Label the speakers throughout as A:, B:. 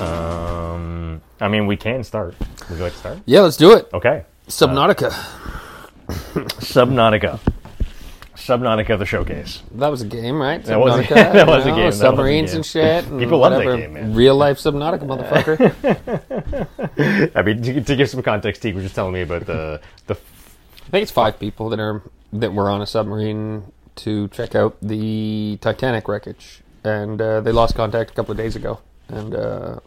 A: Um, I mean, we can start. Would you like to start?
B: Yeah, let's do it.
A: Okay.
B: Subnautica.
A: Subnautica. Subnautica, the showcase.
B: that was a game, right?
A: That was a-
B: Subnautica,
A: that was a game,
B: you know,
A: that was a
B: Submarines
A: game.
B: and shit. and
A: People love that
B: whatever.
A: game, man.
B: Real life Subnautica, motherfucker.
A: I mean, to, to give some context, Teague was just telling me about the the
B: I think it's five people that are that were on a submarine to check out the Titanic wreckage, and uh, they lost contact a couple of days ago, and uh,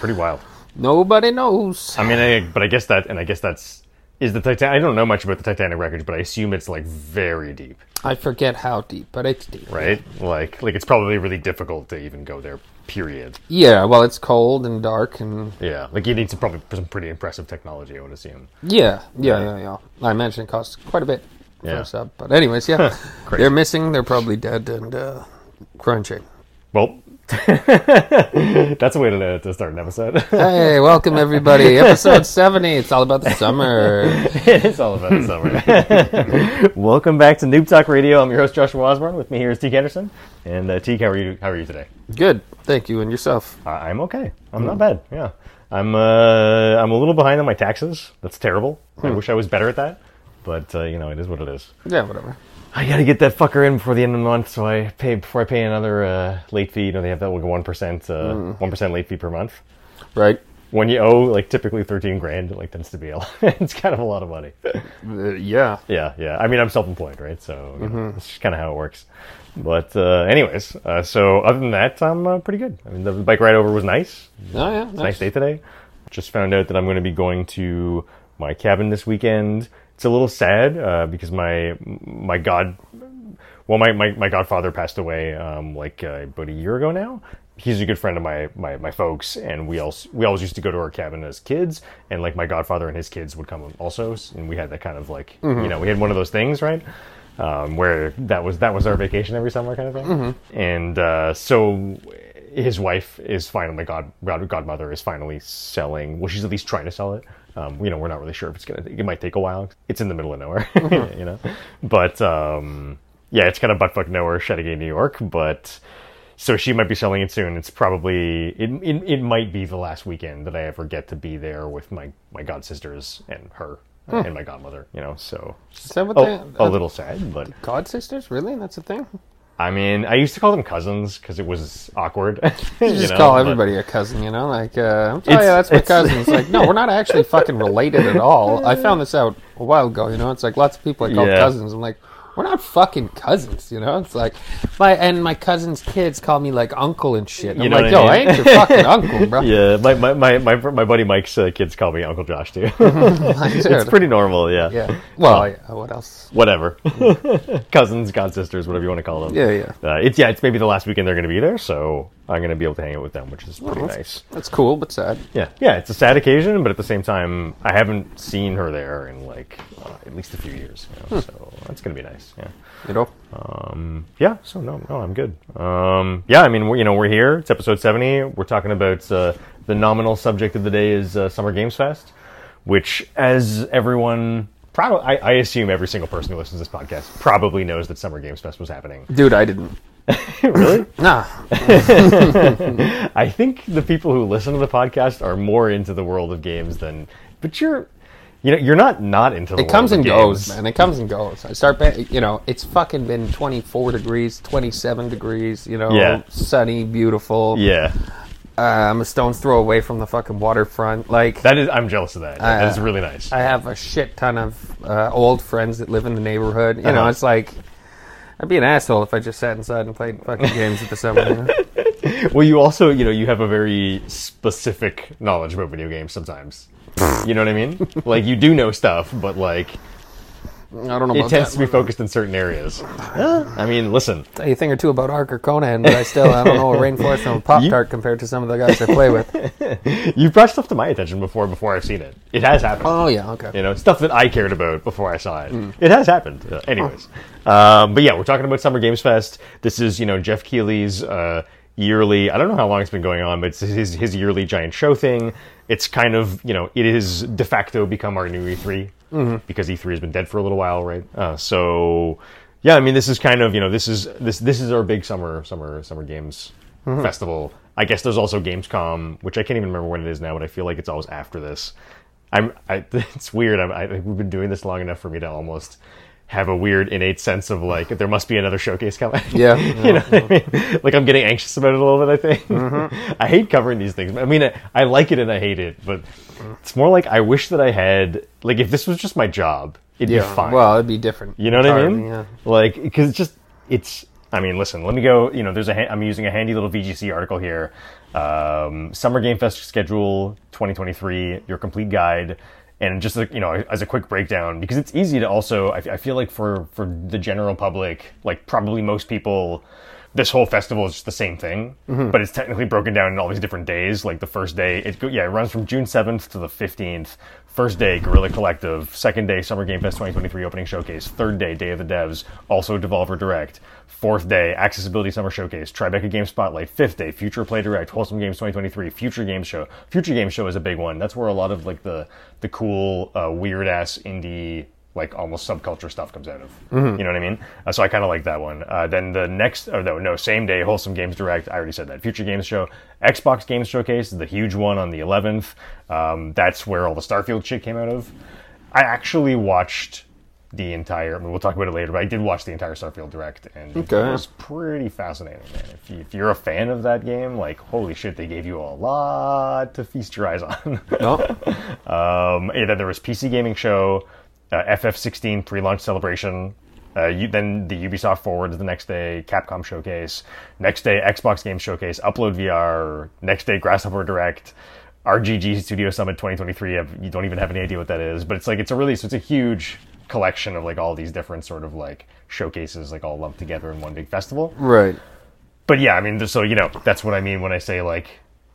A: pretty wild.
B: nobody knows.
A: I mean, I, but I guess that, and I guess that's is the Titanic. I don't know much about the Titanic wreckage, but I assume it's like very deep,
B: I forget how deep, but it's deep.
A: right? Like, like it's probably really difficult to even go there. Period.
B: Yeah, well, it's cold and dark, and
A: Yeah, like you need some probably some pretty impressive technology, I would assume.
B: Yeah, yeah, yeah, yeah. I imagine it costs quite a bit for
A: Yeah.
B: a sub. But anyways, yeah,
A: Crazy.
B: they're missing. They're probably dead and uh, crunching.
A: Well, that's a way to, to start an episode.
B: Hey, welcome everybody. Episode seventy. It's all about the summer.
A: it's all about the summer. Welcome back to Noob Talk Radio. I'm your host Joshua Osborne. With me here is Teague Anderson. And uh, Teague, how are you? How are you today?
B: Good. Thank you and yourself.
A: I- I'm okay. I'm not bad. Yeah, I'm. Uh, I'm a little behind on my taxes. That's terrible. I wish I was better at that. But uh, you know, it is what it is.
B: Yeah, whatever.
A: I gotta get that fucker in before the end of the month, so I pay before I pay another uh, late fee. You know, they have that like one percent, uh, one percent late fee per month.
B: Right.
A: When you owe like typically thirteen grand, it like tends to be a lot. it's kind of a lot of money.
B: Uh, yeah.
A: Yeah, yeah. I mean, I'm self-employed, right? So you know, that's just kind of how it works. But uh, anyways, uh, so other than that, I'm uh, pretty good. I mean, the bike ride over was nice.
B: Oh yeah.
A: It's a nice day today. Just found out that I'm going to be going to my cabin this weekend. It's a little sad uh, because my my god, well, my, my, my godfather passed away um, like uh, about a year ago now. He's a good friend of my, my, my folks, and we also we always used to go to our cabin as kids, and like my godfather and his kids would come also, and we had that kind of like you know we had one of those things right um, where that was that was our vacation every summer kind of thing, and uh, so his wife is finally god, god godmother is finally selling well she's at least trying to sell it um, you know we're not really sure if it's gonna it might take a while it's in the middle of nowhere you know but um, yeah it's kind of buttfuck nowhere Chateauguay, new york but so she might be selling it soon it's probably it, it, it might be the last weekend that i ever get to be there with my my god sisters and her and my godmother you know so
B: Is Hmm. that what
A: a,
B: they?
A: a
B: uh,
A: little sad but
B: God sisters? Really? That's a thing.
A: i mean i used to call them cousins because it was awkward
B: You just
A: know,
B: call
A: but-
B: everybody a cousin, you know? Like, uh, oh yeah,
A: It's-
B: that's my
A: it's-
B: cousin. It's like, no, we're not actually fucking related at all. I found this out a while ago, you know? It's like lots of people I call
A: Yeah.
B: cousins. I'm like, we're not fucking cousins, you know? It's like, my and my cousin's kids call me like uncle and shit. I'm
A: know what
B: like,
A: I
B: yo, I,
A: mean?
B: ain't your fucking uncle, bro.
A: Yeah, my my, my, my my buddy Mike's uh, kids call me Uncle Josh too.
B: Like,
A: it's
B: dude.
A: pretty normal, yeah.
B: Yeah. Well, yeah, what else?
A: Whatever, cousins, god sisters, whatever you want to call them.
B: Yeah, yeah.
A: Uh, it's yeah, it's maybe the last weekend they're going to be there, so I'm going to be able to hang out with them, which is pretty
B: that's-
A: nice.
B: That's cool, but sad.
A: Yeah, yeah. It's a sad occasion, but at the same time, I haven't seen her there in like uh, at least a few years, you know, so that's going to be nice. Yeah.
B: You know?
A: yeah so no no i'm good um yeah i mean we're, you know we're here it's episode 70 we're talking about uh, the nominal subject of the day is uh, summer games fest which as everyone probably I, I assume every single person who listens to this podcast probably knows that summer games fest was happening
B: Dude, I didn't.
A: really
B: Nah.
A: i think the people who listen to the podcast are more into the world of games than but you're you know you're not not into the
B: It comes
A: world
B: and
A: of
B: goes,
A: games.
B: man. It comes and goes. I start, ba- you know, it's fucking been 24 degrees, 27 degrees, you know,
A: Yeah.
B: sunny, beautiful.
A: yeah
B: Uh, I'm a stone's throw away from the fucking waterfront. Like,
A: that is i'm jealous of that that is really nice
B: I have a shit ton of uh, old friends that live in the neighborhood. You know,
A: Uh-huh.
B: it's like, I'd be an asshole if I just sat inside and played fucking games at the summer. you know?
A: Well, you also, you know, you have a very specific knowledge about video games sometimes. you know what I mean? Like, you do know stuff, but, like,
B: I don't know
A: it
B: about
A: tends
B: that.
A: to be focused in certain areas. I mean, listen,
B: Tell you a thing or two about Ark or Conan, but I still, I don't know a rainforest from a Pop Tart compared to some of the guys I play with.
A: you've brought stuff to my attention before before I've seen it. It has happened.
B: Oh, yeah, okay.
A: You know, stuff that I cared about before I saw it. It has happened. Uh, anyways. Um, but yeah, we're talking about Summer Games Fest. This is, you know, Jeff Keighley's uh, yearly. I don't know how long it's been going on, but it's his his yearly giant show thing. It's kind of you know it is de facto become our new E3 because E3 has been dead for a little while, right? Uh, so yeah, I mean this is kind of you know this is this this is our big summer summer summer games festival. I guess there's also Gamescom, which I can't even remember when it is now, but I feel like it's always after this. I'm I, it's weird. I'm, I think we've been doing this long enough for me to almost have a weird innate sense of like there must be another showcase coming.
B: Yeah.
A: you know, what I mean? like I'm getting anxious about it a little bit. I think
B: Mm-hmm.
A: I hate covering these things. I mean, I, I like it and I hate it, but it's more like I wish that I had like if this was just my job, it'd be fine.
B: Well, it'd be different.
A: You know what I
B: entirely,
A: mean?
B: Yeah.
A: Like, because it's just, it's, I mean, listen, let me go, you know, there's a, ha- I'm using a handy little VGC article here. Um, Summer Game Fest Schedule 2023, your complete guide. And just, like, you know, as a quick breakdown, because it's easy to also, I, I feel like for, for the general public, like probably most people, this whole festival is just the same thing, but it's technically broken down in all these different days. Like the first day, it go, yeah, it runs from June seventh to the fifteenth. First day, Gorilla Collective. Second day, Summer Game Fest 2023 opening showcase. Third day, Day of the Devs, also Devolver Direct. Fourth day, Accessibility Summer Showcase, Tribeca Game Spotlight. Fifth day, Future Play Direct, Wholesome Games 2023, Future Game Show. Future Game Show is a big one. That's where a lot of like the the cool, uh, weird ass indie like almost subculture stuff comes out of. You know what I mean? Uh, so I kind of like that one. Uh, then the next, or no, no, same day, Wholesome Games Direct. I already said that. Future Games Show, Xbox Games Showcase, the huge one on the 11th. Um, that's where all the Starfield shit came out of. I actually watched the entire. I mean, we'll talk about it later, but I did watch the entire Starfield Direct, and
B: Okay.
A: it was pretty fascinating, man. If, you, if you're a fan of that game, like holy shit, they gave you a lot to feast your eyes on.
B: No.
A: Um, yeah, then there was PC Gaming Show, uh, FF16 pre-launch celebration. Uh, you, then the Ubisoft Forward the next day, Capcom Showcase. Next day, Xbox Game Showcase, Upload VR. Next day, Grasshopper Direct. RGG Studio Summit 2023. I've- You don't even have any idea what that is, but it's like it's a really so it's a huge collection of like all these different sort of like showcases like all lumped together in one big festival
B: right.
A: but yeah, I mean, th- so you know, that's what I mean when I say like,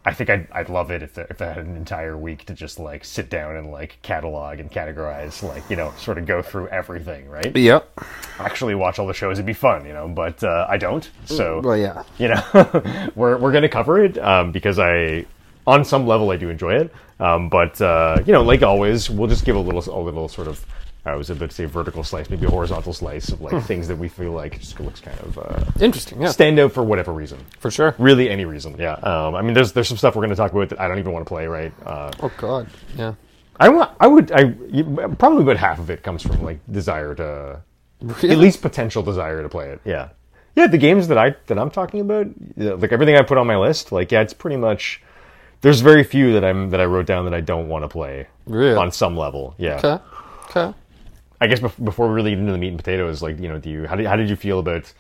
A: I think I'd, I'd love it if the, if I had an entire week to just like sit down and like catalog and categorize, like you know, sort of go through everything, right?
B: Yep.
A: Actually, watch all the shows; it'd be fun, you know. But uh, I don't, so
B: Well, yeah.
A: you know, we're we're gonna cover it um, because I, on some level, I do enjoy it. Um, but uh, you know, like always, we'll just give a little a little sort of. I was about to say vertical slice, maybe a horizontal slice of like things that we feel like just looks kind of uh,
B: Interesting. Yeah.
A: stand out for whatever reason
B: For sure.
A: really any reason. Yeah. Um, I mean, there's there's some stuff we're going to talk about that I don't even want to play. Right. Uh,
B: Oh God. Yeah.
A: I wa- I would I you- probably about half of it comes from like desire to
B: Really?
A: at least potential desire to play it. Yeah. Yeah. The games that I that I'm talking about, yeah, like everything I put on my list, like yeah, it's pretty much. There's very few that I'm that I wrote down that I don't want to play.
B: Really?
A: On some level, yeah.
B: Okay. Okay.
A: I guess bef- before we really get into the meat and potatoes, like you know, do you how did, how did you feel about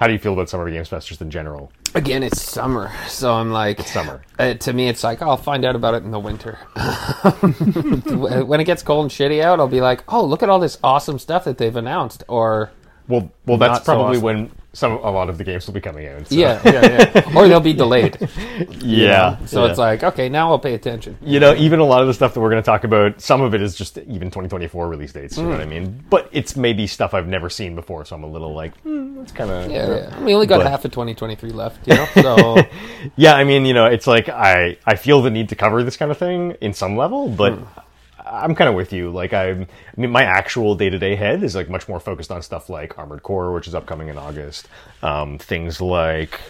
A: how do you feel about Summer Games Fest just in general?
B: Again, it's summer, so I'm like
A: summer.
B: Uh, to me, it's like I'll find out about it in the winter. uh, when it gets cold and shitty out, I'll be like, "Oh, look at all this awesome stuff that they've announced." Or
A: Well, well, that's
B: Not so
A: probably
B: awesome.
A: when some a lot of the games will be coming out. so-
B: yeah, yeah, yeah. or they'll be delayed. Um,
A: Yeah.
B: So it's like, okay, now I'll pay attention.
A: you know, even a lot of the stuff that we're going to talk about, some of it is just even 2024 release dates. You
B: Hmm.
A: know what I mean? But it's maybe stuff I've never seen before, so I'm a little like, hmm, that's kind of
B: Yeah, yeah. we only got
A: But-
B: half of 2023 left, you know. So
A: yeah i mean you know it's like i i feel the need to cover this kind of thing in some level but
B: Hmm.
A: i'm kind of with you like i'm i mean my actual day-to-day head is like much more focused on stuff like armored core which is upcoming in august um things like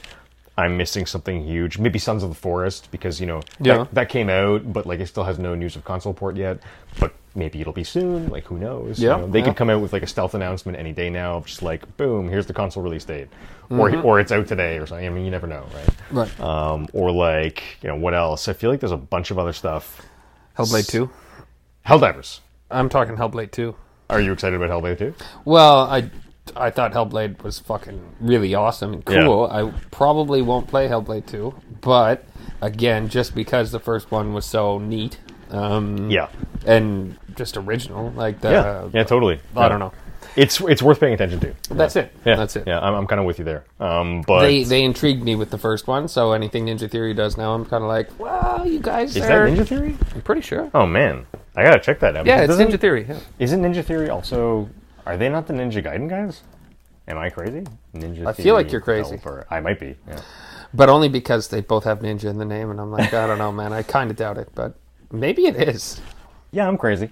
A: i'm missing something huge maybe sons of the forest because you know
B: Yeah.
A: that, that came out but like it still has no news of console port yet but maybe it'll be soon like who knows you
B: Yeah,
A: know? they
B: yeah.
A: could come out with like a stealth announcement any day now just like boom here's the console release date or
B: Mm-hmm.
A: or it's out today or something i mean you never know right
B: right,
A: um, or like you know what else? I feel like there's a bunch of other stuff.
B: Hellblade 2.
A: Helldivers.
B: I'm talking Hellblade 2.
A: Are you excited about Hellblade too?
B: Well, I I thought Hellblade was fucking really awesome and cool. I probably won't play Hellblade 2, but again, just because the first one was so neat, um,
A: Yeah.
B: and just original, like the,
A: Yeah. yeah. Totally.
B: Uh, I don't know.
A: It's it's worth paying attention to.
B: That's it.
A: Yeah.
B: That's it.
A: Yeah. I'm, I'm kind of with you there. Um, but
B: They they intrigued me with the first one, so anything Ninja Theory does now, I'm kind of like, well, you guys
A: is that
B: are.
A: Ninja Theory?
B: I'm pretty sure.
A: Oh man, I gotta check that out.
B: Yeah, it's
A: Doesn't-
B: Ninja Theory. Yeah.
A: Isn't Ninja Theory also? Are they not the Ninja Gaiden guys? Am I crazy? Ninja.
B: I feel like you're crazy.
A: I might be. Yeah.
B: but only because they both have ninja in the name, and I'm like, I don't know, man. I kind of doubt it, but maybe it is
A: Yeah, I'm crazy.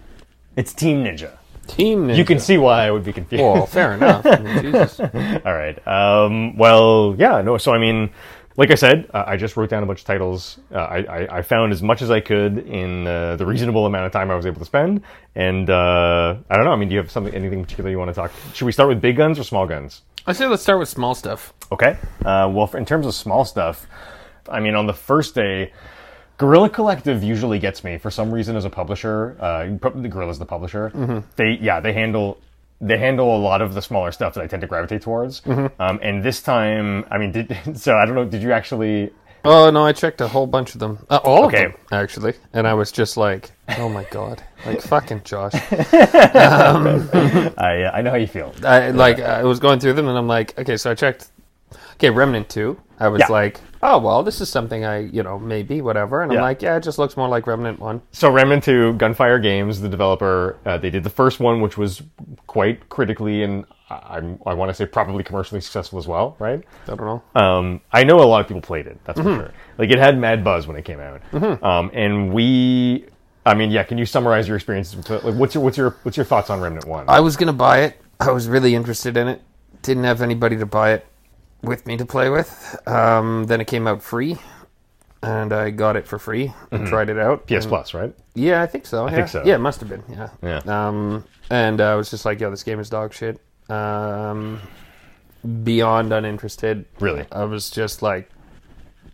A: It's Team Ninja.
B: Team Ninja.
A: You can see why I would be confused.
B: Well, fair enough. I mean, Jesus.
A: All right. Um, well, yeah, no. So I mean, like I said, uh, I just wrote down a bunch of titles. Uh, I, I, I found as much as I could in uh, the reasonable amount of time I was able to spend. And uh, I don't know. I mean, do you have something, anything in particular you want to talk? Should we start with big guns or small guns?
B: I say let's start with small stuff.
A: Okay. Uh, well, in terms of small stuff, I mean, on the first day, Gorilla Collective usually gets me for some reason as a publisher. Uh, pro- the Gorilla's the publisher. They yeah they handle they handle a lot of the smaller stuff that I tend to gravitate towards. Um, and this time, I mean, did, so I don't know. Did you actually?
B: Oh no, I checked a whole bunch of them, uh, all
A: Okay.
B: of them actually, and I was just like, "Oh my god!" Like fucking Josh.
A: I I know how you feel.
B: I like I was going through them, and I'm like, okay, so I checked. Okay, Remnant Two. I was
A: Yeah.
B: like, oh well, this is something I, you know, maybe whatever, and
A: Yeah.
B: I'm like, yeah, it just looks more like Remnant One.
A: So Remnant 2, Gunfire Games, the developer, uh, they did the first one, which was quite critically and I, I'm- I want to say probably commercially successful as well, right?
B: I don't know.
A: Um, I know a lot of people played it. That's for sure. Like it had mad buzz when it came out. Um, and we, I mean, yeah. Can you summarize your experience? with it? Like, what's your what's your what's your thoughts on Remnant One?
B: I was gonna buy it. I was really interested in it. Didn't have anybody to buy it with me to play with. Um, then it came out free, and I got it for free and tried it out.
A: PS Plus, right?
B: Yeah, I think so. I yeah.
A: think so.
B: Yeah, it must have been. Yeah.
A: Yeah.
B: Um, and uh, I was just like, yo, this game is dog shit. Um, beyond uninterested.
A: Really?
B: I was just like,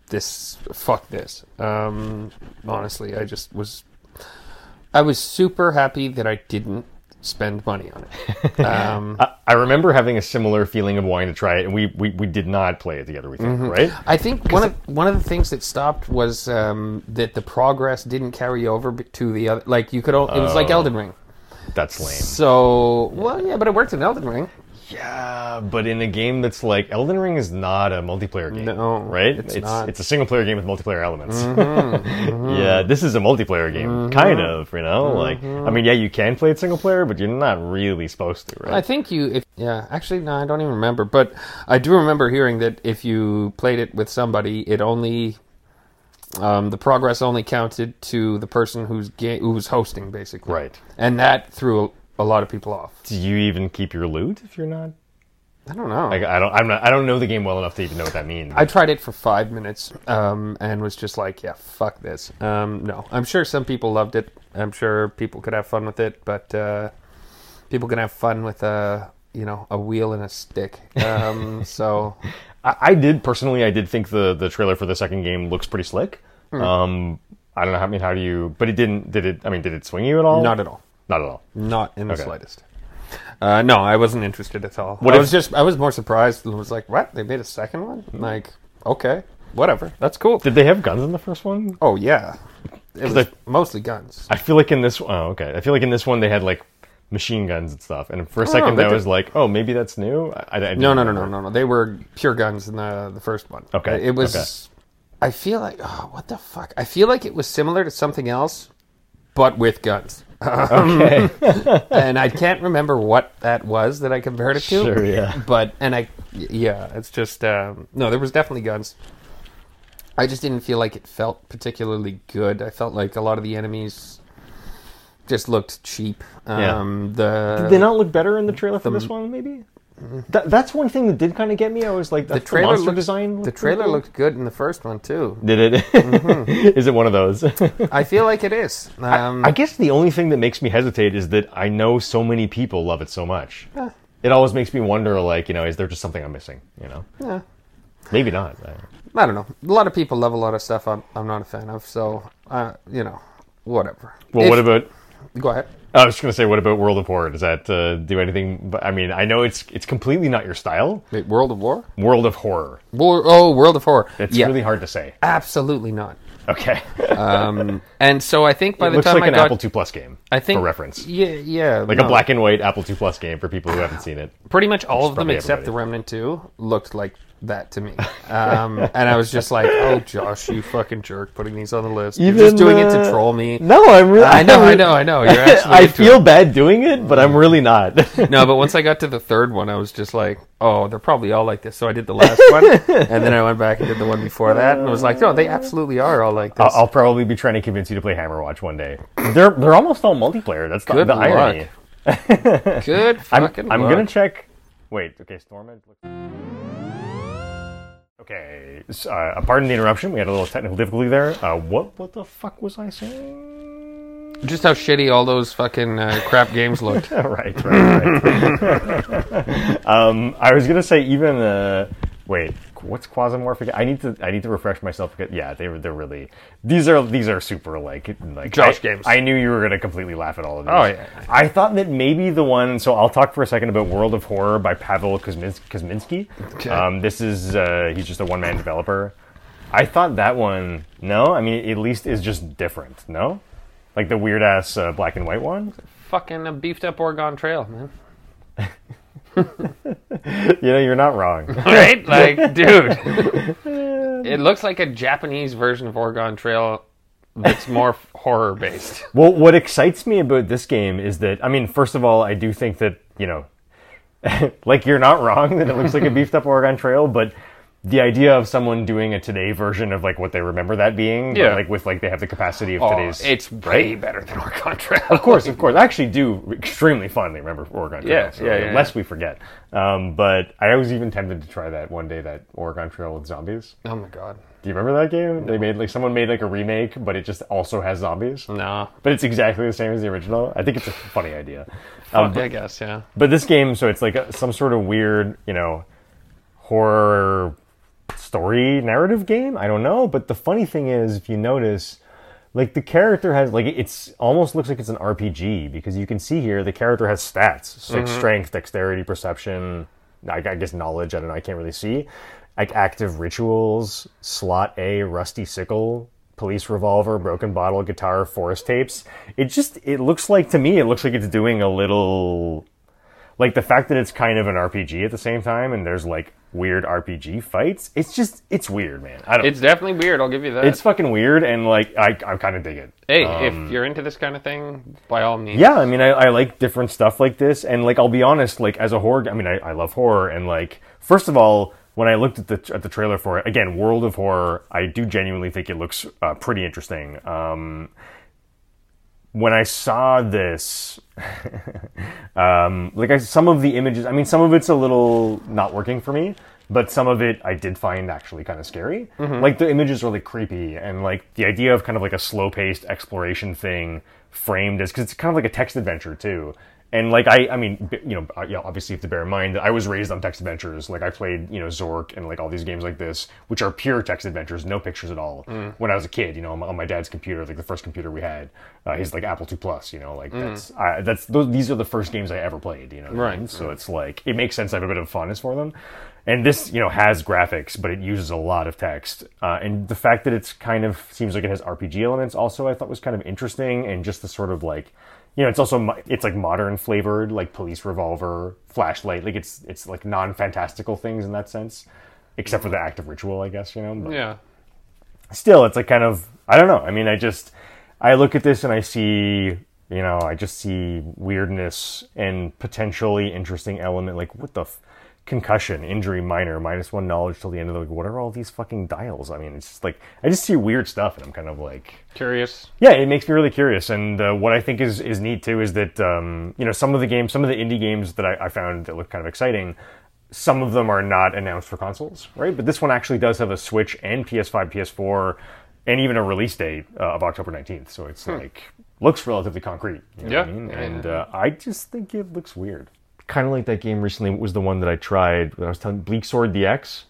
B: this, fuck this. Um, honestly, I just was, I was super happy that I didn't spend money on it. Um,
A: I, I remember having a similar feeling of wanting to try it, and we we, we did not play it together. We think, right?
B: I think one of one of the things that stopped was um, that the progress didn't carry over b- to the other. Like you could, o- it was
A: Oh.
B: like Elden Ring.
A: That's lame.
B: So well, yeah, but it worked in Elden Ring.
A: Yeah, but in a game that's like Elden Ring is not a multiplayer game,
B: No,
A: right?
B: it's not.
A: It's Mm-hmm, a single player game with multiplayer elements. yeah, this is a multiplayer game, kind of. You know, like I mean, yeah, you can play it single player, but you're not really supposed to, right?
B: I think you, if yeah, actually no, I don't even remember, but I do remember hearing that if you played it with somebody, it only um, the progress only counted to the person who's ga- who was hosting, basically,
A: Right.
B: And that threw a, a lot of people off.
A: Do you even keep your loot if you're not?
B: I don't know.
A: Like, I don't. I'm not. I don't know the game well enough to even know what that means.
B: I tried it for five minutes um, and was just like, yeah, fuck this. Um, no, I'm sure some people loved it. I'm sure people could have fun with it, but uh, people can have fun with a you know a wheel and a stick. Um, so
A: I, I did personally. I did think the the trailer for the second game looks pretty slick. Um, I don't know. how I mean, how do you? But it didn't. Did it? I mean, did it swing you at all?
B: not at all,
A: Not at all.
B: not in the
A: Okay.
B: slightest. Uh, no, I wasn't interested at all.
A: What
B: I
A: if- Hmm.
B: was just I was more surprised and was like, what? They made a second one? Like, okay, whatever, that's cool.
A: Did they have guns in the first one?
B: Oh yeah, it was
A: I-
B: mostly guns.
A: I feel like in this. Oh, okay. I feel like in this one they had like machine guns and stuff. And for a second,
B: they
A: I
B: did-
A: was like, oh, maybe that's new. I, I, I
B: No, no, no, no, no, no. They were pure guns in the the first one.
A: Okay,
B: It was.
A: okay.
B: I feel like oh, what the fuck? I feel like it was similar to something else, but with guns. Um,
A: Okay.
B: and I can't remember what that was that I compared it to.
A: Sure, yeah.
B: But and I, yeah, it's just um, no. There was definitely guns. I just didn't feel like it felt particularly good. I felt like a lot of the enemies just looked cheap.
A: Yeah.
B: Um, The
A: did they not look better in the trailer for this one? Maybe. That, that's one thing that did kind of get me. I was like,
B: Mm-hmm. the trailer
A: monster
B: looked,
A: design.
B: The
A: looked pretty
B: trailer Mm-hmm.
A: cool.
B: looked good in the first one too.
A: Did it? Is it one of those?
B: I feel like it is. Um,
A: I guess the only thing that makes me hesitate is that I know so many people love it so much. It always makes me wonder, like, you know, is there just something I'm missing? You know,
B: yeah.
A: maybe not. I-
B: I don't know. A lot of people love a lot of stuff I'm, I'm not a fan of, so, uh, you know, whatever.
A: Well, what
B: If-
A: about?
B: Go ahead.
A: I was just gonna say, what about World of Horror? Does that uh, do anything? But I mean, I know it's it's completely not your style.
B: Wait, World of War?
A: World of Horror.
B: War oh, World of Horror.
A: It's
B: yeah,
A: really hard to say.
B: absolutely not.
A: Okay,
B: Um, and so I think by the
A: looks
B: time
A: like
B: I
A: an
B: got,
A: Apple II Plus game.
B: I think
A: for reference,
B: yeah, yeah,
A: like a black and white Apple II Plus game for people who haven't seen it.
B: Pretty much all of them
A: probably
B: except
A: everybody.
B: the Remnant Two looked like that to me. Um, and I was just like, oh, Josh, you fucking jerk, putting these on the list.
A: Even,
B: You're just doing it
A: uh,
B: to troll me.
A: No, I'm really.
B: I know, I know, I know. You're actually
A: I
B: into
A: feel bad doing it, but I'm really not.
B: it. No, but once I got to the third one, I was just like, oh, they're probably all like this. So I did the last one. And then I went back and did the one before that. And I was like, no, they absolutely are all like this.
A: I'll, I'll probably be trying to convince you to play Hammer Watch one day. They're they're almost all multiplayer. That's the,
B: Good
A: the irony.
B: luck. Good
A: I'm
B: fucking
A: I'm
B: luck.
A: gonna check. Wait, okay, Storm. Edge- Okay, s- uh, pardon the interruption. We had a little technical difficulty there. Uh, what what the fuck was I saying?
B: Just how shitty all those fucking uh, crap games looked.
A: right, right, right. um, I was gonna say even uh, wait, what's Quasimorph again? I need to I need to refresh myself. Because, yeah, they were they're really these are these are super like like
B: Josh
A: I-
B: games.
A: I knew you were gonna completely laugh at all of these.
B: Oh, yeah.
A: I thought that maybe the one. So I'll talk for a second about World of Horror by Pavel Kuzmins- Kuzminsky.
B: Okay.
A: Um, this is uh, he's just a one man developer. I thought that one. No, I mean at least is just different. No. Like the weird ass uh, black and white one.
B: fucking a beefed up Oregon Trail, man.
A: You know, you're not wrong.
B: Right? Like, dude. it looks like a Japanese version of Oregon Trail that's more horror based.
A: Well, what excites me about this game is that I mean, first of all, I do think that you know, like you're not wrong that it looks like a beefed up Oregon Trail, but the idea of someone doing a today version of like what they remember that being, but,
B: Yeah. Oh,
A: like with like they have the capacity of today's.
B: it's way better than Oregon Trail.
A: of course, of course. I actually do extremely fondly remember Oregon Trail.
B: Yeah, yeah, yeah,
A: Lest we forget. Um, but I was even tempted to try that one day, that Oregon Trail with zombies.
B: Oh my god.
A: Do you remember that game? They made like someone made like a remake, but it just also has zombies.
B: No.
A: but it's exactly the same as the original. I think it's a funny idea. Um,
B: I guess, yeah.
A: but this game, so it's like a, some sort of weird, you know, horror story narrative game. I don't know. But the funny thing is, if you notice, like the character has like it's almost looks like it's an RPG because you can see here the character has stats so, like strength, dexterity, perception. I, I guess knowledge. I don't know. I can't really see. Like active rituals, slot A, rusty sickle, police revolver, broken bottle, guitar, forest tapes. It just it looks like to me it looks like it's doing a little like the fact that it's kind of an RPG at the same time and there's like weird RPG fights. It's just it's weird, man. I don't. It's,
B: It's definitely weird, I'll give you that.
A: fucking weird and like I I kind of dig it.
B: hey, if you're into this kind of thing, by all means.
A: um, Yeah, I mean, I, I like different stuff like this, and like I'll be honest, like as a horror, I mean, I, I love horror, and like first of all, when I looked at the at the trailer for it, again, World of Horror, I do genuinely think it looks uh, pretty interesting. Um, when I saw this, um, like I, some of the images, I mean, some of it's a little not working for me, but some of it I did find actually kind of scary. Like the images are like creepy, and like the idea of kind of like a slow paced exploration thing framed as because it's kind of like a text adventure too. And like I, I mean, b- you know, uh, you know, obviously you have to bear in mind that I was raised on text adventures. Like I played, you know, Zork and like all these games like this, which are pure text adventures, no pictures at all. When I was a kid, you know, on my, on my dad's computer, like the first computer we had, uh, his like Apple II Plus. You know, like that's I, that's those, these are the first games I ever played. You know, what I
B: Right.
A: mean? So it's like it makes sense. I have a bit of fondness for them, and this you know has graphics, but it uses a lot of text. Uh, and the fact that it's kind of seems like it has RPG elements also, I thought was kind of interesting, and just the sort of like you know it's also mo- it's like modern flavored, like police revolver, flashlight, like it's it's like non fantastical things in that sense, except for the active ritual, I guess you know. But-
B: Yeah.
A: still it's like kind of i don't know i mean i just i look at this and i see you know i just see weirdness and potentially interesting element like what the f- concussion injury minor minus one knowledge till the end of the like what are all these fucking dials i mean it's just like i just see weird stuff and i'm kind of like
B: Curious.
A: yeah, it makes me really curious. And uh, what I think is, is neat too is that um, you know some of the games, some of the indie games that I, I found that look kind of exciting, some of them are not announced for consoles, right? But this one actually does have a Switch and PS5, PS4, and even a release date uh, of October nineteenth. So it's like looks relatively concrete. You know what I
B: Hmm. Yeah.
A: mean?
B: Yeah,
A: And uh, I just think it looks weird. Kind of like that game recently was the one that I tried when I was telling Bleak Sword DX.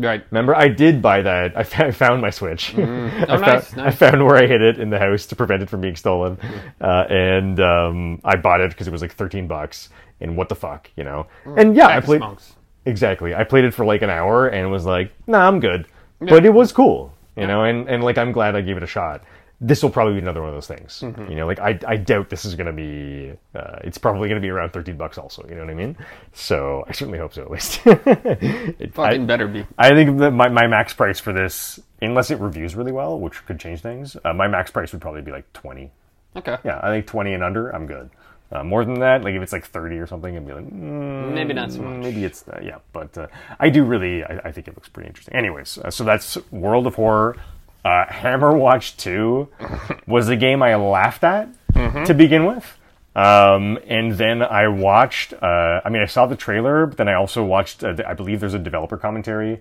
B: Right.
A: Remember, I did buy that. I fou- I found my Switch. I, found,
B: Mm. Oh, nice,
A: I found where I hid it in the house to prevent it from being stolen, uh, and um, I bought it because it was like thirteen bucks. And what the fuck, you know?
B: Mm.
A: And yeah, I
B: Thanks,
A: played
B: monks.
A: exactly. I played it for like an hour and was like, "Nah, I'm good," but it was cool, you know. And and like I'm glad I gave it a shot. this will probably be another one of those things.
B: Mm-hmm.
A: You know, like I, I doubt this is going to be. Uh, it's probably going to be around thirteen bucks. Also, you know what I mean. So I certainly hope so. At least It-
B: Fucking
A: I,
B: better be.
A: I think that my, my max price for this, unless it reviews really well, which could change things, uh, my max price would probably be like twenty.
B: Okay.
A: Yeah, I think twenty and under, I'm good. Uh, more than that, like if it's like thirty or something, I'd be like, mm,
B: Maybe not so much.
A: Maybe it's uh, yeah, but uh, I do really. I, I think it looks pretty interesting. Anyways, uh, so that's World of Horror. Uh, Hammer Watch Two was a game I laughed at to begin with, um, and then I watched. Uh, I mean, I saw the trailer, but then I also watched. Uh, the- I believe there's a developer commentary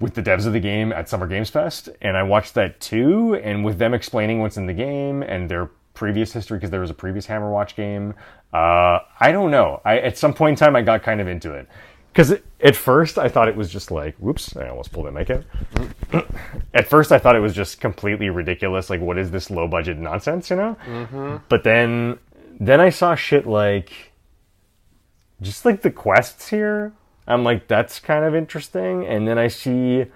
A: with the devs of the game at Summer Games Fest, and I watched that too. And with them explaining what's in the game and their previous history, because there was a previous Hammer Watch game. Uh, I don't know. I at some point in time I got kind of into it because at first I thought it was just like, whoops, I almost pulled that mic out. at first I thought it was just completely ridiculous. Like, what is this low budget nonsense? You know. But then, then I saw shit like, just like the quests here. I'm like, that's kind of interesting. And then I see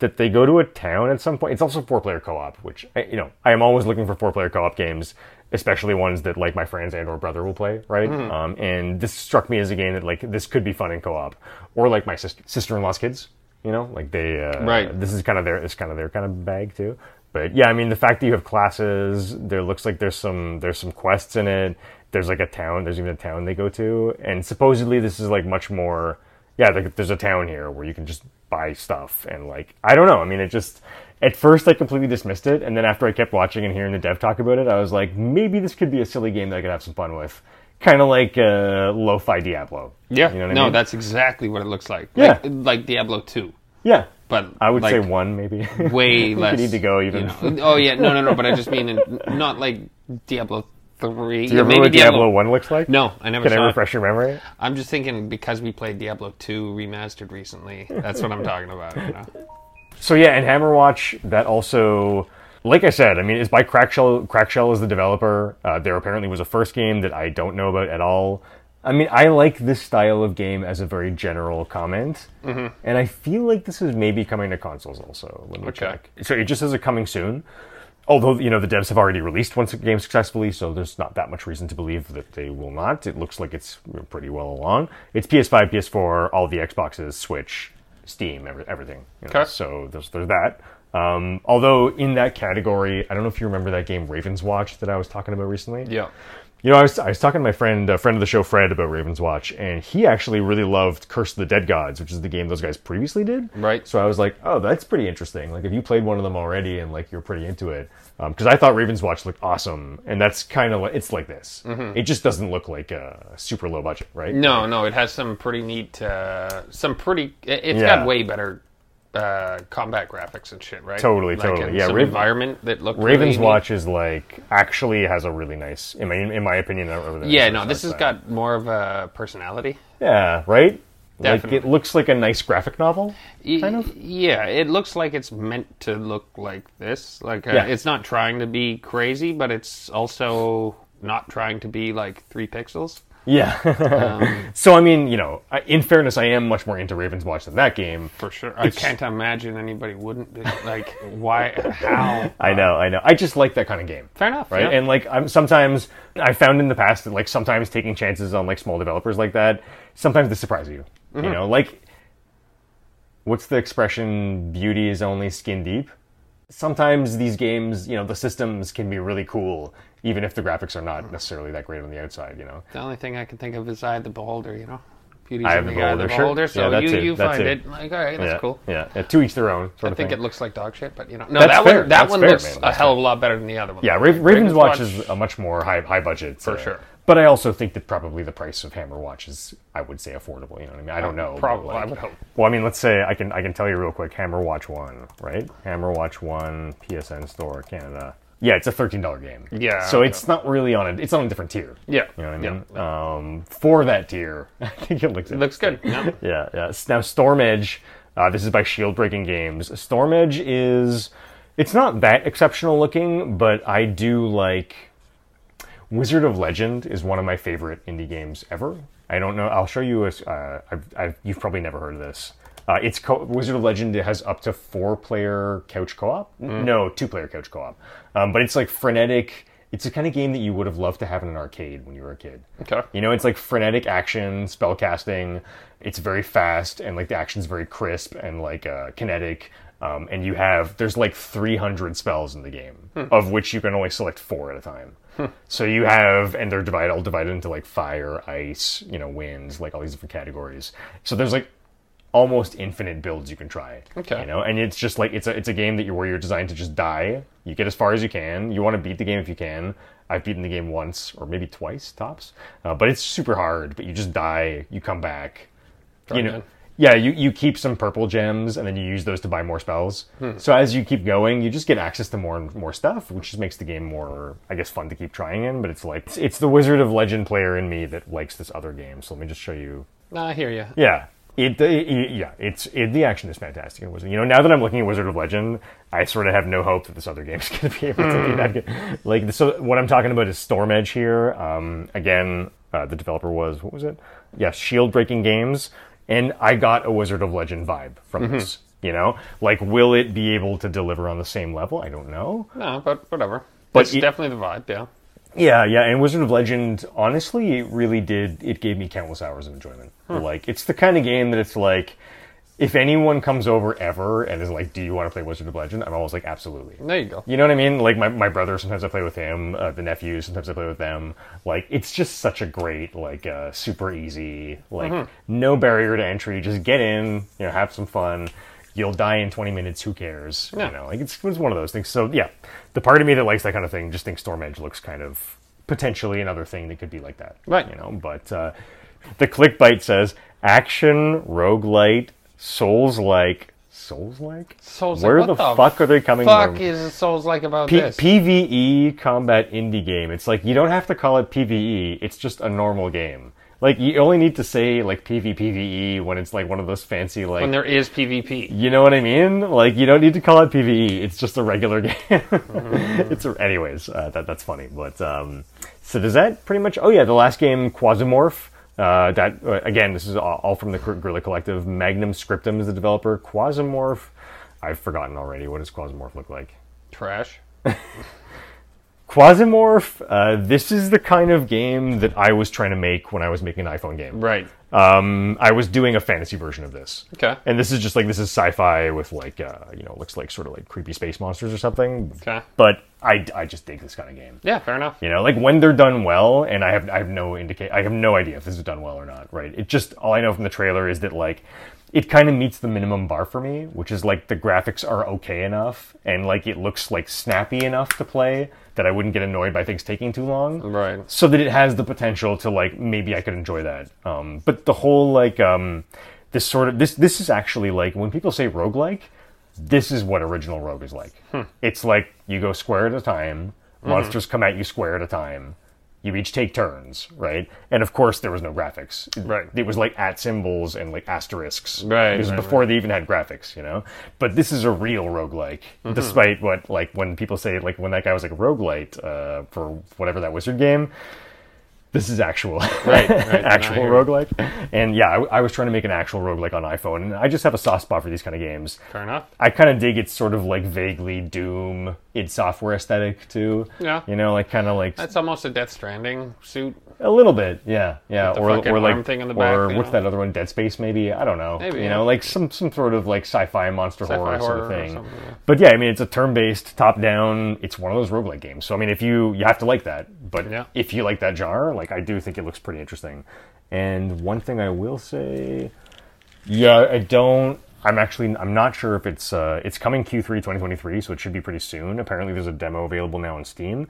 A: that they go to a town at some point. It's also four player co op, which I, you know I am always looking for four player co op games, especially ones that like my friends and or brother will play, right? Um, and this struck me as a game that like this could be fun in co op, or like my sister sister in law's kids. You know, like they uh,
B: Right.
A: this is kind of their it's kind of their kind of bag too. But yeah, I mean the fact that you have classes, there looks like there's some there's some quests in it. There's like a town. There's even a town they go to, and supposedly this is like much more. Yeah, like there's a town here where you can just buy stuff and like I don't know. I mean, it just at first I completely dismissed it, and then after I kept watching and hearing the dev talk about it, I was like, maybe this could be a silly game that I could have some fun with, kind of like uh, Lo-Fi Diablo.
B: Yeah.
A: you know what
B: no,
A: I mean?
B: that's exactly what it looks like.
A: Yeah.
B: Like, like Diablo 2,
A: yeah.
B: but
A: I would
B: like,
A: say one maybe.
B: way
A: you
B: less.
A: need to go
B: you
A: even.
B: know. Oh yeah, no, no, no. But I just mean in, not like Diablo three.
A: Do you remember what Diablo, One looks like?
B: No, I never
A: Can I
B: saw it.
A: refresh your memory?
B: I'm just thinking because we played Diablo two remastered recently. That's what I'm talking about. You know?
A: So yeah, and Hammerwatch that also, like I said, I mean, it's by Crackshell. Crackshell is the developer. Uh, there apparently was a first game that I don't know about at all. I mean, I like this style of game as a very general comment, and I feel like this is maybe coming to consoles also. Let me check. So it just says it coming soon. Although you know the devs have already released one game successfully, so there's not that much reason to believe that they will not. It looks like it's pretty well along. It's PS5, PS4, all the Xboxes, Switch, Steam, every, everything. you know,
B: Okay.
A: So there's there's that. Um, although in that category, I don't know if you remember that game Ravens Watch that I was talking about recently.
B: Yeah.
A: You know, I was, I was talking to my friend, a friend of the show, Fred, about Raven's Watch, and he actually really loved Curse of the Dead Gods, which is the game those guys previously did.
B: Right.
A: So I was like, oh, that's pretty interesting. Like, if you played one of them already and, like, you're pretty into it. Because I thought Raven's Watch looked awesome, and that's kind of like, it's like this. It just doesn't look like a super low budget, right?
B: Mm-hmm. No, no. It has some pretty neat, uh, some pretty. It, has
A: Yeah.
B: got way better uh, combat graphics and shit, right?
A: Totally,
B: Like, and
A: totally. Yeah,
B: Some
A: Raven-
B: environment that looked really
A: Raven's
B: neat.
A: Watch is, like, actually has a really nice, in my, in my opinion, I don't remember the
B: Yeah,
A: name,
B: no.
A: so
B: This has
A: it's, uh,
B: got more of a personality.
A: Yeah, right?
B: Definitely.
A: Like, it looks like a nice graphic novel.
B: Y-
A: Kind of?
B: Yeah, it looks like it's meant to look like this. Like uh,
A: Yeah.
B: it's not trying to be crazy, but it's also not trying to be like three pixels.
A: Yeah.
B: Um,
A: so I mean, you know, I- in fairness, I am much more into Ravens Watch than that game.
B: For sure, I can't imagine anybody wouldn't be, like why how.
A: I know, I know. I just like that kind of game.
B: Fair enough,
A: right?
B: Uh, yeah.
A: And like, I'm sometimes I found in the past that like sometimes taking chances on like small developers like that, sometimes they surprise you.
B: Mm-hmm.
A: You know, like what's the expression? Beauty is only skin deep. Sometimes these games, you know, the systems can be really cool, even if the graphics are not necessarily that great on the outside. You know,
B: The only thing I can think of is Eye of the Beholder. You know, beauty's
A: Eye
B: in
A: of
B: the,
A: the
B: eye of the
A: Beholder, sure.
B: beholder.
A: Yeah,
B: So
A: that's
B: you
A: it,
B: you
A: that's
B: find
A: it.
B: it. like all right, that's
A: yeah,
B: cool.
A: yeah, yeah, to each their own. Sort
B: I
A: of
B: think
A: thing.
B: it looks like dog shit, but you know, no,
A: That's
B: that
A: fair,
B: one that
A: that's
B: one
A: fair,
B: looks
A: man,
B: a
A: that's
B: hell of a lot better than the other one.
A: Yeah, Ra- Raven's, Watch, is a much more high high budget
B: For
A: uh,
B: sure.
A: But I also think that probably the price of Hammer Watch is, I would say, affordable. You know what I mean? I don't know. but,
B: probably,
A: like-
B: I would hope.
A: Well, I mean, let's say I can I can tell you real quick. Hammer Watch One, right? Hammer Watch One, PSN Store, Canada. Yeah, it's a thirteen dollar game.
B: Yeah,
A: So
B: okay.
A: it's not really on a it's on a different tier.
B: Yeah,
A: You know what I
B: yeah.
A: mean? Um, for that tier, I think it looks
B: It looks good. Yeah.
A: yeah, yeah. S- Now Storm Edge, uh, this is by Shield Breaking Games. Storm Edge is it's not that exceptional looking, but I do like Wizard of Legend is one of my favorite indie games ever. I don't know. I'll show you a. s- Uh, I've, I've, you've probably never heard of this. Uh, it's co- Wizard of Legend has up to four player couch co op. No, two player couch co op. Um, but it's like frenetic. It's the kind of game that you would have loved to have in an arcade when you were a kid.
B: Okay.
A: You know, it's like frenetic action, spell casting. It's very fast, and like the action's very crisp and like uh, kinetic. Um, and you have there's like 300 spells in the game, of which you can only select four at a time. So you have, and they're divided all divided into like fire, ice, you know, winds, like all these different categories. So there's like almost infinite builds you can try.
B: Okay.
A: You know, and it's just like it's a it's a game that you're where you're designed to just die. You get as far as you can. You want to beat the game if you can. I've beaten the game once or maybe twice tops, uh, but it's super hard. But you just die. You come back. you know.
B: again.
A: Yeah, you, you keep some purple gems and then you use those to buy more spells. So as you keep going, you just get access to more and more stuff, which just makes the game more, I guess, fun to keep trying in. But it's like it's, it's the Wizard of Legend player in me that likes this other game. So let me just show you
B: Nah, I hear you.
A: yeah. It, it- yeah, it's it, the action is fantastic in Wizard. You know, now that I'm looking at Wizard of Legend, I sort of have no hope that this other game's going to be able to be that good. Like, so what I'm talking about is Storm Edge here. Um, again, uh, the developer was what was it? Yeah, Shield Breaking Games, and I got a Wizard of Legend vibe from this. You know, like, will it be able to deliver on the same level? I don't know.
B: No, but whatever.
A: But
B: But it's
A: it-
B: definitely the vibe. Yeah.
A: Yeah, yeah, and Wizard of Legend, honestly, it really did. It gave me countless hours of enjoyment. Like, it's the kind of game that it's like, if anyone comes over ever and is like, "Do you want to play Wizard of Legend?" I'm always like, "Absolutely."
B: There you go.
A: You know what I mean? Like my, my brother, sometimes I play with him. Uh, the nephews, sometimes I play with them. Like it's just such a great, like uh, super easy, like
B: Mm-hmm.
A: no barrier to entry. Just get in, you know, have some fun. You'll die in 20 minutes. Who cares?
B: Yeah.
A: You know, like it's, it's one of those things. So yeah, the part of me that likes that kind of thing just thinks Storm Edge looks kind of potentially another thing that could be like that.
B: Right.
A: You know, but uh, the clickbait says action roguelite souls like souls like
B: Souls
A: where
B: like,
A: the,
B: what the
A: fuck are they coming
B: Fuck
A: from?
B: is Souls like about
A: P-
B: this?
A: PVE combat indie game. It's like you don't have to call it PVE. It's just a normal game. Like you only need to say like PV PVE E when it's like one of those fancy like
B: when there is PvP.
A: you know what I mean? Like you don't need to call it PVE. It's just a regular game. it's a, anyways. Uh, that that's funny. But um, so does that pretty much? Oh yeah, the last game Quasimorph. Uh, that uh, again, this is all, all from the Gor- Gorilla Collective. Magnum Scriptum is the developer. Quasimorph. I've forgotten already. What does Quasimorph look like?
B: Trash.
A: Quasimorph. Uh, this is the kind of game that I was trying to make when I was making an iPhone game.
B: Right.
A: Um, I was doing a fantasy version of this.
B: Okay.
A: And this is just like this is sci-fi with like uh, you know looks like sort of like creepy space monsters or something.
B: Okay.
A: But I, I just dig this kind of game.
B: Yeah, fair enough.
A: You know, like when they're done well, and I have I have no indicate I have no idea if this is done well or not. Right? It just all I know from the trailer is that like it kind of meets the minimum bar for me, which is like the graphics are okay enough and like it looks like snappy enough to play that I wouldn't get annoyed by things taking too long
B: Right.
A: so that it has the potential to like maybe I could enjoy that. Um, but the whole like um, this sort of this this is actually like when people say roguelike, this is what original rogue is like.
B: Hmm.
A: It's like you go square at a time,
B: Mm-hmm.
A: monsters come at you square at a time. You each take turns, right? And of course, there was no graphics.
B: Right.
A: It was like at symbols and like asterisks.
B: Right,
A: It was
B: right,
A: before they even had graphics, you know? But this is a real roguelike,
B: Mm-hmm.
A: despite what, like, when people say, like, when that guy was like, roguelite uh, for whatever that wizard game, this is actual
B: Right. right.
A: actual
B: Nah, I hear
A: roguelike and yeah I, I was trying to make an actual roguelike on iphone and i just have a soft spot for these kind of games
B: you. Fair enough.
A: i kind of dig its sort of like vaguely doom id software aesthetic too
B: Yeah.
A: you know like kind of like
B: That's almost a Death Stranding suit.
A: a little bit yeah yeah
B: the
A: or,
B: fucking
A: or like
B: arm thing on the
A: or
B: back, you
A: what's
B: know?
A: that other one dead space maybe i don't know
B: Maybe,
A: you
B: yeah.
A: know like some some sort of like sci-fi monster horror, sort of
B: horror or
A: thing
B: something, yeah.
A: but yeah i mean it's a turn-based top-down it's one of those roguelike games so i mean if you you have to like that but
B: Yeah.
A: if you like that genre like i do think it looks pretty interesting and one thing i will say yeah i don't i'm actually i'm not sure if it's uh it's coming q3 2023 so it should be pretty soon apparently there's a demo available now on steam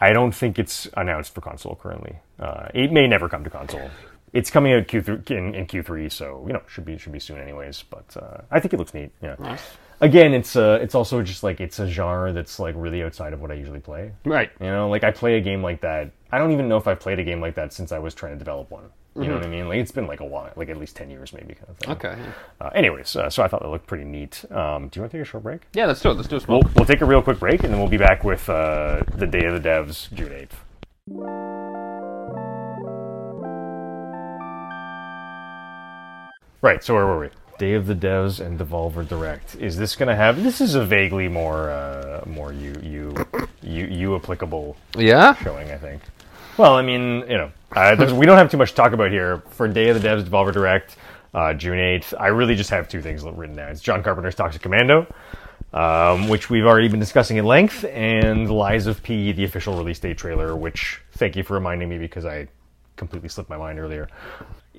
A: I don't think it's announced for console currently. Uh, it may never come to console. It's coming out Q3, in, in Q3, so you know should be should be soon anyways. But uh, I think it looks neat. Yeah. Again, it's uh, it's also just like it's a genre that's like really outside of what I usually play.
B: Right.
A: You know, like I play a game like that. I don't even know if I've played a game like that since I was trying to develop one. You know what I mean? Like it's been like a while, like at least ten years maybe kind of thing.
B: Okay. yeah.
A: Uh, anyways, uh, so I thought that looked pretty neat. Um, do you want to take a short break?
B: Yeah, let's do it. Let's do a small.
A: We'll, we'll take a real quick break and then we'll be back with uh, the Day of the Devs, June 8th. Right, so where were we? Day of the Devs and Devolver Direct. Is this going to have? This is a vaguely more uh, more you you you you applicable
B: Yeah.
A: showing, I think. Well, I mean, you know, uh, there's- we don't have too much to talk about here. For Day of the Devs, Devolver Direct, uh, June 8th, I really just have two things written down. It's John Carpenter's Toxic Commando, um, which we've already been discussing at length, and Lies of P, the official release date trailer, which thank you for reminding me because I completely slipped my mind earlier.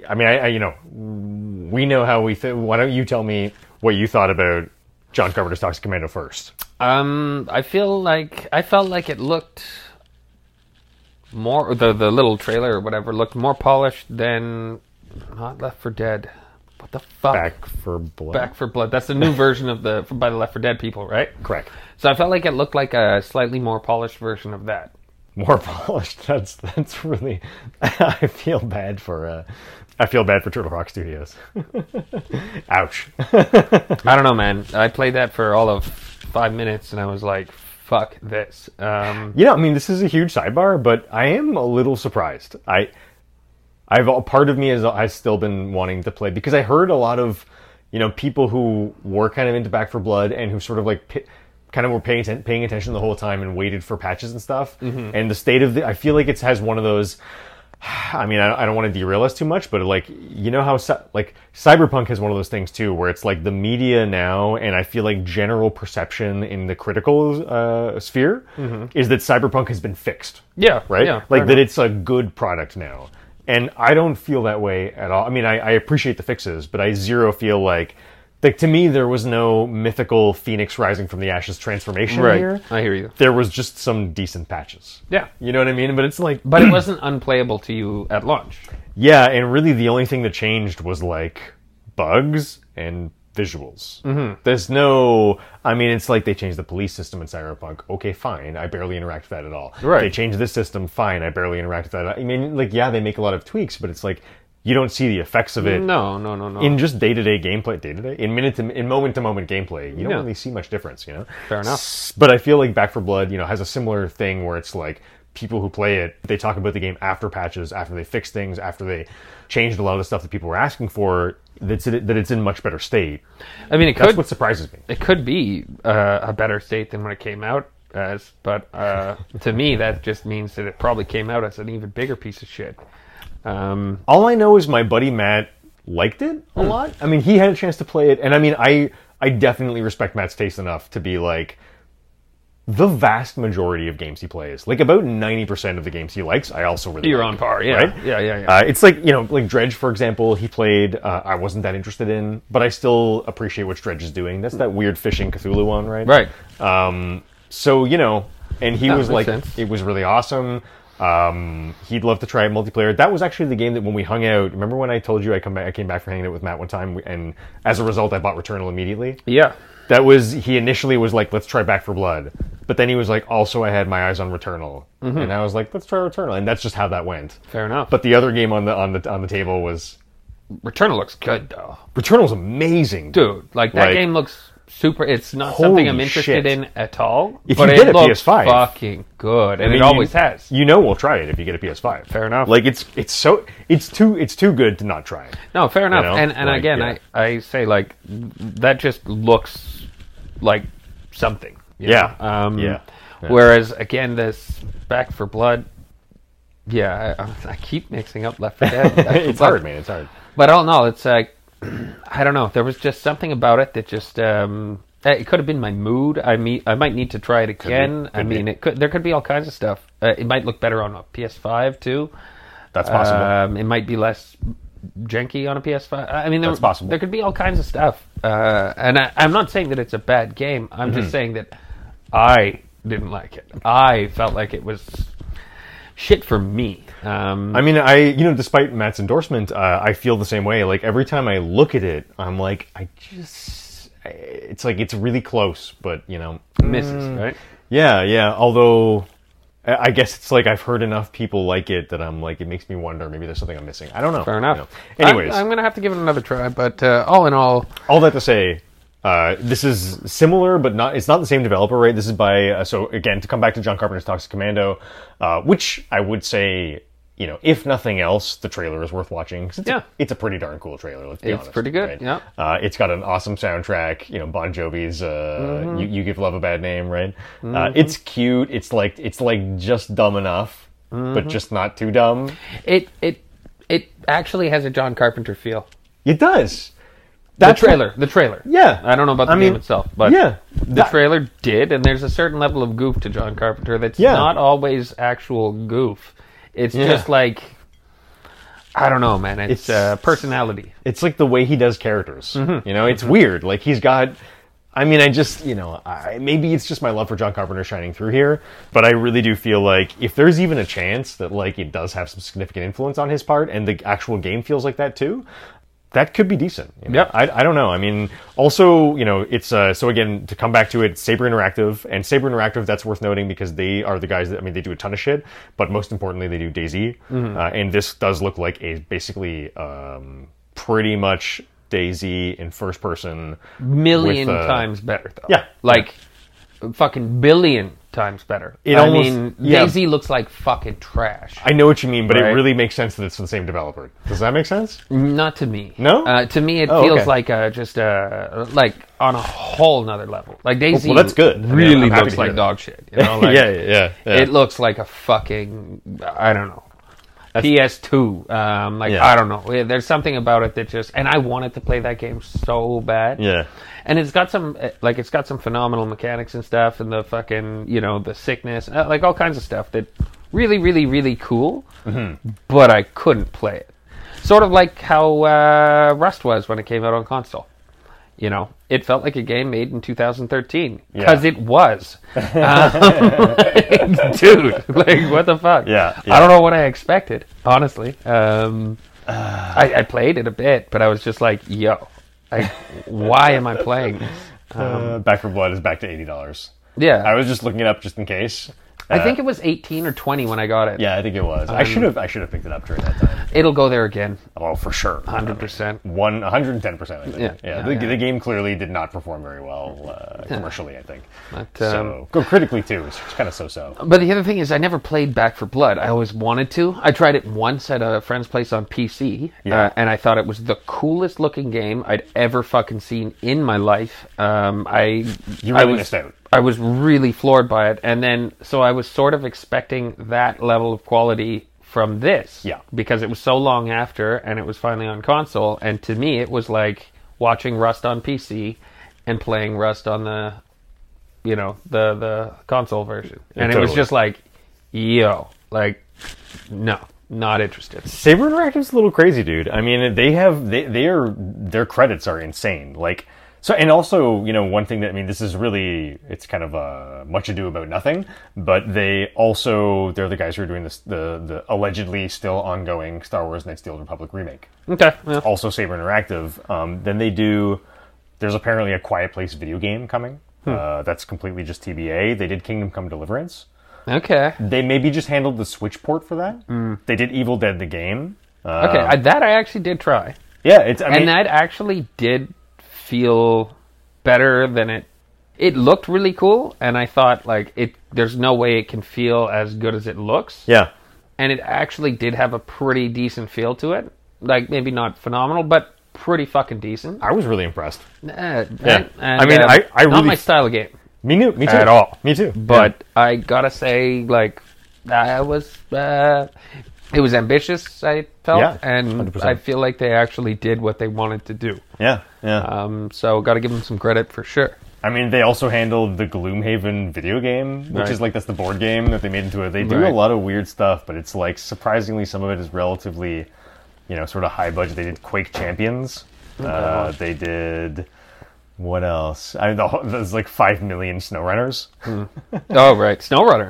A: I mean, I, I you know, we know how we think. Why don't you tell me what you thought about John Carpenter's Toxic Commando first?
B: Um, I feel like I felt like it looked more the the little trailer or whatever looked more polished than not Left for Dead. What the fuck?
A: Back for blood.
B: Uh, Back for Blood. That's the new version of the by the Left for Dead people, right?
A: Correct.
B: So I felt like it looked like a slightly more polished version of that.
A: more polished. That's that's really. I feel bad for. Uh, I feel bad for Turtle Rock Studios. Ouch.
B: I don't know, man. I played that for all of five minutes, and I was like, "Fuck this." Um,
A: You know, I mean, this is a huge sidebar, but I am a little surprised. I, I've a part of me is has still been wanting to play because I heard a lot of, you know, people who were kind of into Back for Blood and who sort of like. Pi- kind of were paying, atten- paying attention the whole time and waited for patches and stuff and the state of the i feel like it has one of those I mean, I, I don't want to derail us too much, but like, you know how cy- like cyberpunk has one of those things too, where it's like the media now, and I feel like general perception in the critical uh, sphere is that cyberpunk has been fixed,
B: yeah,
A: right?
B: Yeah,
A: like
B: fair
A: that
B: enough.
A: it's a good product now, and I don't feel that way at all. I mean, I, I appreciate the fixes, but I zero feel like like to me there was no mythical phoenix rising from the ashes transformation
B: right.
A: here.
B: I hear you.
A: There was just some decent patches.
B: Yeah,
A: You know what I mean? But it's like
B: but it wasn't unplayable to you at launch.
A: Yeah, and really the only thing that changed was like bugs and visuals. Mm-hmm. There's no, I mean, it's like they changed the police system in Cyberpunk. Okay, fine. I barely interact with that at all.
B: Right.
A: They changed this system. Fine. I barely interact with that. I mean, like, yeah, they make a lot of tweaks, but it's like you don't see the effects of it
B: No, no, no, no.
A: in just day to day gameplay, day to day, in minute to in moment to moment gameplay, you don't
B: Yeah.
A: really see much difference, you know.
B: Fair enough.
A: S- But I feel like Back for Blood, you know, has a similar thing where it's like people who play it, they talk about the game after patches, after they fix things, after they changed a lot of the stuff that people were asking for. That's it, that it's in much better state.
B: I mean, it
A: That's
B: could
A: what surprises me.
B: it could be uh, a better state than when it came out as, but uh, to me that just means that it probably came out as an even bigger piece of shit. Um,
A: All I know is my buddy Matt liked it a
B: Hmm.
A: lot. I mean, he had a chance to play it, and I mean, I I definitely respect Matt's taste enough to be like. The vast majority of games he plays, like about ninety percent of the games he likes, I also really.
B: you're
A: like.
B: on par, yeah,
A: Right?
B: yeah, yeah, yeah.
A: Uh, it's like you know, like Dredge, for example. He played. Uh, I wasn't that interested in, but I still appreciate what Dredge is doing. That's that weird fishing Cthulhu one, right?
B: right.
A: Um, so you know, and he was
B: makes
A: like,
B: sense.
A: it was really awesome. Um, he'd love to try multiplayer. That was actually the game that when we hung out. Remember when I told you I come back? I came back from hanging out with Matt one time, and as a result, I bought Returnal immediately.
B: Yeah.
A: That was he initially was like, let's try Back for Blood, but then he was like, also I had my eyes on Returnal, and I was like, let's try Returnal, and that's just how that went.
B: Mm-hmm. Fair enough.
A: But the other game on the on the on the table was
B: Returnal looks good though.
A: Returnal's amazing,
B: dude. Like that
A: Like-
B: game looks super. It's not
A: Holy
B: something I'm
A: shit.
B: interested in at all.
A: If
B: but
A: you
B: it
A: get a
B: looks
A: PS5.
B: fucking good, and
A: I mean,
B: it always
A: you-
B: has.
A: You know we'll try it if you get a PS5.
B: Fair enough.
A: Like it's it's so it's too it's too good to not try. it.
B: no, fair enough.
A: know,
B: and and
A: like,
B: again,
A: yeah.
B: I I say like that just looks like something. you
A: Yeah.
B: know? Um,
A: Yeah. Yeah.
B: Whereas again, this Back for Blood. Yeah, I, I keep mixing up Left 4 Dead. Back 4
A: it's
B: Blood.
A: hard, man. It's hard.
B: But all in all, it's like I don't know. There was just something about it that just um, eh, it could have been my mood. I mean, I might need to try it again. I
A: could
B: mean,
A: be.
B: it could there could be all kinds of stuff. Uh, it might look better on a PS5 too.
A: That's possible.
B: Um, it might be less janky on a PS5. I mean, there,
A: That's possible.
B: There could be all kinds of stuff. Uh, and I, I'm not saying that it's a bad game. I'm
A: Mm-hmm.
B: just saying that I didn't like it. I felt like it was shit for me. Um,
A: I mean, I you know, despite Matt's endorsement, uh, I feel the same way. Like every time I look at it, I'm like, I just, I- it's like it's really close, but you know,
B: misses
A: Mm.
B: right.
A: yeah, yeah. Although, I I guess it's like I've heard enough people like it that I'm like, it makes me wonder. Maybe there's something I'm missing. I don't know.
B: Fair enough.
A: You know. Anyways,
B: I'm, I'm gonna have to give it another try. But uh, all in all,
A: all that to say, uh, this is similar, but not. It's not the same developer, right? This is by uh, so again to come back to John Carpenter's Toxic Commando, uh, which I would say you know, if nothing else, the trailer is worth watching. 'cause It's,
B: Yeah.
A: a, it's a pretty darn cool trailer. Let's be
B: It's
A: honest.
B: pretty good, yeah.
A: Uh, it's got an awesome soundtrack. You know, Bon Jovi's uh,
B: Mm-hmm.
A: you, "You Give Love a Bad Name," right? Uh, it's cute. It's like it's like just dumb enough,
B: Mm-hmm.
A: but just not too dumb.
B: It it it actually has a John Carpenter feel.
A: It does.
B: The
A: That
B: trailer, the trailer.
A: Yeah.
B: I don't know about the
A: I
B: game
A: mean,
B: itself, but
A: yeah.
B: the
A: That-
B: trailer did, and there's a certain level of goof to John Carpenter that's
A: Yeah.
B: not always actual goof. It's
A: Yeah.
B: just like I don't know, man. It's,
A: It's-
B: uh, personality.
A: it's like the way he does characters. You know, it's weird. Like he's got. I mean, I just you know, I, maybe it's just my love for John Carpenter shining through here, but I really do feel like if there's even a chance that like it does have some significant influence on his part, and the actual game feels like that too. That could be decent. you know?
B: Yep.
A: I, I don't know. I mean, also, you know, it's uh, so again to come back to it, Saber Interactive and Saber Interactive. That's worth noting because they are the guys that I mean, they do a ton of shit, but most importantly, they do Daisy, uh, and this does look like a basically um, pretty much Daisy in first person.
B: Million
A: with, uh,
B: times better though.
A: yeah.
B: Like fucking billion times better.
A: It
B: I
A: almost-
B: mean
A: yeah.
B: Daisy looks like fucking trash.
A: I know what you mean, but
B: Right.
A: it really makes sense that it's the same developer. Does that make sense?
B: Not to me.
A: No?
B: Uh, to me, it
A: Oh,
B: feels
A: okay.
B: like uh, just uh, like on a whole nother level. Like Daisy.
A: Oh, Well, that's good. I mean, I'm
B: Really
A: happy
B: looks
A: to hear
B: like
A: that.
B: dog shit. You know, like,
A: yeah, yeah, yeah.
B: It looks like a fucking I don't know. PS2. Um, like
A: Yeah.
B: I don't know. Yeah, There's something about it that just and I wanted to play that game so bad.
A: Yeah.
B: And it's got some uh, like it's got some phenomenal mechanics and stuff and the fucking you know the sickness uh, like all kinds of stuff that really really really cool. But I couldn't play it. Sort of like how uh, Rust was when it came out on console. You know, it felt like a game made in 2013 because
A: Yeah.
B: it was. dude like what the fuck
A: Yeah,
B: i
A: yeah.
B: don't know what i expected honestly um I, I played it a bit but i was just like yo like why am i playing this
A: Uh, back for Blood is back to eighty dollars.
B: yeah
A: I
B: I,
A: was just looking it up just in case. Uh,
B: think it was 18 or 20 when i got it
A: Yeah, I think it was.
B: Um,
A: I should have. I should have picked it up during that time.
B: it'll go there again
A: Oh, for sure.
B: 100%
A: One hundred and ten percent. I think.
B: Uh, Yeah.
A: Yeah.
B: Yeah,
A: the,
B: yeah.
A: the game clearly did not perform very well uh, commercially. I think.
B: But, um,
A: so go critically too. It's kind of so-so.
B: But the other thing is, I never played Back for Blood. I always wanted to. I tried it once at a friend's place on PC,
A: Yeah.
B: uh, and I thought it was the coolest looking game I'd ever fucking seen in my life. Um, I
A: You
B: I
A: really
B: was,
A: missed out.
B: I was really floored by it, and then so I was sort of expecting that level of quality from this,
A: Yeah.
B: because it was so long after, and it was finally on console. And to me, it was like watching Rust on PC and playing Rust on the you know the the console version and it was
A: totally.
B: just like yo like no not interested
A: Saber Interactive's a little crazy, dude. I mean, they have they they are their credits are insane. Like so, and also you know one thing that I mean this is really it's kind of uh, much ado about nothing. But they also they're the guys who are doing this the the allegedly still ongoing Star Wars Knights of the Old Republic remake.
B: okay well,
A: also Saber Interactive. Um, then they do. There's apparently a Quiet Place video game coming.
B: Hmm.
A: Uh, that's completely just TBA. They did Kingdom Come Deliverance.
B: okay
A: They maybe just handled the Switch port for that. They did Evil Dead the game. Uh,
B: Hmm. okay I, that i actually did try
A: yeah, it's. I mean,
B: and that actually did feel better than it it looked really cool and i thought like it there's no way it can feel as good as it looks
A: yeah,
B: and it actually did have a pretty decent feel to it like maybe not phenomenal but pretty fucking decent Uh,
A: I was really impressed.
B: yeah.
A: I mean, I- I
B: uh, not
A: really-
B: my style of game
A: Me, new, me too.
B: At all.
A: Me too.
B: but I gotta say, like, I was, uh, it was ambitious. I felt,
A: Yeah,
B: and
A: 100%.
B: I feel like they actually did what they wanted to do.
A: yeah, yeah. yeah.
B: Um, so gotta give them some credit for sure.
A: uh, I mean, they also handled the Gloomhaven video game, which
B: Right.
A: is like that's the board game that they made into it. They do
B: Right.
A: a lot of weird stuff, but it's like surprisingly, some of it is relatively, you know, sort of high budget. They did Quake Champions. Uh, they did what else? I mean, the, whole- there's like five million SnowRunners.
B: oh right, SnowRunner.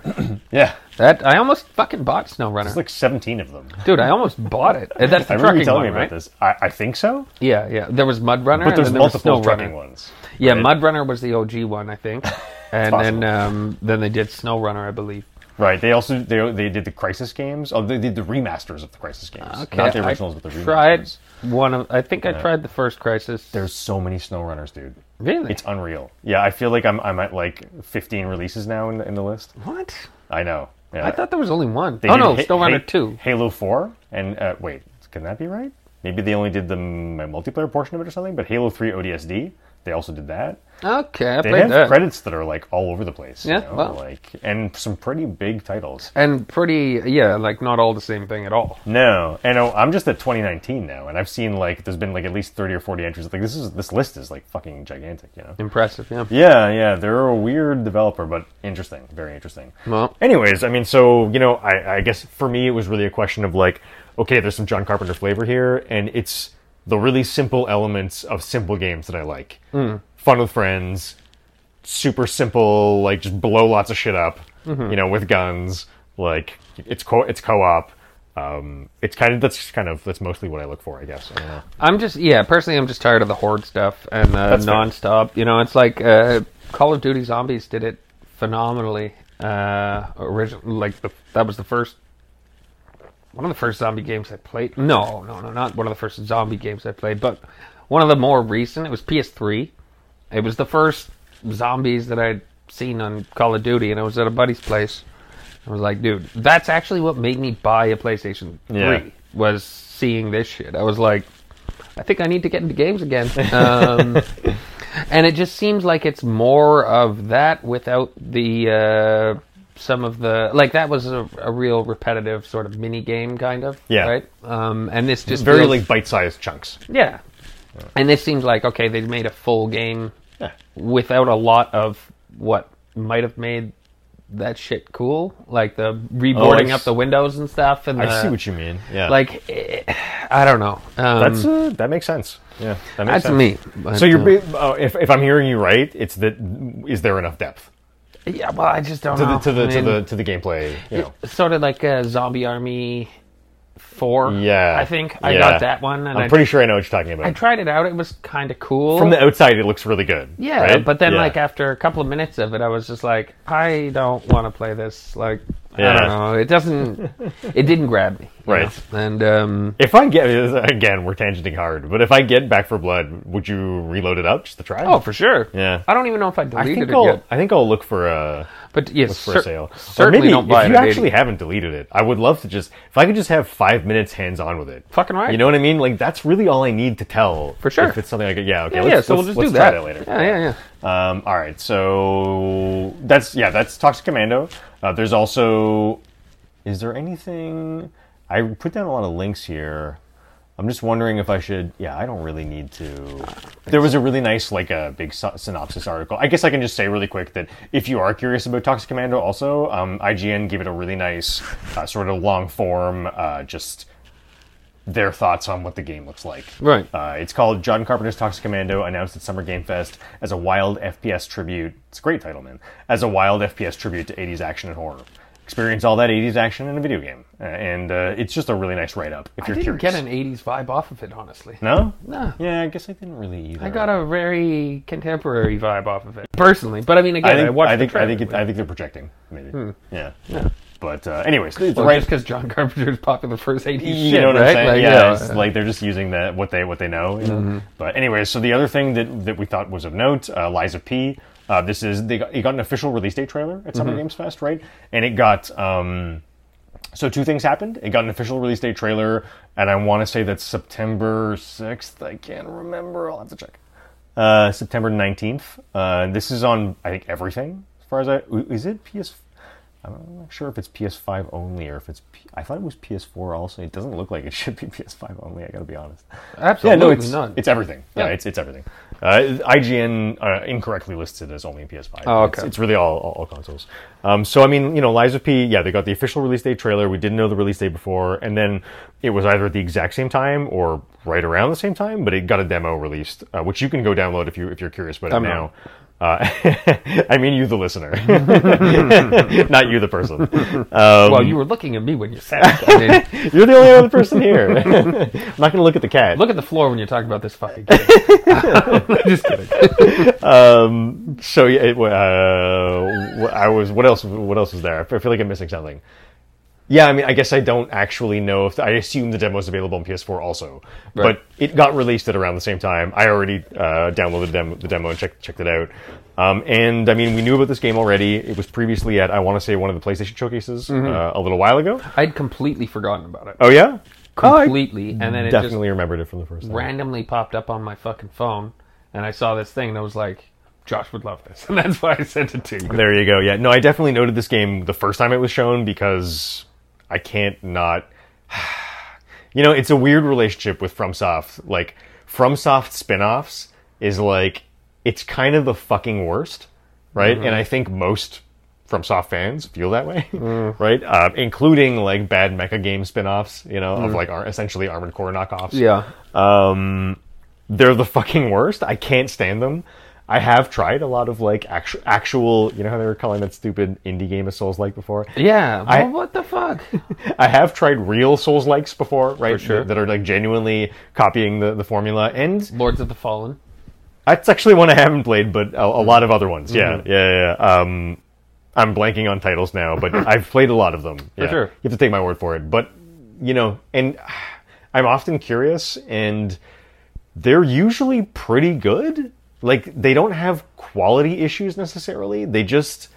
A: Yeah,
B: That I almost fucking bought
A: there's
B: SnowRunner,
A: like 17 of them.
B: dude. I almost bought it. And That's
A: I
B: the
A: remember you
B: trucking
A: telling
B: one,
A: me about
B: right?
A: this. I, I think so,
B: Yeah, yeah. There was Mud Runner,
A: but there's
B: and then there was
A: multiple
B: SnowRunner.
A: trucking ones.
B: Yeah,
A: right?
B: Mud Runner was the OG one, I think, and then
A: possible.
B: um, then they did SnowRunner, I believe.
A: Right. They also they they did the Crisis games. Oh, they did the remasters of the Crisis games, not the originals,
B: Ah, I
A: but the remasters.
B: tried one of. I think I tried the first Crisis.
A: There's so many SnowRunners, dude.
B: Really?
A: It's unreal. Yeah, I feel like I'm I'm at like 15 releases now in the, in the list.
B: what?
A: I know. Yeah.
B: I thought there was only one.
A: They
B: oh
A: did
B: no,
A: Ha-
B: SnowRunner
A: Ha-
B: two.
A: Halo Four, and uh, wait, can that be right? Maybe they only did the m- multiplayer portion of it or something. But Halo Three ODSD, they also did that.
B: Okay, I
A: They
B: played
A: have
B: that.
A: credits that are like all over the place.
B: Yeah,
A: you know?
B: wow.
A: like and some pretty big titles.
B: and pretty yeah, like not all the same thing at all.
A: No, and oh, I'm just at 2019 now, and I've seen like there's been like at least 30 or 40 entries. Like this is this list is like fucking gigantic, you know.
B: Impressive, yeah.
A: Yeah, yeah, they're a weird developer, but interesting, very interesting.
B: Well,
A: Anyways, I mean, so you know, I, I guess for me it was really a question of like, okay, there's some John Carpenter flavor here, and it's the really simple elements of simple games that I like.
B: Hmm.
A: Fun with friends, super simple, like just blow lots of shit up,
B: Mm-hmm.
A: you know, with guns. Like it's co it's co op. Um, it's kind of that's just kind of that's mostly what I look for, I guess. I don't know.
B: I'm just yeah, personally I'm just tired of the horde stuff and uh,
A: That's fair.
B: nonstop. You know, it's like uh, Call of Duty Zombies did it phenomenally. Uh original like the, that was the first one of the first zombie games I played. No, no, no, not one of the first zombie games I played, but one of the more recent. It was PS3. It was the first zombies that I'd seen on Call of Duty, and I was at a buddy's place. I was like, dude, that's actually what made me buy a PlayStation 3
A: Yeah.
B: was seeing this shit. I was like, I think I need to get into games again. Um, and it just seems like it's more of that without the uh, some of the like that was a, a real repetitive sort of mini game kind of
A: Yeah.
B: right um, and this just
A: Very
B: feels-
A: like bite sized chunks.
B: yeah and this seems like okay they made a full game
A: Yeah.
B: without a lot of what might have made that shit cool like the reboarding
A: Oh, s-
B: up the windows and stuff and
A: I
B: the-
A: see what you mean. Yeah,
B: Uh, like eh, I don't know um,
A: that's uh, that makes sense. Yeah, that makes
B: that's
A: sense.
B: me but,
A: So
B: uh,
A: you're, ba- uh, if, if I'm hearing you right, it's that is there enough depth
B: yeah well I just don't
A: to the
B: know
A: to the
B: Oh, I
A: to
B: mean-
A: the to the gameplay? You know,
B: sort of like a zombie army four.
A: Yeah,
B: I think I
A: yeah.
B: got that one, and
A: I'm
B: I,
A: pretty sure I know what you're talking
B: I
A: about.
B: tried it out. It was kind of cool.
A: From the outside, it looks really good.
B: yeah,
A: right?
B: but then
A: Yeah.
B: like after a couple of minutes of it, I was just like, I don't want to play this. Like, I
A: Yeah.
B: don't know. It doesn't. it didn't grab me. you
A: Right.
B: know? And um,
A: if I get again, we're tangenting hard, but if I get Back for Blood, would you reload it up just to try?
B: oh, for sure.
A: yeah.
B: I don't even know if I
A: I
B: deleted
A: think
B: it
A: I'll
B: yet.
A: I think I'll look for a
B: But yes,
A: for
B: cer-
A: a sale. Or
B: certainly
A: maybe
B: don't
A: if
B: buy it.
A: you
B: at 80.
A: actually haven't deleted it. I would love to just if I could just have five minutes hands on with it.
B: Fucking right.
A: You know what I mean? Like that's really all I need to tell
B: For sure.
A: If it's something I could, yeah, okay.
B: yeah,
A: let's,
B: yeah. So we'll
A: let's-
B: just
A: let's
B: do
A: try
B: that.
A: that later.
B: Yeah, yeah, yeah.
A: Um, all right, so that's yeah, that's Toxic Commando. Uh, there's also, is there anything? I put down a lot of links here. I'm just wondering if I should. Yeah, I don't really need to. There was a really nice, like a big sy- synopsis article. I guess I can just say really quick that if you are curious about Toxic Commando, also um, IGN gave it a really nice, uh, sort of long form, uh, just their thoughts on what the game looks like.
B: Right.
A: Uh, it's called John Carpenter's Toxic Commando, announced at Summer Game Fest as a wild FPS tribute. It's a great title, man. As a wild FPS tribute to 80s action and horror. Experience all that 80s action in a video game. Uh, and uh, it's just a really nice write up if
B: I
A: you're
B: didn't
A: curious.
B: get an '80s vibe off of it, honestly.
A: No?
B: No.
A: Yeah, I guess I didn't really either.
B: I got a very contemporary vibe off of it personally, but I mean, again,
A: I
B: I,
A: think,
B: watched
A: I think,
B: the
A: I think,
B: trailer. Hmm.
A: it, I think they're projecting, maybe. Yeah. But, uh, anyways, it's the
B: Well,
A: right.
B: just because John Carpenter is popular first '80s
A: you
B: shit,
A: know what
B: right?
A: I'm saying?
B: Like,
A: yeah,
B: yeah.
A: it's like they're just using that what they what they know. You know? But anyway, so the other thing that that we thought was of note, uh, Liza P. Uh, this is they got, it got an official release date trailer at Summer Games Fest, right? And it got um, so two things happened. It got an official release date trailer, and I want to say that's September sixth. I can't remember. I'll have to check. Uh, September nineteenth. Uh, this is on I think everything as far as I is it PS. I'm not sure if it's PS5 only or if it's. P- I thought it was PS4 also. It doesn't look like it should be PS5 only. I gotta be honest.
B: absolutely
A: yeah, no, it's
B: none.
A: it's everything. Yeah,
B: Yeah.
A: it's it's everything. Uh, IGN uh, incorrectly listed as only PS5.
B: Oh,
A: It's,
B: okay.
A: it's really all, all, all consoles. Um, so I mean, you know, Lies of P. Yeah, they got the official release date trailer. We didn't know the release date before, and then it was either at the exact same time or right around the same time. But it got a demo released, uh, which you can go download if you if you're curious about it
B: I'm
A: now. Uh, I mean, you, the listener, not you, the person. um,
B: well, you were looking at me when you said it. I mean,
A: You're the only other person here. I'm not going to look at the cat.
B: look at the floor when you talk about this fucking game. just kidding.
A: So yeah, it, uh, wh- I was. What else? What else was there? I feel like I'm missing something. yeah, I mean, I guess I don't actually know if I assume the demo's available on PS4 also,
B: Right.
A: but it got released at around the same time. I already uh, downloaded the demo, the demo and checked checked it out. Um, and I mean, we knew about this game already. It was previously at I want to say one of the PlayStation showcases
B: Mm-hmm.
A: uh, a little while ago.
B: I'd completely forgotten about it.
A: Oh yeah, Oh, I
B: Completely, and then it just
A: definitely remembered it from the first time.
B: randomly popped up on my fucking phone, and I saw this thing, and I was like, Josh would love this, and that's why I sent it to you.
A: There you go. Yeah. No, I definitely noted this game the first time it was shown because I can't not. you know, it's a weird relationship with FromSoft. Like, FromSoft spin offs is like, it's kind of the fucking worst, right? And I think most FromSoft fans feel that way, right? Um, including like bad mecha game spin offs, you know, of like ar- essentially Armored Core knockoffs
B: Yeah,
A: they're the fucking worst. I can't stand them. I have tried a lot of like actual, actual you know how they were calling that stupid indie game of Souls like before.
B: yeah.
A: I-
B: well, what the fuck?
A: I have tried real Souls likes before, right?
B: sure.
A: That, that are like genuinely copying the, the formula, and
B: Lords of the Fallen.
A: that's actually one I haven't played, but a, a lot of other ones. Yeah, yeah, yeah, yeah. Um, I'm blanking on titles now, but I've played a lot of them. For
B: sure.
A: You have to take my word for it. But, you know, and I'm often curious, and they're usually pretty good. Like, they don't have quality issues necessarily. They just,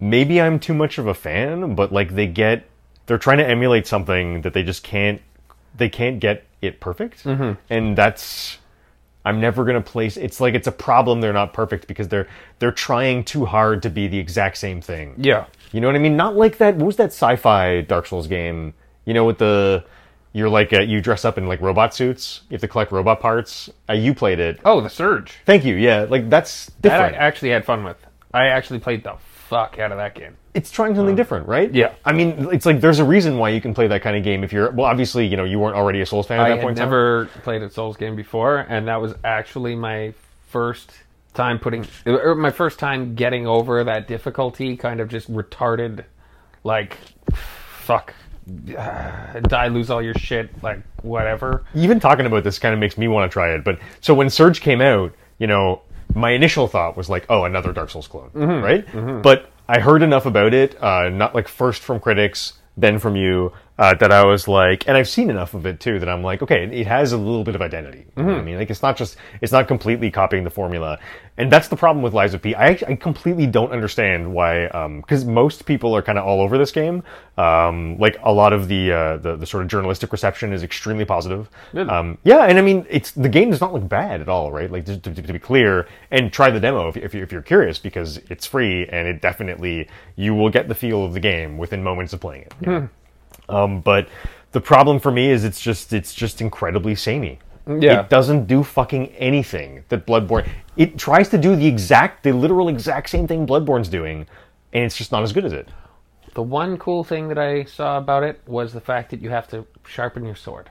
A: maybe I'm too much of a fan, but like, they get, they're trying to emulate something that they just can't, they can't get it perfect.
B: Mm-hmm.
A: And that's, I'm never gonna place. It's like it's a problem. They're not perfect because they're they're trying too hard to be the exact same thing.
B: Yeah.
A: You know what I mean? Not like that. What was that sci-fi Dark Souls game? You know, with the you're like uh you dress up in like robot suits. You have to collect robot parts. Uh, you played it.
B: Oh, the Surge.
A: Thank you. Yeah, like that's
B: That I
A: different.
B: actually had fun with. I actually played the fuck out of that game.
A: it's trying something different, right?
B: Uh-huh. Yeah.
A: I mean, it's like there's a reason why you can play that kind of game if you're well. Obviously, you know, you weren't already a Souls fan at
B: I
A: that
B: had
A: point. in time.
B: never played a Souls game before, and that was actually my first time putting, or my first time getting over that difficulty, kind of just retarded, like, fuck, die, lose all your shit, like, whatever.
A: even talking about this kind of makes me want to try it. But so when Surge came out, you know, my initial thought was like, oh, another Dark Souls clone,
B: Mm-hmm.
A: right? But I heard enough about it, uh, not like first from critics, then from you, uh, that I was like, and I've seen enough of it too that I'm like, okay, it has a little bit of identity. You
B: Mm-hmm.
A: know what I mean, like it's not just it's not completely copying the formula, and that's the problem with Lies of P. I actually, I completely don't understand why, because most people are kind of all over this game. Um, like a lot of the, uh, the the sort of journalistic reception is extremely positive. Um, yeah, and I mean, it's the game does not look bad at all, right? Like just to, to be clear, and try the demo if, if, you, if you're curious because it's free and it definitely you will get the feel of the game within moments of playing it. you know? Um, but the problem for me is it's just it's just incredibly samey.
B: Yeah.
A: It doesn't do fucking anything that Bloodborne. It tries to do the exact, the literal exact same thing Bloodborne's doing, and it's just not as good as it.
B: The one cool thing that I saw about it was the fact that you have to sharpen your sword.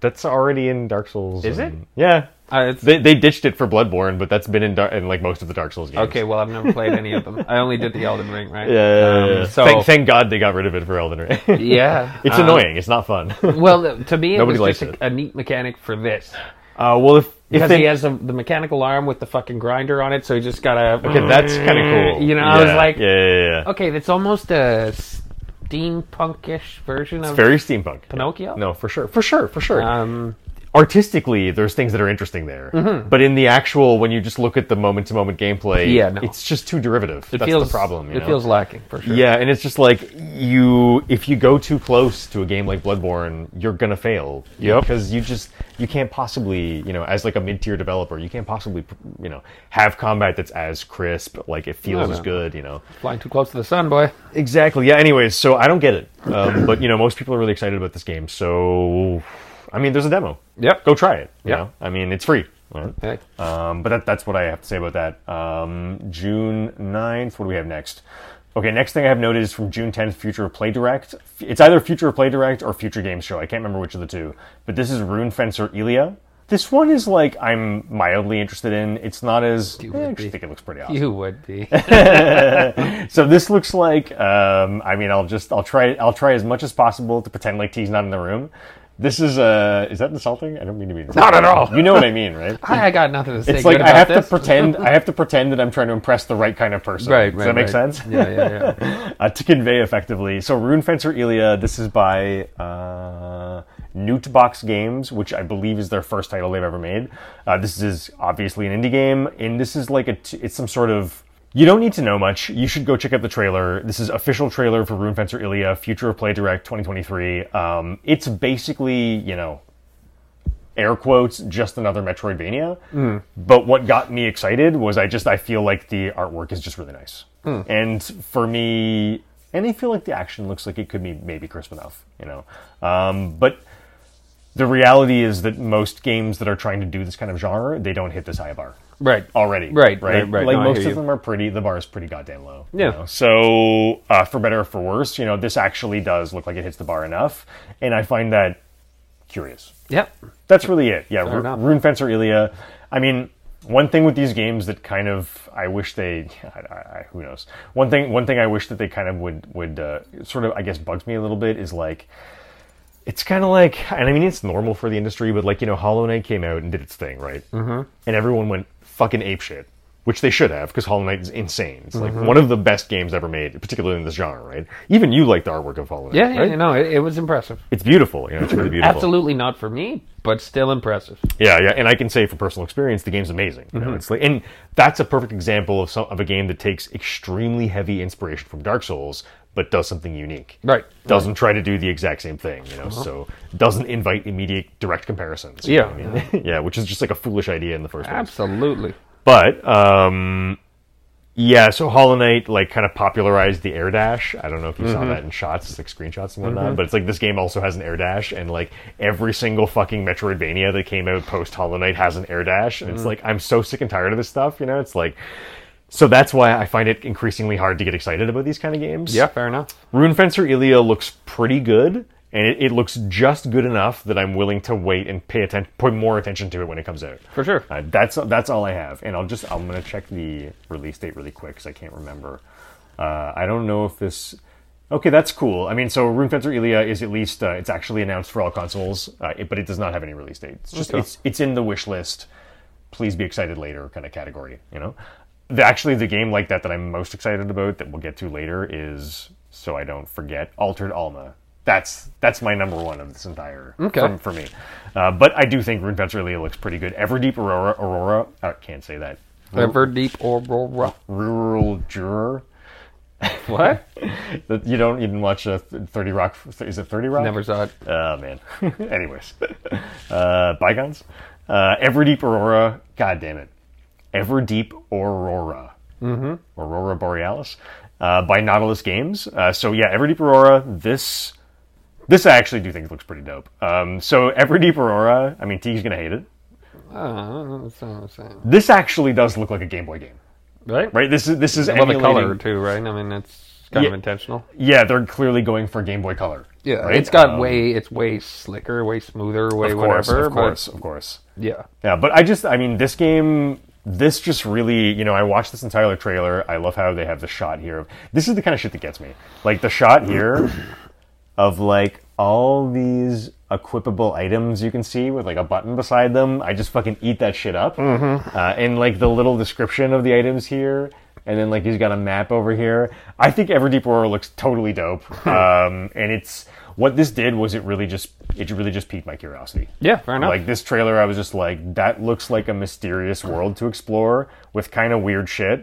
A: That's already in Dark Souls.
B: Is
A: and-
B: it?
A: Yeah.
B: Uh, it's,
A: They, they ditched it for Bloodborne, but that's been in, Dar- in like most of the Dark Souls games.
B: okay, well, I've never played any of them. I only did the Elden Ring, right?
A: Uh,
B: Um, so,
A: thank, thank God they got rid of it for Elden Ring.
B: yeah.
A: it's
B: um,
A: annoying. It's not fun. uh,
B: Well, th- to me, it
A: Nobody
B: was just
A: likes
B: a, a neat mechanic for this.
A: Uh, well, if if
B: Because
A: they,
B: he has the, the mechanical arm with the fucking grinder on it, so he just gotta.
A: okay, that's kind of cool.
B: Mm, You know, I was
A: Yeah,
B: like-
A: yeah, yeah, yeah.
B: Okay, that's almost a steampunkish version of
A: Very steampunk.
B: Pinocchio.
A: No, for sure, for sure, for sure.
B: Um,
A: artistically there's things that are interesting there
B: Mm-hmm.
A: but in the actual when you just look at the moment to moment gameplay
B: Yeah, no.
A: it's just too derivative
B: it
A: that's
B: feels
A: the problem you
B: it
A: know?
B: feels lacking for sure.
A: yeah and it's just like you if you go too close to a game like bloodborne you're gonna fail
B: Yep.
A: because you just you can't possibly you know as like a mid-tier developer you can't possibly you know have combat that's as crisp like it feels
B: No,
A: as
B: no.
A: good you know
B: flying too close to the sun, boy.
A: Exactly. Yeah. Anyways, so I don't get it, um, but you know, most people are really excited about this game. So, I mean, there's a demo.
B: Yep.
A: Go try it. You
B: Yep.
A: know? I mean, it's free. right?
B: Hey.
A: Um, but that, that's what I have to say about that. Um, June 9th. What do we have next? Okay, next thing I have noted is from June 10th, Future of Play Direct. F- It's either Future of Play Direct or Future Games Show. I can't remember which of the two. But this is Rune Fencer Elia. This one is like I'm mildly interested in. It's not as.
B: You
A: eh, I
B: would
A: actually
B: be.
A: think it looks pretty awesome.
B: You would be.
A: So this looks like um, I mean I'll just I'll try I'll try as much as possible to pretend like T's not in the room This is uh is that insulting? I don't mean to be insulting.
B: Not at all.
A: You know what I mean, right?
B: I, I got nothing to say.
A: It's like
B: good
A: I
B: about
A: have
B: this.
A: to pretend I have to pretend that I'm trying to impress the right kind of person.
B: Right, right.
A: Does that make
B: right.
A: sense?
B: Yeah, yeah, yeah.
A: uh, to convey effectively. So Rune Fencer Ilia, this is by uh, Newtbox Games, which I believe is their first title they've ever made. Uh, this is obviously an indie game, and this is like a t- it's some sort of you don't need to know much. You should go check out the trailer. This is official trailer for Rune Fencer Ilia, Future of Play Direct 2023. Um, it's basically you know air quotes just another metroidvania but what got me excited was i just i feel like the artwork is just really nice and for me and i feel like the action looks like it could be maybe crisp enough you know um, but the reality is that most games that are trying to do this kind of genre they don't hit this high bar
B: Right.
A: already.
B: Right,
A: right,
B: right, right.
A: Like
B: No, I
A: most
B: hear
A: of
B: you.
A: them are pretty. The bar is pretty goddamn low. you
B: Yeah.
A: know? So uh, for better or for worse, you know, this actually does look like it hits the bar enough, and I find that curious.
B: Yep.
A: That's really it. Yeah, Ru-
B: enough.
A: Rune Fencer Ilia. I mean, one thing with these games that kind of I wish they, I, I, who knows. One thing, one thing I wish that they kind of would would uh, sort of I guess bugs me a little bit is like. It's kind of like, and I mean, it's normal for the industry, but like, you know, Hollow Knight came out and did its thing, right? Mm-hmm. And everyone went fucking apeshit, which they should have, because Hollow Knight is insane. It's
B: Mm-hmm.
A: like one of the best games ever made, particularly in this genre, right? Even you like the artwork of Hollow Knight.
B: Yeah, yeah,
A: right?
B: you know, it, it was impressive.
A: It's beautiful, you know, it's really beautiful.
B: Absolutely not for me, but still impressive.
A: Yeah, yeah, and I can say from personal experience, the game's amazing. You know,
B: Mm-hmm.
A: it's like, and that's a perfect example of some of a game that takes extremely heavy inspiration from Dark Souls, but does something unique.
B: Right. Uh-huh.
A: Doesn't try to do the exact same thing, you know. So doesn't invite immediate direct comparisons. you know
B: Yeah.
A: what I mean? yeah, which is just like a foolish idea in the first place.
B: Absolutely.
A: But um, yeah, so Hollow Knight like kind of popularized the air dash. I don't know if you
B: Mm-hmm.
A: saw that in shots, like screenshots and whatnot. But it's like this game also has an air dash, and like every single fucking Metroidvania that came out post Hollow Knight has an air dash,
B: Mm-hmm.
A: and it's like I'm so sick and tired of this stuff. You know, it's like. So that's why I find it increasingly hard to get excited about these kind of games.
B: Yeah, fair enough.
A: Rune Fencer Ilia looks pretty good, and it, it looks just good enough that I'm willing to wait and pay attention, put more attention to it when it comes out.
B: For sure.
A: Uh, that's that's all I have, and I'll just I'm gonna check the release date really quick because I can't remember. Uh, I don't know if this. Okay, that's cool. I mean, so Rune Fencer Ilia is at least uh, it's actually announced for all consoles, uh, it, but it does not have any release date. It's just
B: Okay.
A: it's it's in the wish list. Please be excited later kind of category. You know, the, actually the game like that that I'm most excited about that we'll get to later is so I don't forget Altered Alma. That's that's my number one of this entire
B: Okay.
A: from- for me. Uh, but I do think Rune Fence really looks pretty good. Everdeep Aurora, Aurora, I can't say that.
B: Ever deep aurora.
A: Rural Juror.
B: What?
A: That- You don't even watch uh, 30 Rock. Is it 30 Rock?
B: Never saw it.
A: Oh, man. Anyways. Uh, bygones. Uh, Everdeep Aurora. God damn it. Everdeep Aurora. Mm-hmm. Aurora Borealis. Uh, by Nautilus Games. Uh, so, yeah, Everdeep Aurora. This. This I actually do think looks pretty dope. Um, so Everdeep Aurora, I mean, T's gonna hate it.
B: Uh, that's what I'm saying.
A: This actually does look like a Game Boy game,
B: Right?
A: right? This is this is
B: Well, the
A: emulating-
B: color, too, right? I mean, it's kind of
A: Yeah.
B: intentional.
A: Yeah, they're clearly going for Game Boy Color.
B: Yeah,
A: right?
B: it's got
A: Um,
B: way, it's way slicker, way smoother, way
A: of course,
B: whatever.
A: of course, of course.
B: But yeah,
A: Yeah, but I just, I mean, this game, this just really, you know, I watched this entire trailer. I love how they have the shot here. of This is the kind of shit that gets me. Like the shot here of like all these equipable items you can see with like a button beside them. I just fucking eat that shit up. Uh, and like the little description of the items here. And then like he's got a map over here. I think Everdeep Aurora looks totally dope. Um, and it's what this did was it really just it really just piqued my curiosity.
B: yeah, fair enough.
A: Like this trailer, I was just like, that looks like a mysterious world to explore with kind of weird shit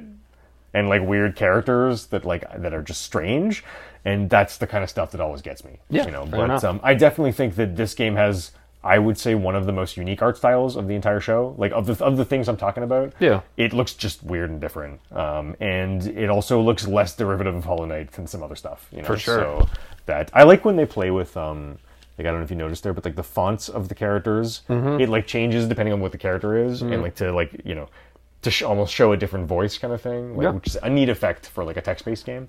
A: and like weird characters that like that are just strange, and that's the kind of stuff that always gets me.
B: Yeah,
A: you know.
B: fair
A: But
B: enough.
A: um, I definitely think that this game has, I would say, one of the most unique art styles of the entire show. Like of the of the things I'm talking about.
B: Yeah.
A: it looks just weird and different, um, and it also looks less derivative of Hollow Knight than some other stuff. You know,
B: For sure.
A: So, that I like when they play with um like I don't know if you noticed there, but like the fonts of the characters,
B: Mm-hmm.
A: it like changes depending on what the character is, and like to like you know to sh- almost show a different voice kind of thing, like,
B: Yeah.
A: which is a neat effect for like a text-based game.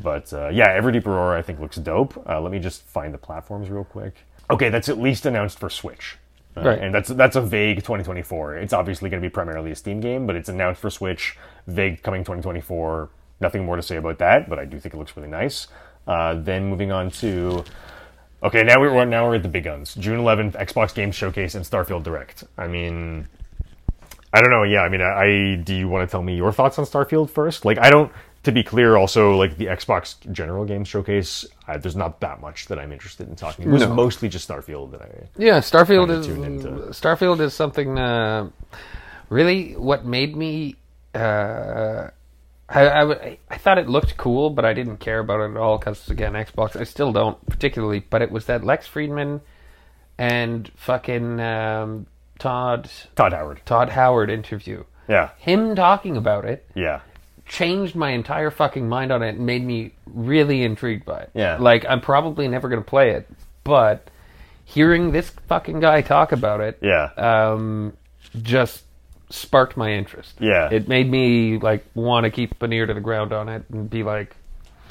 A: But uh, yeah, Ever Deep Aurora I think looks dope. Uh, let me just find the platforms real quick. Okay, that's at least announced for Switch. Uh,
B: Right.
A: And that's that's a vague 2024. It's obviously going to be primarily a Steam game, but it's announced for Switch, vague coming 2024. Nothing more to say about that, but I do think it looks really nice. Uh, then moving on to Okay, now we're now we're at the big guns. June 11th, Xbox Game Showcase and Starfield Direct. I mean, I don't know. Yeah, I mean, I, I do you want to tell me your thoughts on Starfield first? Like, I don't. To be clear, also like the Xbox General Game Showcase, I, there's not that much that I'm interested in talking. It was
B: No.
A: mostly just Starfield that I.
B: Yeah, Starfield
A: Kinda
B: is
A: tuned into-
B: Starfield is something. Uh, really, what made me, uh, I, I w- I thought it looked cool, but I didn't care about it at all because again, Xbox. I still don't particularly, but it was that Lex Friedman and fucking um, Todd
A: Todd Howard.
B: Todd Howard interview.
A: Yeah,
B: Him talking about it
A: yeah,
B: changed my entire fucking mind on it and made me really intrigued by it.
A: Yeah.
B: Like I'm probably never gonna play it, but hearing this fucking guy talk about it
A: yeah,
B: um just sparked my interest.
A: yeah.
B: It made me like want to keep an ear to the ground on it and be like,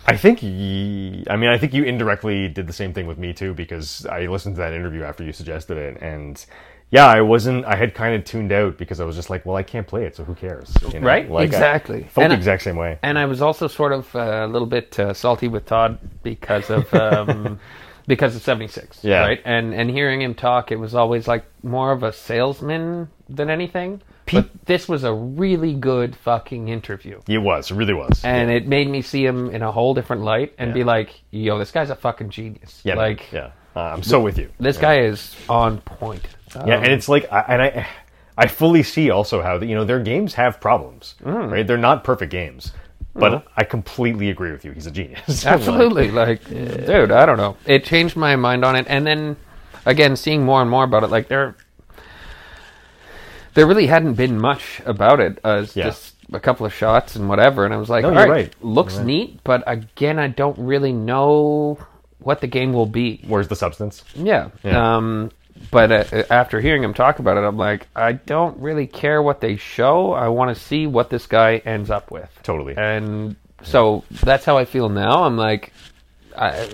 A: I think ye, I mean I think you indirectly did the same thing with me too because I listened to that interview after you suggested it and yeah I wasn't I had kind of tuned out because I was just like well I can't play it so who cares you know?
B: Right,
A: Like, I
B: exactly.
A: felt
B: And
A: the
B: I-
A: exact same way
B: and I was also sort of uh, a little bit uh, salty with Todd because of um, because of '76,
A: Yeah.
B: right? And and hearing him talk, it was always like more of a salesman than anything. but this was a really good fucking interview,
A: it was it really was
B: and it made me see him in a whole different light and be like, "Yo, this guy's a fucking genius."
A: yeah
B: like
A: yeah Uh, I'm so with you
B: this guy is on point.
A: yeah and it's like I, and I I fully see also how the, you know their games have problems
B: Mm.
A: right they're not perfect games but I completely agree with you he's a genius Like,
B: Mm-hmm. Absolutely. Like, dude, I don't know. It changed my mind on it. And then, again, seeing more and more about it, like, there, there really hadn't been much about it. Uh, it's
A: Yeah.
B: just a couple of shots and whatever. And I was like,
A: No,
B: all
A: you're
B: right,
A: right.
B: looks neat, but again, I don't really know what the game will be.
A: where's the substance
B: Yeah.
A: Yeah.
B: Um, but uh, after hearing him talk about it, I'm like, I don't really care what they show. I want to see what this guy ends up with.
A: Totally.
B: And so that's how I feel now. I'm like, I,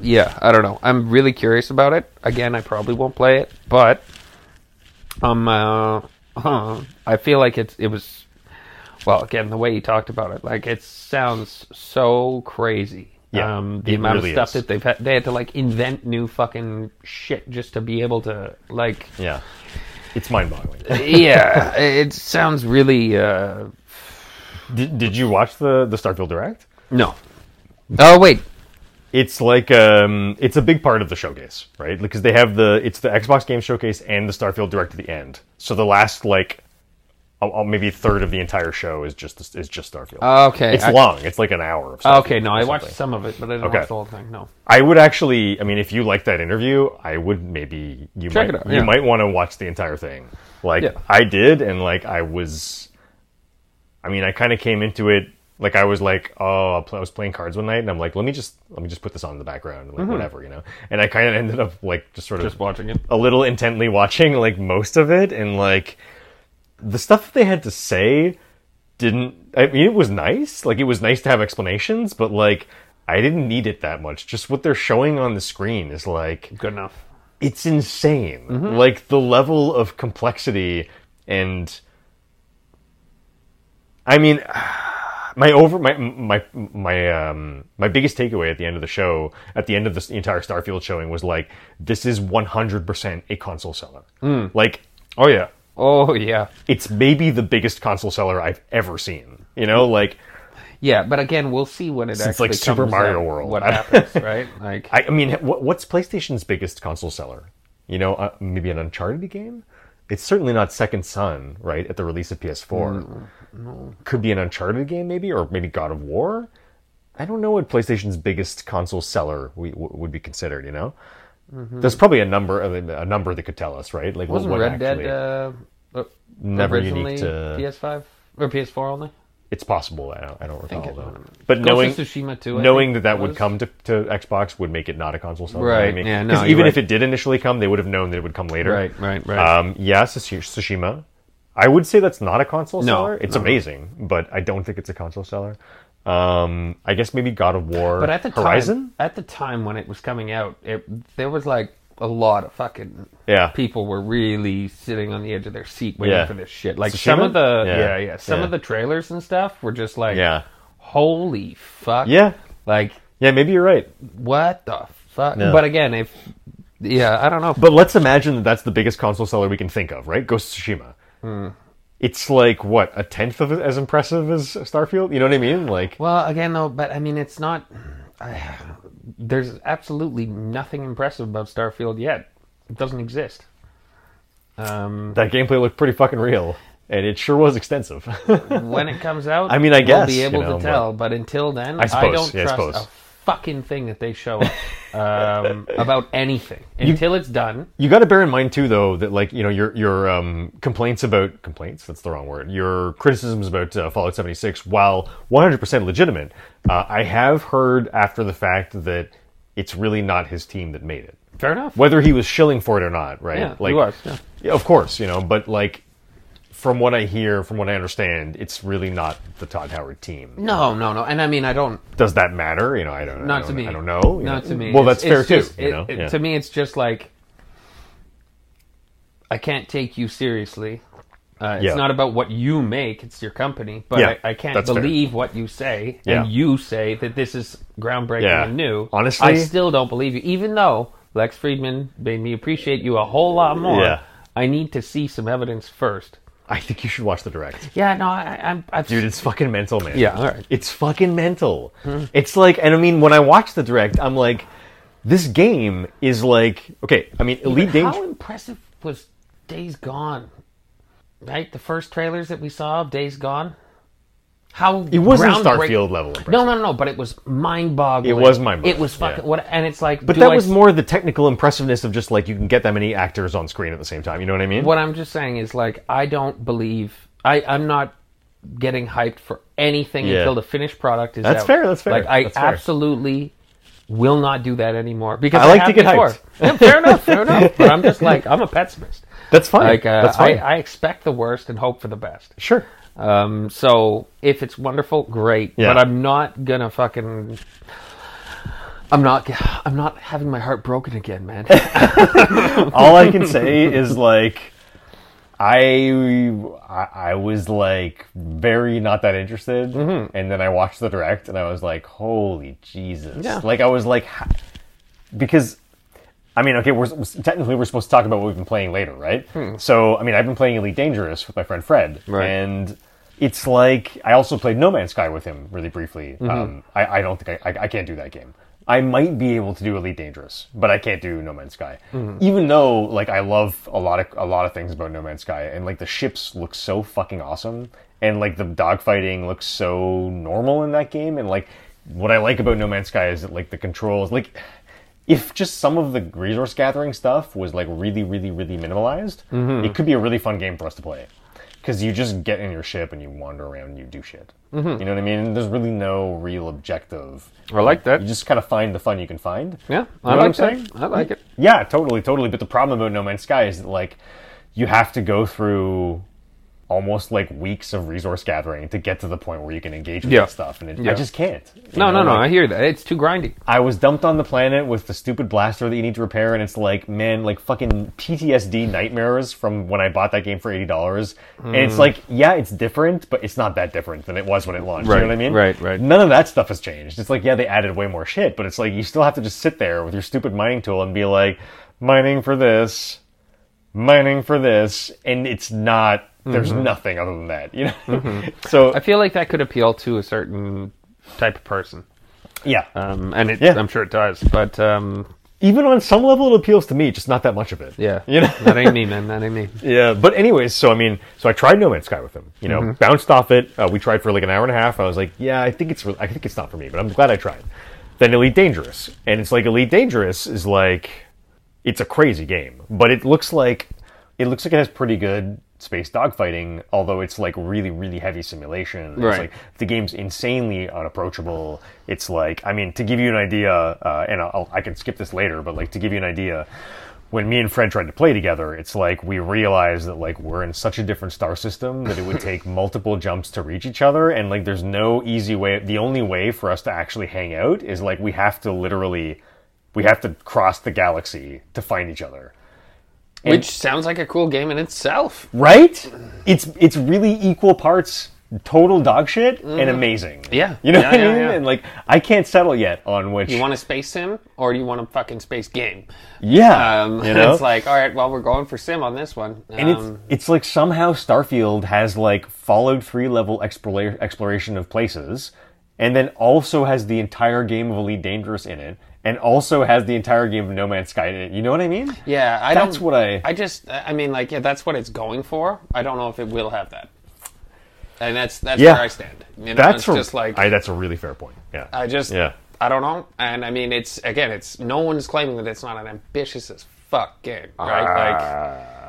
B: yeah, I don't know. I'm really curious about it. Again, I probably won't play it, but um, uh, I feel like it's it was. Well, again, the way he talked about it, like it sounds so crazy.
A: Yeah,
B: um, the
A: it
B: amount
A: really
B: of stuff
A: is.
B: that they've had, they had to like invent new fucking shit just to be able to like.
A: yeah it's mind boggling.
B: yeah, it sounds really. Uh,
A: Did, did you watch the the Starfield Direct?
B: no. Oh wait,
A: It's like um, it's a big part of the showcase, right? Because they have the it's the Xbox Game Showcase and the Starfield Direct at the end. So the last like oh, oh, maybe a third of the entire show is just is just Starfield.
B: Oh, okay,
A: it's
B: I-
A: long. It's like an hour. Of Starfield
B: Okay, no,
A: or
B: I watched
A: something.
B: some of it, but I didn't
A: Okay.
B: watch the whole thing. No.
A: I would actually. I mean, if you like that interview, I would maybe you
B: Check
A: might
B: it out,
A: you
B: yeah.
A: might want to watch the entire thing. Like
B: Yeah.
A: I did, and like I was. I mean, I kind of came into it like I was like, oh, I pl- I was playing cards one night, and I'm like, let me just let me just put this on in the background, like whatever, you know. And I kind of ended up like just sort of
B: Mm-hmm. watching it.
A: a little intently watching like most of it and like the stuff they had to say didn't I mean it was nice like it was nice to have explanations but like I didn't need it that much just what they're showing on the screen is like
B: Good enough.
A: it's insane like the level of complexity and I mean my over my my my um my biggest takeaway at the end of the show at the end of this entire Starfield showing was like this is 100% a console seller. Like oh yeah,
B: Oh yeah,
A: it's maybe the biggest console seller I've ever seen. You know, like
B: yeah. But again, we'll see when it
A: Since,
B: actually
A: like, Super
B: comes
A: Mario
B: out,
A: World.
B: What happens, right? Like,
A: I, I mean what, what's PlayStation's biggest console seller? You know, uh, maybe an Uncharted game? It's certainly not Second Son, right? At the release of PS4. Could be an Uncharted game maybe or maybe God of War. I don't know what PlayStation's biggest console seller we, w- would be considered, you know? There's probably a number, I mean, a number that could tell us, right? Like
B: Mm-hmm. wasn't
A: what
B: Red
A: actually-
B: Dead uh, uh,
A: Never
B: originally
A: unique to-
B: PS5 or PS4 only?
A: It's possible. I don't, I don't recall
B: it-
A: though. But knowing
B: Ghost of Tsushima too. I
A: knowing that
B: think
A: that
B: it
A: would
B: was.
A: come to, to Xbox would make it not a console seller.
B: Right,
A: I mean,
B: yeah, no,
A: 'cause
B: you're
A: even
B: right.
A: if it did initially come, they would have known that it would come later.
B: Right, right, right.
A: Um, yeah, Tsushi- Tsushima. I would say that's not a console
B: No,
A: seller. It's amazing, but I don't think it's a console seller. Um, I guess maybe God of War.
B: but at the
A: Horizon.
B: time, at the time when it was coming out, it there was like a lot of fucking
A: Yeah.
B: people were really sitting on the edge of their seat waiting
A: Yeah.
B: for this shit. Like
A: Tsushima?
B: some of the
A: Yeah.
B: yeah, yeah, some
A: Yeah.
B: of the trailers and stuff were just like
A: Yeah.
B: holy fuck.
A: Yeah.
B: Like
A: Yeah, maybe you're right.
B: what the fuck.
A: Yeah.
B: But again, if yeah, I don't know.
A: But let's imagine that that's the biggest console seller we can think of, right? Ghost of Tsushima.
B: Hmm.
A: It's like what a tenth of as impressive as Starfield. You know what I mean? Like,
B: Well, again though, but I mean, it's not. I, there's absolutely nothing impressive about Starfield yet. It doesn't exist. Um,
A: that gameplay looked pretty fucking real, and it sure was extensive.
B: when it comes out,
A: I mean, I
B: we'll
A: guess,
B: be
A: you
B: able
A: know,
B: to
A: but-
B: tell. But, until then, I,
A: suppose,
B: don't
A: yeah, I
B: trust
A: suppose.
B: a fucking thing that they show um, about anything until it's done.
A: you got to bear in mind too, though, that like you know your your um, complaints about complaints that's the wrong word. Your criticisms about uh, Fallout seventy six, while one hundred percent legitimate, uh, I have heard after the fact that it's really not his team that made it,
B: Fair enough.
A: whether he was shilling for it or not, right?
B: Yeah, he
A: like,
B: was, yeah.
A: Yeah, of course, you know, but like from what I hear, from what I understand, it's really not the Todd Howard team.
B: No, no, no. And I mean, I don't.
A: Does that matter? You know, I don't. I
B: Not
A: don't,
B: to me.
A: I don't know. you
B: Not
A: know.
B: to me.
A: Well, that's
B: It's-
A: fair
B: it's
A: too.
B: just-
A: you
B: it-
A: know,
B: it-
A: Yeah.
B: To me, it's just like I can't take you seriously. Uh, it's
A: Yeah.
B: not about what you make; it's your company. But
A: Yeah,
B: I, I can't
A: that's fair.
B: believe what you say,
A: Yeah.
B: and you say that this is groundbreaking
A: Yeah.
B: and new.
A: Honestly-
B: I still don't believe you, even though Lex Friedman made me appreciate you a whole lot more.
A: Yeah.
B: I need to see some evidence first.
A: I think you should watch the direct,
B: Yeah, no, I, I'm. I've,
A: dude. It's fucking mental, man.
B: yeah, all right. Hmm.
A: It's fucking mental. It's like, and I mean, when I watch the direct, I'm like, this game is like, okay, I mean, Elite
B: How
A: Dangerous.
B: impressive was Days Gone? Right, the first trailers that we saw of Days Gone. How
A: It wasn't
B: groundbreak-
A: Starfield level impressive.
B: No, no, no, but it was mind-boggling.
A: It was mind-boggling,
B: It was fucking
A: yeah.
B: what, and it's like.
A: But
B: do
A: that
B: I
A: was
B: s-
A: more the technical impressiveness of just like you can get that many actors on screen at the same time. You know what I mean?
B: What I'm just saying is like I don't believe I I'm not getting hyped for anything
A: Yeah.
B: until the finished product is
A: That's
B: out.
A: fair, that's fair,
B: Like I
A: that's fair.
B: absolutely will not do that anymore because
A: I like to
B: have
A: get
B: before.
A: hyped.
B: Yeah, fair enough, fair enough. But I'm just like I'm a pessimist.
A: That's fine.
B: Like uh,
A: Oh, That's fine.
B: I, I expect the worst and hope for the best.
A: sure.
B: Um, so if it's wonderful, great.
A: Yeah.
B: But I'm not gonna fucking. I'm not. I'm not having my heart broken again, man.
A: All I can say is like, I, I I was like very not that interested, and then I watched the direct, and I was like, holy Jesus!
B: Yeah.
A: Like I was like, ha- because I mean, okay, we're technically we're supposed to talk about what we've been playing later, right? So, I mean, I've been playing Elite Dangerous with my friend Fred,
B: Right.
A: and it's like I also played No Man's Sky with him really briefly. Um, I, I don't think I, I, I can't do that game. I might be able to do Elite Dangerous, but I can't do No Man's Sky. Even though, like, I love a lot of a lot of things about No Man's Sky, and like the ships look so fucking awesome, and like the dogfighting looks so normal in that game, and like what I like about No Man's Sky is that like the controls, like if just some of the resource gathering stuff was like really, really, really minimalized,
B: Mm-hmm.
A: it could be a really fun game for us to play. Because you just get in your ship and you wander around and you do shit.
B: Mm-hmm.
A: You know what I mean? There's really no real objective.
B: I like that.
A: You just kind of find the fun you can find.
B: yeah,
A: You
B: I
A: know
B: like
A: what I'm
B: that.
A: saying?
B: I like it.
A: Yeah, totally, totally. But the problem about No Man's Sky is that like you have to go through almost like weeks of resource gathering to get to the point where you can engage with
B: Yeah.
A: that stuff, and it,
B: Yeah.
A: I just can't. You
B: No,
A: know,
B: no, no.
A: like-
B: I hear that. It's too grindy.
A: I was dumped on the planet with the stupid blaster that you need to repair, and it's like, man, like fucking PTSD nightmares from when I bought that game for eighty dollars. And
B: Hmm.
A: it's like, yeah, it's different, but it's not that different than it was when it launched. you
B: Right,
A: know what I mean?
B: right, right.
A: None of that stuff has changed. It's like, yeah, they added way more shit, but it's like you still have to just sit there with your stupid mining tool and be like, mining for this, mining for this, and it's not. There's nothing other than that, you know. so
B: Mm-hmm. I feel like that could appeal to a certain type of person,
A: yeah,
B: um, and it,
A: Yeah.
B: I'm sure it does. But um,
A: even on some level, it appeals to me, just not that much of it.
B: yeah,
A: you know.
B: that ain't me, man. That ain't me.
A: Yeah, but anyways, so I mean, so I tried No Man's Sky with him. You know, bounced off it. Uh, we tried for like an hour and a half. I was like, yeah, I think it's re- I think it's not for me, but I'm glad I tried. Then Elite Dangerous, and it's like Elite Dangerous is like it's a crazy game, but it looks like it looks like it has pretty good space dogfighting, although it's like really really heavy simulation.
B: Right.
A: It's like the game's insanely unapproachable. It's like I mean, to give you an idea, uh, and I'll, I can skip this later, but like to give you an idea, when me and Fred tried to play together, it's like we realized that like we're in such a different star system that it would take multiple jumps to reach each other, and like there's no easy way. The only way for us to actually hang out is like we have to literally. We have to cross the galaxy to find each other.
B: Which sounds like a cool game in itself.
A: Right? It's it's really equal parts total dog shit and amazing.
B: Yeah.
A: You know
B: Yeah,
A: what I
B: yeah,
A: mean?
B: yeah.
A: And like I can't settle yet on which
B: You want a space sim or you want a fucking space game?
A: Yeah.
B: Um,
A: you know?
B: It's like, all right, well, we're going for sim on this one.
A: and it's
B: Um,
A: it's like somehow Starfield has like Fallout 3 level explora- exploration of places and then also has the entire game of Elite Dangerous in it and also has the entire game of No Man's Sky in it. You know what I mean?
B: yeah, I
A: That's
B: don't.
A: what I
B: I just, I mean, like, yeah, that's what it's going for. I don't know if it will have that, and that's that's
A: Yeah.
B: where I stand. You know,
A: that's
B: it's
A: a-
B: just like
A: I,
B: I,
A: that's a really fair point. Yeah.
B: just,
A: Yeah.
B: I don't know. And I mean, it's again, it's no one's claiming that it's not an ambitious as fuck game,
A: Ah.
B: right?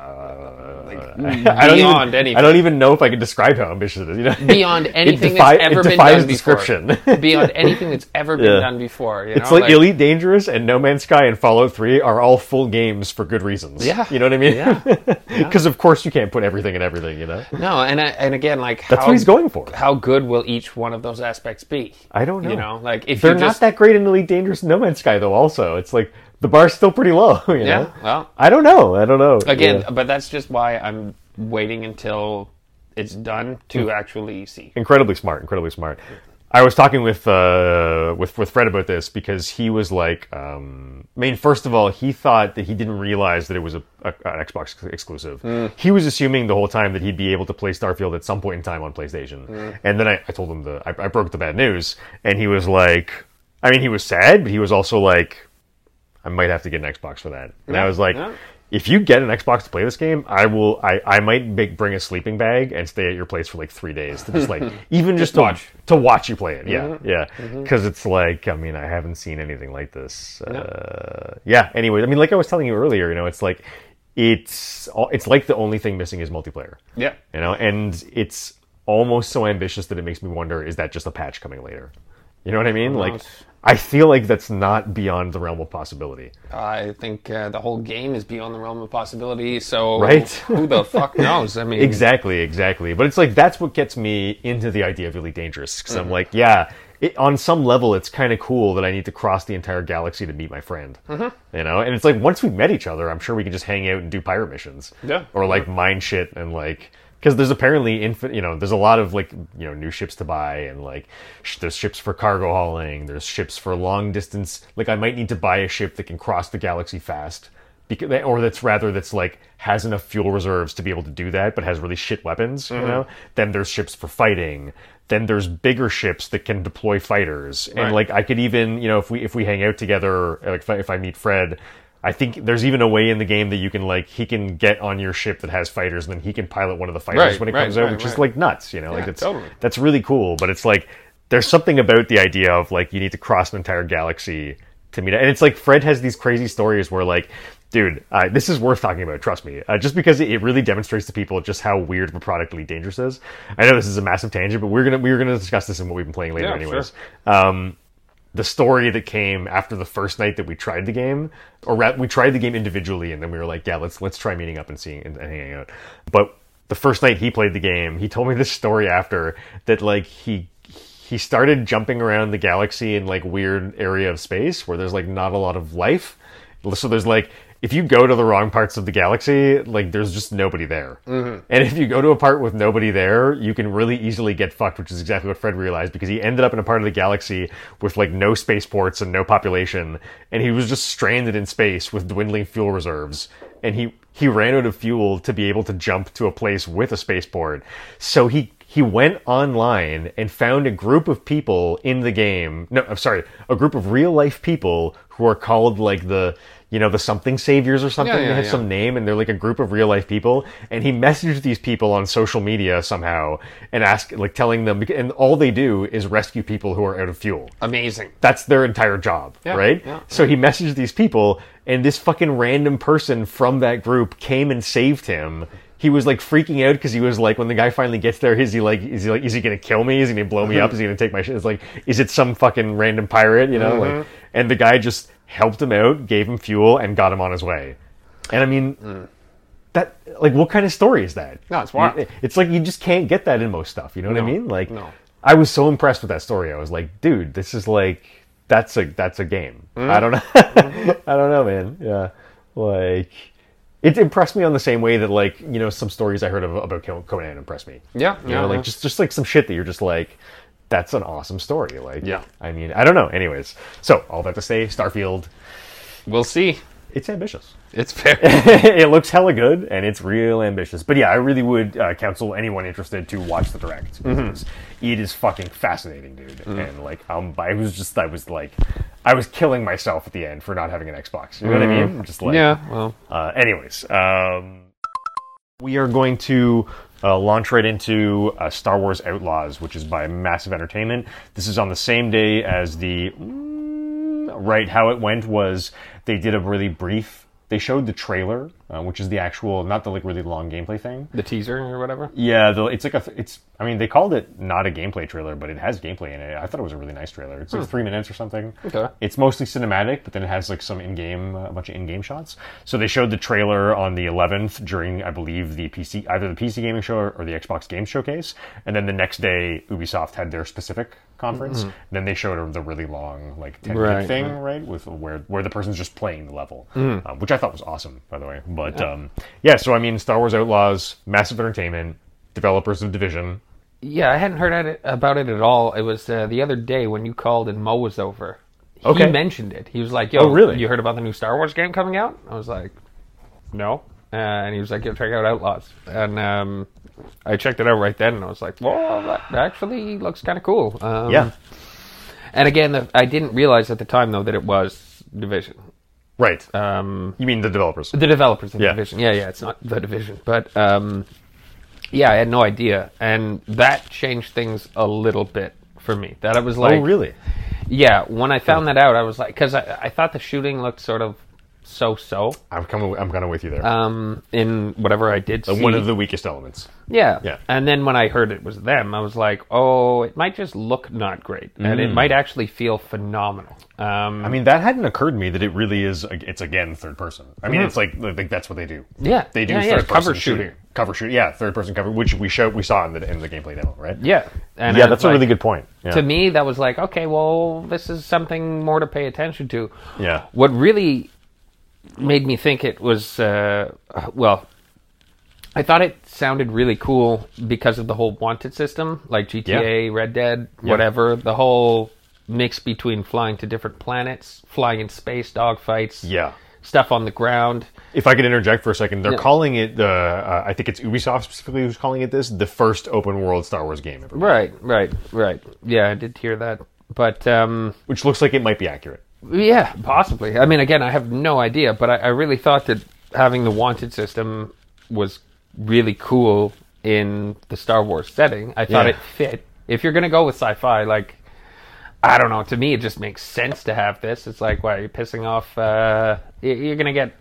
B: like, like
A: Uh, I don't
B: beyond
A: even,
B: anything.
A: I don't even know if I can describe how ambitious it is. You know?
B: beyond anything
A: defi-
B: that's ever
A: it
B: been
A: defies
B: done before.
A: description.
B: beyond anything that's ever been
A: Yeah.
B: done before. You
A: It's
B: know?
A: like, Elite Dangerous and No Man's Sky and Fallout 3 are all full games for good reasons.
B: Yeah.
A: You know what I mean?
B: Yeah.
A: Because of course you can't put everything in everything, you know?
B: No, and I, and again, like
A: That's
B: how,
A: what he's going for.
B: How good will each one of those aspects be?
A: I don't know.
B: You know, like if
A: They're
B: you
A: not
B: just,
A: that great in Elite Dangerous and No Man's Sky though also. It's like the bar's still pretty low, you
B: Yeah,
A: know?
B: well.
A: I don't know. I don't know.
B: again,
A: Yeah.
B: but that's just why I'm waiting until it's done to
A: Hmm.
B: actually see.
A: incredibly smart, incredibly smart. I was talking with uh, with with Fred about this because he was like, um, I mean, first of all, he thought that he didn't realize that it was a, a an Xbox ex- exclusive. He was assuming the whole time that he'd be able to play Starfield at some point in time on PlayStation. And then I, I told him the I, I broke the bad news, and he was like, I mean, he was sad, but he was also like, I might have to get an Xbox for that. And I was like,
B: yeah.
A: if you get an Xbox to play this game, I will. I, I might make, bring a sleeping bag and stay at your place for like three days to just like even just, to watch to watch you play it. Yeah, yeah. Because it's like I mean I haven't seen anything like this. Uh, yeah. Anyway, I mean like I was telling you earlier, you know, it's like it's all- it's like the only thing missing is multiplayer.
B: Yeah.
A: You know, and it's almost so ambitious that it makes me wonder: is that just a patch coming later? You know what I mean? Like
B: Almost.
A: I feel like that's not beyond the realm of possibility.
B: I think uh, the whole game is beyond the realm of possibility. So
A: Right.
B: who the fuck knows? I mean,
A: Exactly, exactly. But it's like that's what gets me into the idea of Elite Dangerous because I'm like, yeah, it, on some level, it's kind of cool that I need to cross the entire galaxy to meet my friend. You know, and it's like once we've met each other, I'm sure we can just hang out and do pirate missions.
B: Yeah.
A: or like mine shit and like. Because there's apparently infin- you know, there's a lot of like you know new ships to buy and like sh- there's ships for cargo hauling, there's ships for long distance. Like I might need to buy a ship that can cross the galaxy fast because, or that's rather that's like has enough fuel reserves to be able to do that, but has really shit weapons. You know,
B: Mm-hmm.
A: then there's ships for fighting. Then there's bigger ships that can deploy fighters,
B: Right.
A: and like I could even you know if we if we hang out together, like if I, if I meet Fred. I think there's even a way in the game that you can like he can get on your ship that has fighters, and then he can pilot one of the fighters
B: Right,
A: when it
B: right,
A: comes out,
B: right,
A: which is
B: right.
A: like nuts. You know, like
B: Yeah,
A: it's
B: totally.
A: that's really cool. But it's like there's something about the idea of like you need to cross an entire galaxy to meet, and it's like Fred has these crazy stories where like, dude, uh, this is worth talking about. Trust me, uh, just because it, it really demonstrates to people just how weird of a product Elite Dangerous is. I know this is a massive tangent, but we're gonna we're gonna discuss this in what we've been playing later,
B: Yeah,
A: anyways Um, the story that came after the first night that we tried the game, or ra- we tried the game individually, and then we were like, yeah, let's let's try meeting up and seeing and, and hanging out. But the first night he played the game, he told me this story after that, like he he started jumping around the galaxy in like weird area of space where there's like not a lot of life. So there's like if you go to the wrong parts of the galaxy, like there's just nobody there. And if you go to a part with nobody there, you can really easily get fucked, which is exactly what Fred realized because he ended up in a part of the galaxy with like no spaceports and no population, and he was just stranded in space with dwindling fuel reserves. And he he ran out of fuel to be able to jump to a place with a spaceport. So he he went online and found a group of people in the game. No, I'm sorry, a group of real life people who are called like the you know the something saviors or something.
B: Yeah, yeah,
A: they have
B: yeah.
A: some name and they're like a group of real life people. And he messaged these people on social media somehow and asked like telling them and all they do is rescue people who are out of fuel.
B: amazing.
A: That's their entire job, right?
B: yeah.
A: So he messaged these people, and this fucking random person from that group came and saved him. He was like freaking out because he was like, when the guy finally gets there, is he like, is he like, is he gonna kill me? Is he gonna blow me up? Is he gonna take my shit? It's like, is it some fucking random pirate? You know,
B: Mm-hmm.
A: like, and the guy just helped him out, gave him fuel, and got him on his way. And I mean, that like, what kind of story is that?
B: Mm. No, it's wild.
A: It's like you just can't get that in most stuff. You know what I mean? Like,
B: no.
A: I was so impressed with that story. I was like, dude, this is like
B: Mm-hmm.
A: that's a that's a game. I don't know. I don't know, man. Yeah, like it impressed me on the same way that like you know some stories I heard of, about Con- Conan impressed me.
B: Yeah,
A: you know,
B: yeah,
A: like
B: yeah.
A: just just like some shit that you're just like, that's an awesome story. Like,
B: Yeah.
A: I mean, I don't know. Anyways, so all that to say, Starfield,
B: We'll see.
A: it's ambitious.
B: It's fair.
A: it looks hella good and it's real ambitious. But yeah, I really would uh, counsel anyone interested to watch the direct. It is fucking fascinating, dude. And like, um, I was just, I was like, I was killing myself at the end for not having an Xbox. You know what I mean? Just like,
B: yeah. Well.
A: uh, anyways, um, we are going to uh, launch right into uh, Star Wars Outlaws, which is by Massive Entertainment. This is on the same day as the. Mm, right, how it went was they did a really brief. They showed the trailer, uh, which is the actual, not the like really long gameplay thing.
B: The teaser or whatever.
A: Yeah, the, it's like a. It's. I mean, they called it not a gameplay trailer, but it has gameplay in it. I thought it was a really nice trailer. It's like three minutes or something.
B: Okay.
A: It's mostly cinematic, but then it has like some in-game, a bunch of in-game shots. So they showed the trailer on the 11th during, I believe, the PC, either the PC gaming show or, or the Xbox game showcase. And then the next day, Ubisoft had their specific conference. Then they showed the really long, like 10
B: Right,
A: minute thing, right, with where where the person's just playing the level,
B: Mm.
A: um, which I thought was awesome, by the way. But yeah. Um, yeah, so I mean, Star Wars Outlaws, Massive Entertainment, developers of Division.
B: Yeah, I hadn't heard at it, about it at all. It was uh, the other day when you called and Mo was over.
A: Okay.
B: He mentioned it. He was like, "Yo,
A: Oh, really?
B: You heard about the new Star Wars game coming out?" I was like, "No." Uh, and he was like, "Yo, check out Outlaws." And um, I checked it out right then, and I was like, "Well, that actually looks kind of cool." Um,
A: Yeah,
B: And again, the, I didn't realize at the time though that it was Division.
A: right.
B: Um,
A: you mean the developers?
B: the developers of
A: Yeah.
B: Division. Yeah, yeah, it's not the Division, but um, yeah, I had no idea, and that changed things a little bit for me. That it was like,
A: oh, really?
B: Yeah, when I found that out, I was like, because I, I thought the shooting looked sort of so-so
A: I'm coming. I'm kind of with you there.
B: um, in whatever I did see.
A: One of the weakest elements.
B: yeah.
A: Yeah.
B: and then when I heard it was them, I was like, oh, it might just look not great, and
A: Mm.
B: it might actually feel phenomenal. Um,
A: I mean, that hadn't occurred to me that it really is. It's again third person. I mean, it's like like that's what they do.
B: Mm-hmm. Yeah.
A: they do
B: Yeah,
A: third
B: yeah,
A: person
B: cover shooting.
A: cover shooting. Yeah, third person cover, which we showed we saw in the in the gameplay demo, right?
B: yeah, and
A: yeah,
B: I
A: that's
B: was
A: a
B: like-
A: really good point. Yeah.
B: to me that was like okay well this is something more to pay attention to
A: Yeah.
B: what really made me think it was uh, well i thought it sounded really cool because of the whole wanted system like gta red dead whatever the whole mix between flying to different planets flying in space dogfights
A: Yeah.
B: stuff on the ground
A: If I could interject for a second, they're calling it the. Uh, I think it's Ubisoft specifically who's calling it this, the first open world Star Wars game ever,
B: right right right yeah i did hear that but um
A: which looks like it might be accurate.
B: Yeah, possibly. I mean, again, I have no idea, but I, I really thought that having the wanted system was really cool in the Star Wars setting. I thought
A: Yeah.
B: it fit. If you're going to go with sci fi, like, I don't know, to me, it just makes sense to have this. It's like, why are you pissing off? Uh, y- you're going to get.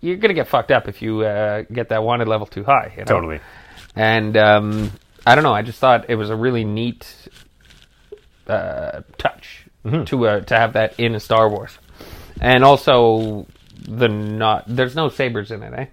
B: You're gonna get fucked up if you uh, get that wanted level too high. you know?
A: Totally.
B: And um, I don't know. I just thought it was a really neat uh, touch
A: Mm-hmm.
B: to uh, to have that in a Star Wars, and also the not there's no sabers in it, eh?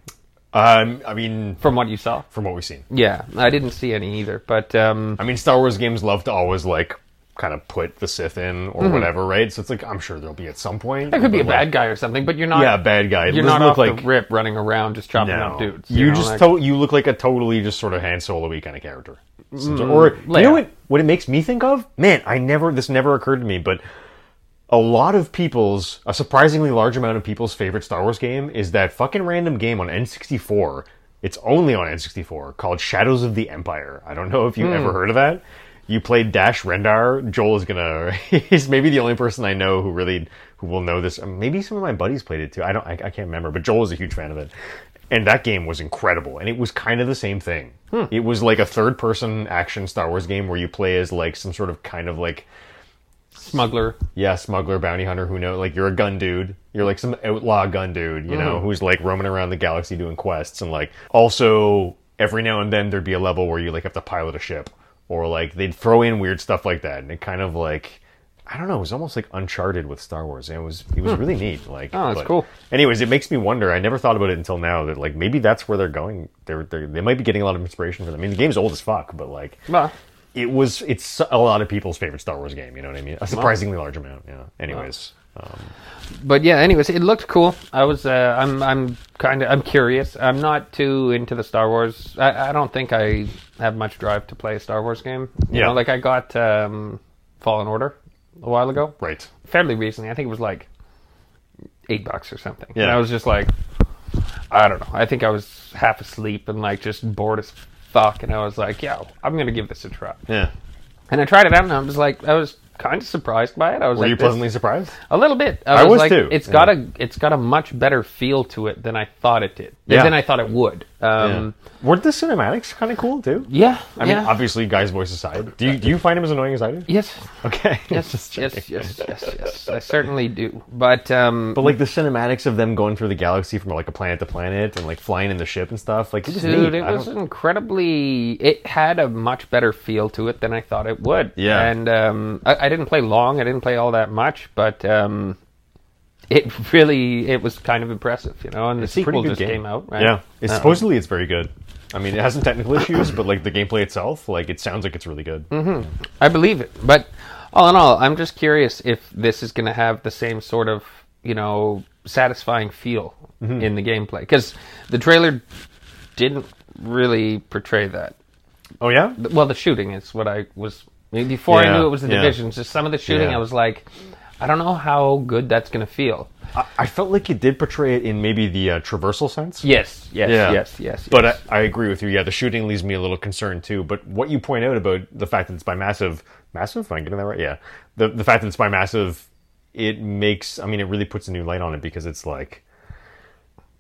A: Um, I mean,
B: From what you saw,
A: from what we've seen,
B: yeah, I didn't see any either. But um,
A: I mean, Star Wars games love to always like kind of put the Sith in or whatever, right? So it's like I'm sure there'll be at some point.
B: Mm-hmm. that could be a
A: but, like,
B: bad guy or something. But you're not.
A: Yeah, bad guy. It
B: You're
A: doesn't
B: not
A: look
B: off
A: like
B: the rip running around just chopping
A: no.
B: up dudes.
A: You,
B: know,
A: just
B: like-
A: to- you look like a totally just sort of Han Solo-y kind of character. or you
B: Mm, Leia.
A: know what? What it makes me think of? Man, I never this never occurred to me, but a lot of people's a surprisingly large amount of people's favorite Star Wars game is that fucking random game on N64. It's only on N64 called Shadows of the Empire. I don't know if you ever heard of that. You played Dash Rendar. Joel is gonna. He's maybe the only person I know who really who will know this. Maybe some of my buddies played it too. I don't. I, I can't remember. But Joel is a huge fan of it, and that game was incredible. And it was kind of the same thing. It was like a third person action Star Wars game where you play as like some sort of kind of like
B: smuggler.
A: yeah, smuggler, bounty hunter, who knows? Like, you're a gun dude. You're like some outlaw gun dude, you know,
B: Mm-hmm.
A: who's like roaming around the galaxy doing quests. And like, also, every now and then there'd be a level where you like have to pilot a ship, or like they'd throw in weird stuff like that. And it kind of like, I don't know, it was almost like Uncharted with Star Wars. And it was, it was really neat. Like,
B: Oh, that's cool.
A: Anyways, it makes me wonder. I never thought about it until now that like maybe that's where they're going. They're, they're they might be getting a lot of inspiration for them. I mean, the game's old as fuck, but like,
B: Well,
A: it was it's a lot of people's favorite Star Wars game. You know what I mean? A surprisingly large amount. Yeah. Anyways,
B: but yeah, anyways, it looked cool. I was, uh, I'm, I'm kind of, I'm curious. I'm not too into the Star Wars. I, I don't think I have much drive to play a Star Wars game. You
A: Yeah.
B: know, like I got um, Fallen Order a while ago,
A: Right.
B: fairly recently. I think it was like eight bucks or something.
A: Yeah.
B: And I was just like, I don't know. I think I was half asleep and like just bored as fuck. And I was like, yeah, I'm gonna give this a try.
A: Yeah.
B: And I tried it out, and I was like, I was kind of surprised by it. I was
A: Were
B: like,
A: you
B: this-
A: pleasantly surprised?
B: a little bit.
A: I was
B: like,
A: too,
B: It's
A: yeah.
B: got a it's got a much better feel to it than I thought it did.
A: Yeah.
B: Than I thought it would. Um,
A: Weren't the cinematics kind of cool too?
B: yeah.
A: I mean,
B: yeah.
A: obviously, guy's voice aside. Do you do you find him as annoying as I do?
B: yes,
A: Okay.
B: yes,
A: Just
B: yes,
A: checking.
B: yes, yes, yes. I certainly do. But um,
A: But like the cinematics of them going through the galaxy from like a planet to planet and like flying in the ship and stuff, like it was
B: dude,
A: neat.
B: it
A: I
B: was
A: don't-
B: incredibly. It had a much better feel to it than I thought it would.
A: Yeah.
B: And um, I, I didn't play long. I didn't play all that much, but um, it really it was kind of impressive, you know. And the
A: It's a pretty
B: sequel
A: good
B: just
A: game.
B: came out, right?
A: Yeah, it's
B: Uh,
A: supposedly it's very good. I mean, it has some technical issues, but like the gameplay itself, like it sounds like it's really good.
B: Mm-hmm. I believe it, but all in all, I'm just curious if this is going to have the same sort of you know satisfying feel in the gameplay because the trailer didn't really portray that.
A: Oh yeah,
B: Th- Well, the shooting is what I was before I
A: Yeah,
B: knew it was the
A: yeah.
B: division. Just some of the shooting,
A: Yeah.
B: I was like, I don't know how good that's going to feel.
A: I, I felt like it did portray it in maybe the uh, traversal sense.
B: Yes, yes,
A: Yeah.
B: yes, yes.
A: But
B: yes.
A: I, I agree with you. Yeah, the shooting leaves me a little concerned too. But what you point out about the fact that it's by massive, massive, am I getting that right? Yeah, the the fact that it's by massive, it makes. I mean, it really puts a new light on it because it's like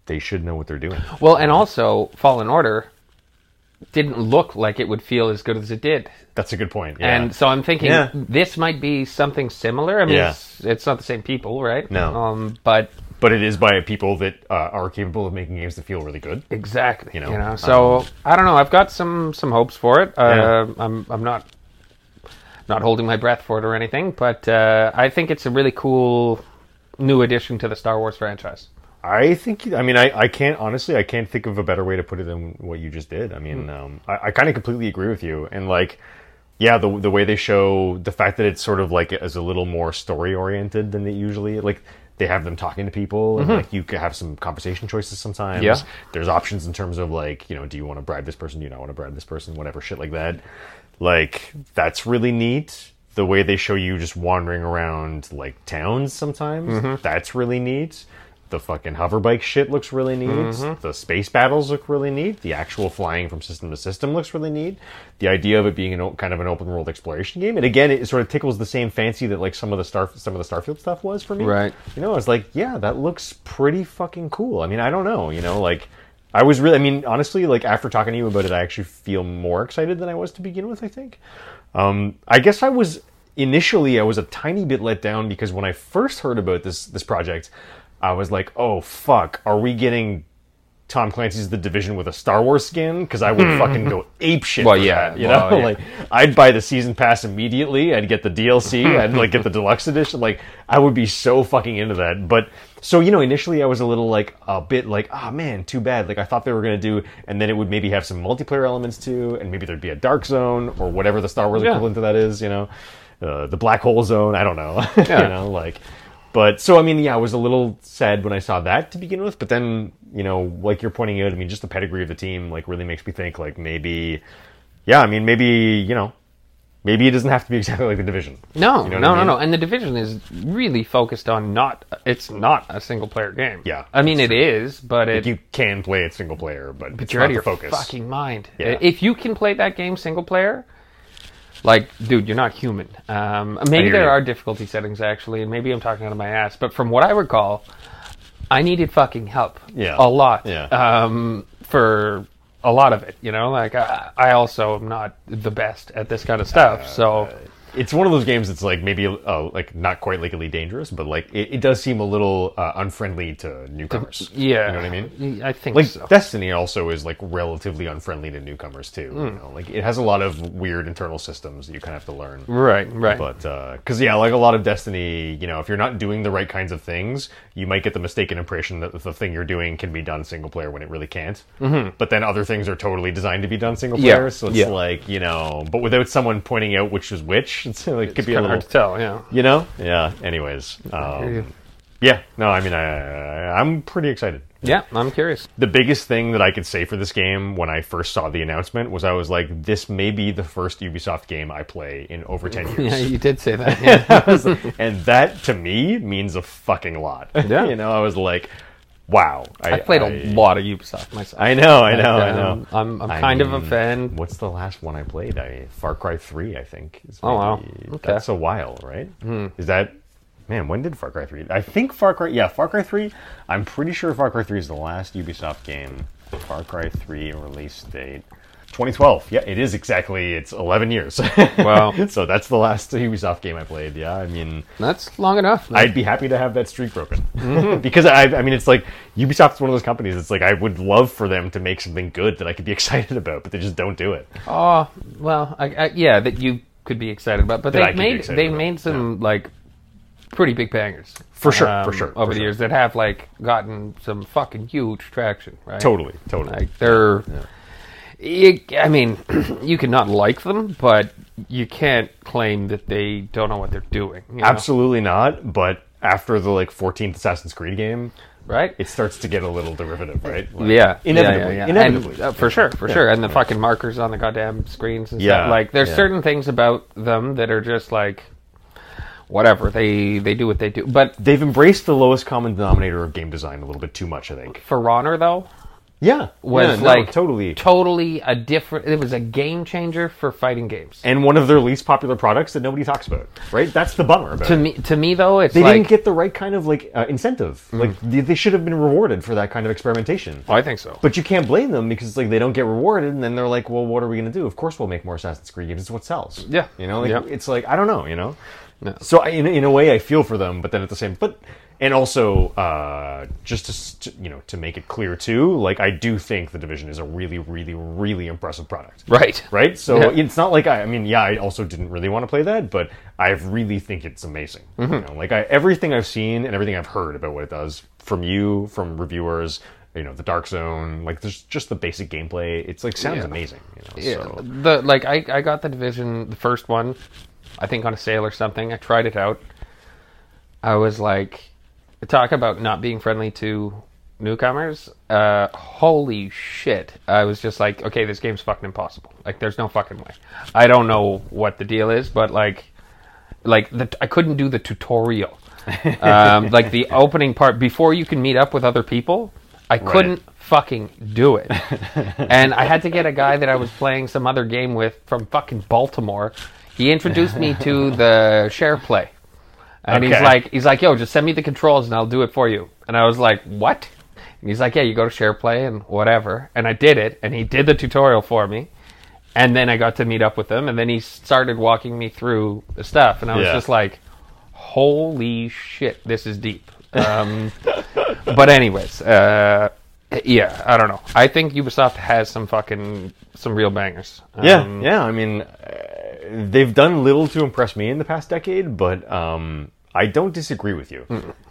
A: they should know what they're doing.
B: uh, well, and also Fallen Order didn't look like it would feel as good as it did.
A: That's a good point. Yeah.
B: And so I'm thinking
A: Yeah.
B: this might be something similar. I mean,
A: Yeah.
B: it's, it's not the same people, right?
A: No.
B: Um, but
A: but it is by people that uh, are capable of making games that feel really good.
B: exactly, you
A: know, um,
B: know. So I don't know. I've got some some hopes for it.
A: Yeah.
B: Uh, I'm I'm not not holding my breath for it or anything, but uh, I think it's a really cool new addition to the Star Wars franchise.
A: I think. I mean, I, I can't honestly. I can't think of a better way to put it than what you just did. I mean, um, I, I kind of completely agree with you. And like, yeah, the the way they show the fact that it's sort of like as a little more story oriented than they usually like. They have them talking to people, and like you could have some conversation choices sometimes.
B: Yeah.
A: There's options in terms of like, you know, do you want to bribe this person? Do you not want to bribe this person? Whatever shit like that. Like that's really neat. The way they show you just wandering around like towns sometimes, that's really neat. The fucking hover bike shit looks really neat. The space battles look really neat. The actual flying from system to system looks really neat. The idea of it being an o- kind of an open world exploration game, and again, it sort of tickles the same fancy that like some of the star some of the Starfield stuff was for me.
B: Right.
A: You know, I was like, yeah, that looks pretty fucking cool. I mean, I don't know, you know, like I was really I mean, honestly, like after talking to you about it, I actually feel more excited than I was to begin with, I think. Um I guess I was initially I was a tiny bit let down because when I first heard about this this project, I was like, "Oh fuck, are we getting Tom Clancy's The Division with a Star Wars skin because I would fucking go ape shit.
B: Hmm. Well,
A: for
B: yeah,
A: that, you
B: well,
A: know,
B: yeah.
A: like I'd buy the season pass immediately. I'd get the DLC. I'd like get the deluxe edition. Like I would be so fucking into that. But so you know, initially I was a little like a bit like, oh man, too bad. Like I thought they were gonna do, and then it would maybe have some multiplayer elements too, and maybe there'd be a dark zone or whatever the Star Wars
B: Yeah.
A: equivalent to that is. You know, uh, the black hole zone. I don't know.
B: Yeah.
A: you know, like. But so I mean, yeah, I was a little sad when I saw that to begin with. But then you know, like you're pointing out, I mean, just the pedigree of the team like really makes me think like maybe, yeah, I mean maybe you know, maybe it doesn't have to be exactly like the division.
B: No,
A: You know what
B: no,
A: I mean?
B: no, no. And the division is really focused on not. It's not a single player game.
A: Yeah,
B: I mean, it is, but it.
A: You can play it single player, but, it's
B: you're
A: not
B: out of
A: the
B: your
A: focus.
B: fucking mind. Uh,
A: Yeah.
B: If you can play that game single player, like, dude, you're not human. Um, maybe
A: hear
B: there
A: you.
B: are difficulty settings actually, and maybe I'm talking out of my ass. But from what I recall, I needed fucking help.
A: Yeah.
B: a lot.
A: Yeah.
B: Um, for a lot of it, you know, like I, I also am not the best at this kind of stuff.
A: Uh,
B: so
A: It's one of those games that's like maybe uh, like not quite legally dangerous, but like it, it does seem a little uh, unfriendly to newcomers.
B: yeah,
A: you know what I mean.
B: I think
A: Like
B: so.
A: Destiny also is like relatively unfriendly to newcomers too. You
B: Hmm.
A: know? Like it has a lot of weird internal systems that you kind of have to learn. uh,
B: Right, right.
A: But because yeah, like a lot of Destiny, you know, if you're not doing the right kinds of things, you might get the mistaken impression that the thing you're doing can be done single player when it really can't. Mm-hmm. But then other things are totally designed to be done single
B: Yeah,
A: player, so it's
B: yeah.
A: like you know, but without someone pointing out which is which, it's, it could
B: It's
A: be a
B: kind
A: little,
B: of hard to tell. Yeah.
A: you know. Yeah. Anyways,
B: Hear
A: um,
B: you.
A: yeah. No, I mean, I, I'm pretty excited.
B: Yeah, I'm curious.
A: The biggest thing that I could say for this game when I first saw the announcement was I was like, this may be the first Ubisoft game I play in over 10 years.
B: Yeah, you did say that. Yeah.
A: I was like- and that to me means a fucking lot.
B: Yeah.
A: you know, I was like, wow.
B: I played a lot of Ubisoft myself.
A: I know, I know, I
B: Um,
A: know.
B: I'm, I'm
A: I
B: kind of a
A: mean,
B: fan.
A: What's the last one I played? I Far Cry Three, I think. is
B: Oh, wow.
A: maybe-
B: Okay. Hmm.
A: that's a while, right? Is that man? When did Far Cry Three? I think Far Cry. Yeah, Far Cry Three. I'm pretty sure Far Cry Three is the last Ubisoft game. Far Cry Three release date. 2012. Yeah, it is exactly. It's 11 years.
B: Wow.
A: so that's the last Ubisoft game I played. Yeah, I mean,
B: That's long enough.
A: I'd be happy to have that streak broken because I, I mean, it's like Ubisoft's one of those companies. It's like I would love for them to make something good that I could be excited about, but they just don't do it.
B: Oh well, I, I, yeah, that you could be excited about. But
A: That I
B: they've
A: could be
B: made
A: excited
B: they've
A: about,
B: made some like pretty big bangers
A: For sure, for
B: um,
A: sure, for
B: over the
A: sure.
B: years that have like gotten some fucking huge traction. Right?
A: Totally, totally.
B: Like they're. You- I mean, you cannot like them, but you can't claim that they don't know what they're doing. you know?
A: Absolutely not. But after the like 14th Assassin's Creed game,
B: right?
A: it starts to get a little derivative, right? Like,
B: Yeah,
A: inevitably,
B: yeah, yeah, yeah.
A: inevitably.
B: And, uh, for sure, for sure. And the fucking markers on the goddamn screens and
A: Yeah,
B: stuff. Like, there's
A: yeah.
B: certain things about them that are just like, whatever. They they do what they do. But
A: They've embraced the lowest common denominator of game design a little bit too much, I think.
B: for Honor though,
A: Yeah,
B: was
A: Yeah, no,
B: like
A: totally.
B: totally a different. It was a game changer for fighting games.
A: and one of their least popular products that nobody talks about, right? That's the bummer about it.
B: to me, to me though, it's
A: they
B: like Mm-hmm.
A: didn't get the right kind of like uh, incentive. Like they, they should have been rewarded for that kind of experimentation.
B: I think so.
A: But you can't blame them because like they don't get rewarded, and then they're like, "Well, what are we going to do? Of course, we'll make more Assassin's Creed games. It's what sells."
B: Yeah.
A: you know, like,
B: Yeah.
A: it's like I don't know, you know.
B: No.
A: So I, in in a way, I feel for them, but then at the same, but and also uh, just to, s- to you know to make it clear too, like I do think the division is a really, really, really impressive product
B: right,
A: right? So
B: Yeah.
A: it's not like I, I mean, yeah, I also didn't really want to play that, but I really think it's amazing. You know, like I, everything I've seen and everything I've heard about what it does from you, from reviewers, you know, the Dark Zone, like there's just the basic gameplay. It's like sounds
B: Yeah.
A: amazing. You know,
B: Yeah,
A: so.
B: the like I, I got the division the first one, I think on a sale or something. I tried it out. I was like, talk about not being friendly to newcomers. Uh, holy shit! I was just like, okay, this game's fucking impossible. Like, there's no fucking way. I don't know what the deal is, but like, like the, I couldn't do the tutorial. um, like the opening part before you can meet up with other people. I couldn't fucking do it. and I had to get a guy that I was playing some other game with from fucking Baltimore. He introduced me to the share play. And he's
A: Okay.
B: like he's like, "Yo, just send me the controls and I'll do it for you." And I was like, "What?" And he's like, "Yeah, you go to share play and whatever." And I did it and he did the tutorial for me. And then I got to meet up with him and then he started walking me through the stuff and I was
A: Yeah.
B: just like, holy shit, this is deep. Um, but anyways, uh, yeah, I don't know. I think Ubisoft has some fucking some real bangers.
A: Yeah,
B: Um,
A: yeah. I mean, uh, they've done little to impress me in the past decade, but um, I don't disagree with you.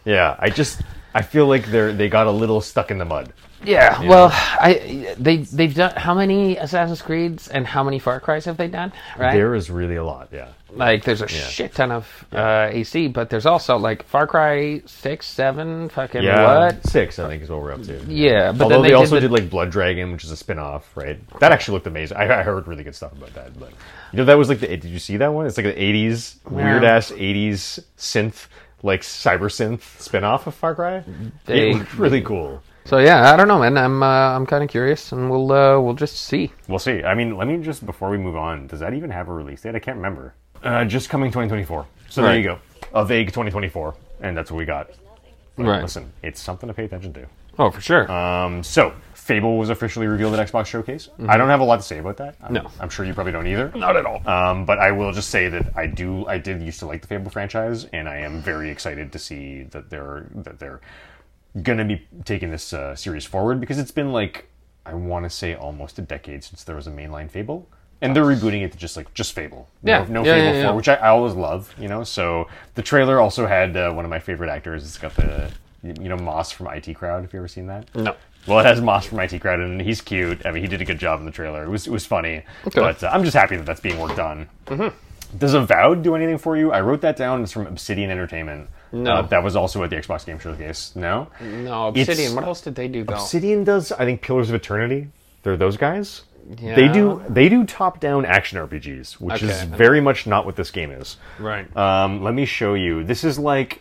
A: Yeah, I just I feel like they're they got a little stuck in the mud.
B: yeah. Well, I they they've done how many Assassin's Creeds and how many Far Cry's have they done? Right.
A: There is really a lot. Yeah,
B: like there's a shit ton of uh, AC, but there's also like Far Cry six, seven, fucking
A: yeah.
B: what?
A: Six, I think, is what we're up to.
B: Yeah, but
A: Although
B: then
A: they,
B: they,
A: also
B: did,
A: did,
B: the-
A: like Blood Dragon, which is a spin-off, right? That actually looked amazing. I, I heard really good stuff about that. But you know, that was like the did you see that one? It's like the '80s weird ass '80s synth, like cyber synth spin-off of Far Cry.
B: They-
A: it looked really cool.
B: so yeah, I don't know, man. I'm uh, I'm kind of curious, and we'll uh, we'll just see.
A: We'll see. I mean, let me just before we move on, does that even have a release date? I can't remember. Uh, just coming 2024. So
B: Right.
A: there you go, a vague 2024, and that's what we got. But
B: Right.
A: Listen, it's something to pay attention to.
B: Oh, for sure.
A: Um, so, Fable was officially revealed at Xbox Showcase. I don't have a lot to say about that. I'm,
B: Mm-hmm. No.
A: I'm sure you probably don't either.
B: Not at all.
A: Um, but I will just say that I do, I did used to like the Fable franchise, and I am very excited to see that they're that they're gonna be taking this uh, series forward because it's been like I want to say almost a decade since there was a mainline Fable, and they're rebooting it to just like just Fable. No-
B: Yeah.
A: no,
B: Yeah,
A: Fable
B: yeah, yeah.
A: Four, which I, I always love. You know, so the trailer also had uh, one of my favorite actors. It's got the you know Moss from IT Crowd. Have you ever seen that?
B: No.
A: Well, it has Moss from IT Crowd, and he's cute. I mean, he did a good job in the trailer. It was it was funny, but uh, I'm just happy that that's being worked on. Mm-hmm. Does Avowed do anything for you? I wrote that down. It's from Obsidian Entertainment.
B: No.
A: Uh, that was also at the Xbox Game Showcase. No,
B: No,
A: It's-
B: Obsidian. what else did they do though?
A: Obsidian does. I think Pillars of Eternity. They're those guys. They do they do top down action RPGs, which is
B: Okay.
A: very much not what this game is.
B: Right.
A: Um, let me show you. This is like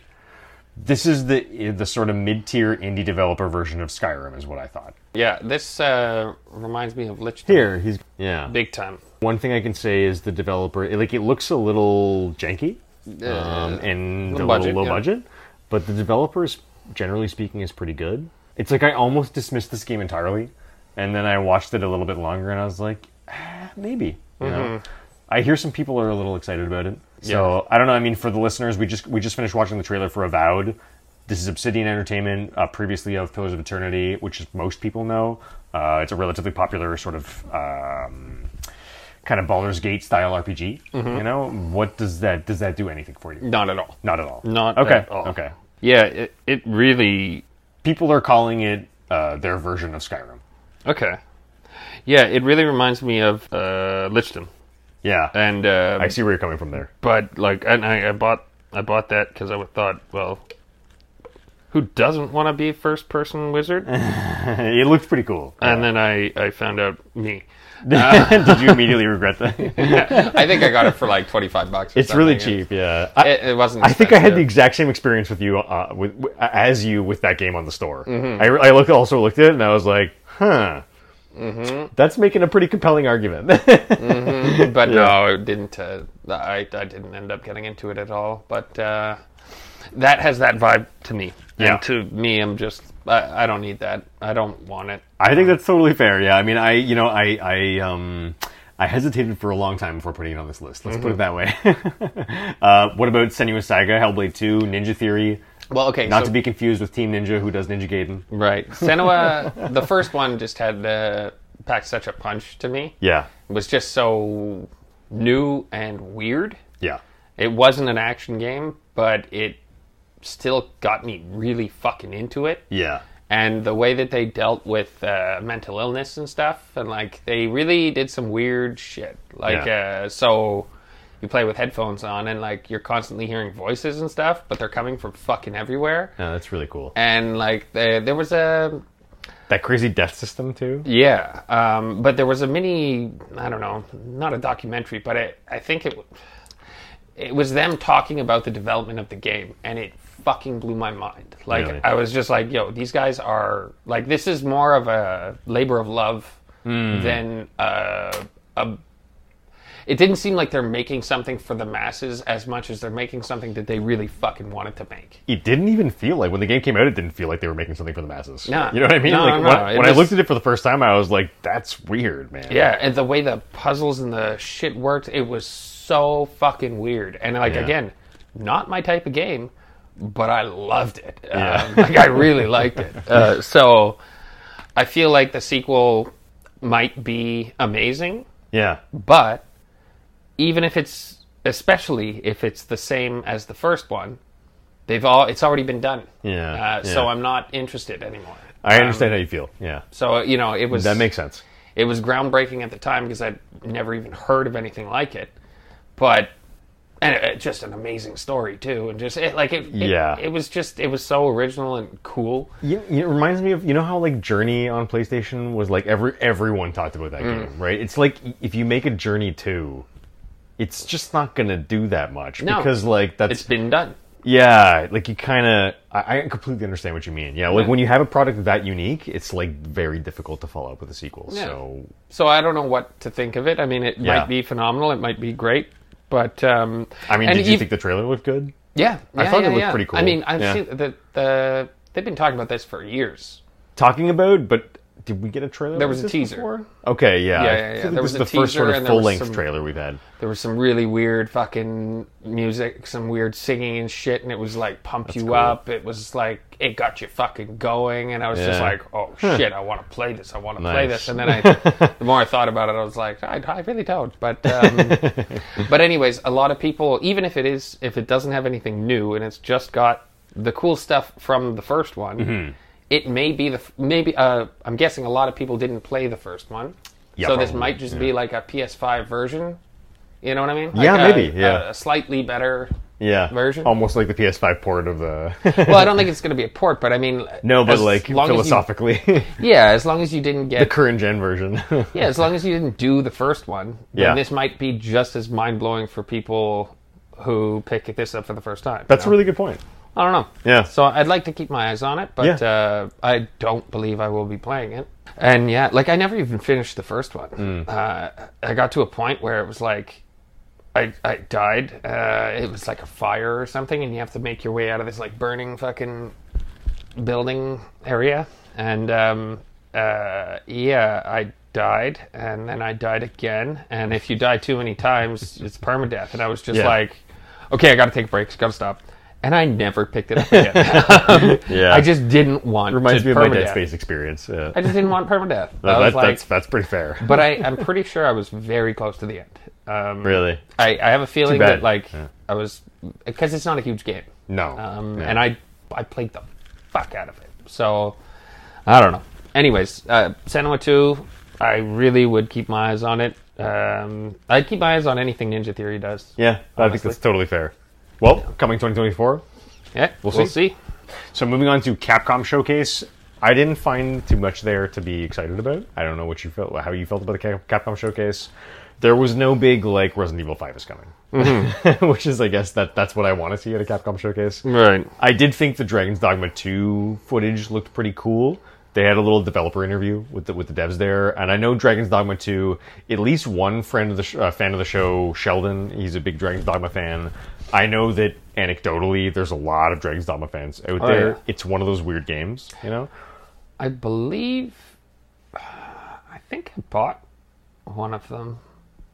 A: this is the the sort of mid tier indie developer version of Skyrim, is what I thought.
B: yeah, this uh, reminds me of Lich.
A: Here, he's yeah.
B: Big time.
A: One thing I can say is the developer, it- like, it looks a little janky um, and a
B: Low
A: little
B: budget,
A: low
B: yeah.
A: budget, but the developer is, generally speaking, is pretty good. It's like I almost dismissed this game entirely, and then I watched it a little bit longer, and I was like, ah, maybe. You know, I hear some people are a little excited about it, so I don't know. I mean, for the listeners, we just we just finished watching the trailer for Avowed. This is Obsidian Entertainment, uh, previously of Pillars of Eternity, which is most people know. Uh, it's a relatively popular sort of. Um, kind of Baldur's Gate style RPG. You know, what does that does that do anything for you?
B: Not at all.
A: Not at all.
B: Not
A: okay.
B: at all.
A: Okay.
B: Yeah, it, it really
A: People are calling it uh, their version of Skyrim.
B: okay. Yeah, it really reminds me of uh, Lichton,
A: Yeah,
B: and uh,
A: I see where you're coming from there.
B: but like, and I, I bought I bought that because I would thought, well, who doesn't want to be a first person wizard?
A: it looked pretty cool.
B: and then I I found out me.
A: Did you immediately regret that?
B: I think I got it for like twenty five bucks. Or
A: it's really
B: something.
A: cheap. Yeah. I,
B: It, it wasn't.
A: I think I had the
B: expensive.
A: exact same experience with you, uh, with, w- as you with that game on the store. I, re- I look, also looked at it and I was like, huh, that's making a pretty compelling argument.
B: but no, it didn't. Uh, I I didn't end up getting into it at all. But uh, that has that vibe to me.
A: Yeah.
B: And to me, I'm just I, I don't need that. I don't want it.
A: I think that's totally fair. Yeah, I mean, I you know, I I um I hesitated for a long time before putting it on this list. Let's put it that way. uh, what about Senua's Saga, Hellblade Two, Ninja Theory?
B: Well, okay,
A: Not
B: so-
A: to be confused with Team Ninja, who does Ninja Gaiden.
B: Right. Senua, the first one just had uh, packed such a punch to me.
A: Yeah,
B: It was just so new and weird.
A: yeah,
B: It wasn't an action game, but it still got me really fucking into it.
A: yeah,
B: and the way that they dealt with uh, mental illness and stuff, and like they really did some weird shit. Like, uh, so you play with headphones on, and like you're constantly hearing voices and stuff, but they're coming from fucking everywhere.
A: yeah. That's really cool.
B: And like there, there was a
A: That crazy death system too.
B: yeah, um, but there was a mini. I don't know, not a documentary, but it, I think it it was them talking about the development of the game, and it fucking blew my mind. Like
A: Really?
B: I was just like, yo, these guys are like this is more of a labor of love than uh, a. It didn't seem like they're making something for the masses as much as they're making something that they really fucking wanted to make.
A: It didn't even feel like when the game came out. It didn't feel like they were making something for the masses.
B: No.
A: you know what I mean.
B: No,
A: like,
B: no,
A: when,
B: no. It
A: when I
B: was-
A: looked at it for the first time, I was like, "That's weird, man."
B: Yeah, and the way the puzzles and the shit worked, it was so fucking weird. And like
A: Yeah.
B: again, not my type of game, but I loved it.
A: Yeah.
B: Um, like I really liked it. Uh, so I feel like the sequel might be amazing,
A: yeah,
B: but even if it's especially if it's the same as the first one, they've all it's already been done.
A: Yeah,
B: Uh, So
A: yeah.
B: I'm not interested anymore.
A: I understand how you feel. Yeah,
B: So you know, it was
A: that makes sense.
B: it was groundbreaking at the time because I'd never even heard of anything like it. But and it, it- just an amazing story too, and just it, like it, it-
A: Yeah.
B: it was just it was so original and cool.
A: You, you know, it reminds me of you know how like Journey on PlayStation was like every everyone talked about that
B: Mm.
A: game, right? It's like i- if you make a Journey two, it's just not gonna do that much
B: No.
A: because like that's
B: It's been done.
A: yeah, like you kind of I, I completely understand what you mean. Yeah, like
B: Yeah.
A: when you have a product that unique, it's like very difficult to follow up with a sequel.
B: Yeah.
A: So
B: So I don't know what to think of it. I mean, it
A: Yeah.
B: might be phenomenal. It might be great. But um,
A: I mean,
B: and
A: did you
B: ev-
A: think the trailer looked good?
B: Yeah, I
A: thought it looked pretty cool.
B: I mean, I've
A: Yeah.
B: seen the, the they've been talking about this for years.
A: Talking about, but did we get a trailer?
B: There was
A: like
B: a
A: this
B: teaser.
A: before? Okay, yeah,
B: Yeah,
A: I
B: yeah, yeah.
A: feel like
B: There
A: this
B: was
A: is
B: a
A: the first sort
B: teaser
A: of
B: and there
A: full
B: was
A: length
B: some-
A: trailer we've had.
B: There was some really weird fucking music, some weird singing and shit, and it was like pump you
A: cool.
B: up. It was like it got you fucking going, and I was just
A: Yeah.
B: like, oh shit, I want to play this, I want to play
A: Nice.
B: this. And then I, the more I thought about it, I was like, I, I really don't. But um, but anyways, a lot of people, even if it is, if it doesn't have anything new and it's just got the cool stuff from the first one.
A: Mm-hmm.
B: It may be the f- maybe uh, I'm guessing a lot of people didn't play the first one,
A: Yeah,
B: so this
A: probably,
B: might just
A: yeah.
B: be like a PS5 version. You know what I mean?
A: Yeah,
B: Like a-
A: maybe, yeah.
B: a, a slightly better.
A: Yeah,
B: Version?
A: almost like the PS5 port of the.
B: Well, I don't think it's going to be a port, but I mean,
A: no, but
B: as
A: like
B: long as you-
A: philosophically,
B: yeah, as long as you didn't
A: the
B: get
A: current gen version.
B: Yeah, as long as you didn't do the first one, then
A: Yeah.
B: this might be just as mind blowing for people who pick this up for the first time. you
A: That's a
B: know?
A: really good point.
B: I don't know.
A: Yeah.
B: So I'd like to keep my eyes on it, but uh, I don't believe I will be playing it. And yeah, like I never even finished the first one. Uh, I got to a point where it was like. I, I died. Uh, it was like a fire or something, and you have to make your way out of this like burning fucking building area and um, uh, yeah i died and then i died again and if you die too many times it's permadeath and i was just
A: Yeah.
B: like okay i gotta take a break gotta stop and i never picked it up again Um,
A: Yeah,
B: i just didn't want
A: reminds
B: to
A: me of my
B: permadeath.
A: Dead Space experience. Yeah.
B: i just didn't want permadeath
A: That-
B: I was
A: that-
B: like,
A: that's that's pretty fair.
B: but I, i'm pretty sure i was very close to the end um,
A: Really?
B: I, I have a feeling
A: bad.
B: that like
A: Yeah.
B: i was because it's not a huge game
A: No.
B: um,
A: Yeah.
B: and I I played the fuck out of it. So I don't know. Anyways, uh, Senua Two, I really would keep my eyes on it. Um, I'd keep my eyes on anything Ninja Theory does.
A: Yeah, I think
B: Honestly.
A: that's totally fair. Well, coming 2024.
B: Yeah, we'll,
A: see.
B: see.
A: So moving on to Capcom Showcase. I didn't find too much there to be excited about. I don't know what you felt, how you felt about the Cap- Capcom Showcase. There was no big like Resident Evil Five is coming, which is I guess that that's what I want to see at a Capcom Showcase.
B: Mm-hmm. Right.
A: I did think the Dragon's Dogma 2 footage looked pretty cool. They had a little developer interview with the, with the devs there, and I know Dragon's Dogma 2. At least one friend of the sh- uh, fan of the show, Sheldon, he's a big Dragon's Dogma fan. I know that anecdotally, there's a lot of Dragon's Dogma fans out there.
B: Oh, yeah.
A: It's one of those weird games, you know.
B: I believe. uh, I think I bought one of them,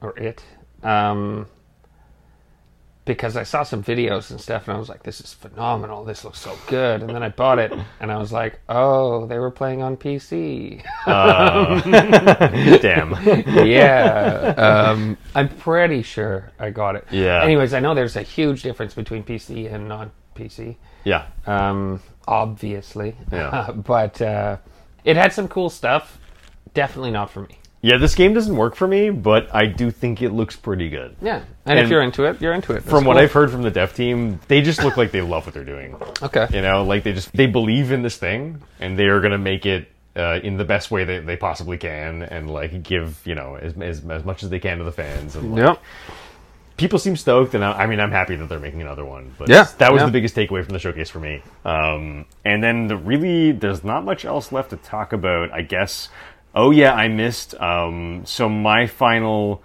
B: or it, um, because I saw some videos and stuff, and I was like, "This is phenomenal. This looks so good." And then I bought it, and I was like, "Oh, they were playing on PC."
A: Damn.
B: yeah. Um, I'm pretty sure I got it.
A: Yeah.
B: Anyways, I know there's a huge difference between PC and non PC,
A: yeah.
B: um, obviously.
A: Yeah.
B: but uh, it had some cool stuff. Definitely not for me.
A: Yeah, this game doesn't work for me, but I do think it looks pretty good.
B: Yeah.
A: And
B: And, if you're into it, you're into it.
A: From what I've heard from the dev team, they just look like they love what they're doing.
B: Okay.
A: You know, like they just they believe in this thing and they are going to make it uh, in the best way that they possibly can and like give you know as as, as much as they can to the fans. And like,
B: Yep.
A: people seem stoked, and I, I mean I'm happy that they're making another one. But
B: Yeah,
A: that was
B: yeah.
A: the biggest takeaway from the showcase for me. Um, and then the really there's not much else left to talk about, I guess. Oh yeah, I missed. Um, so my final.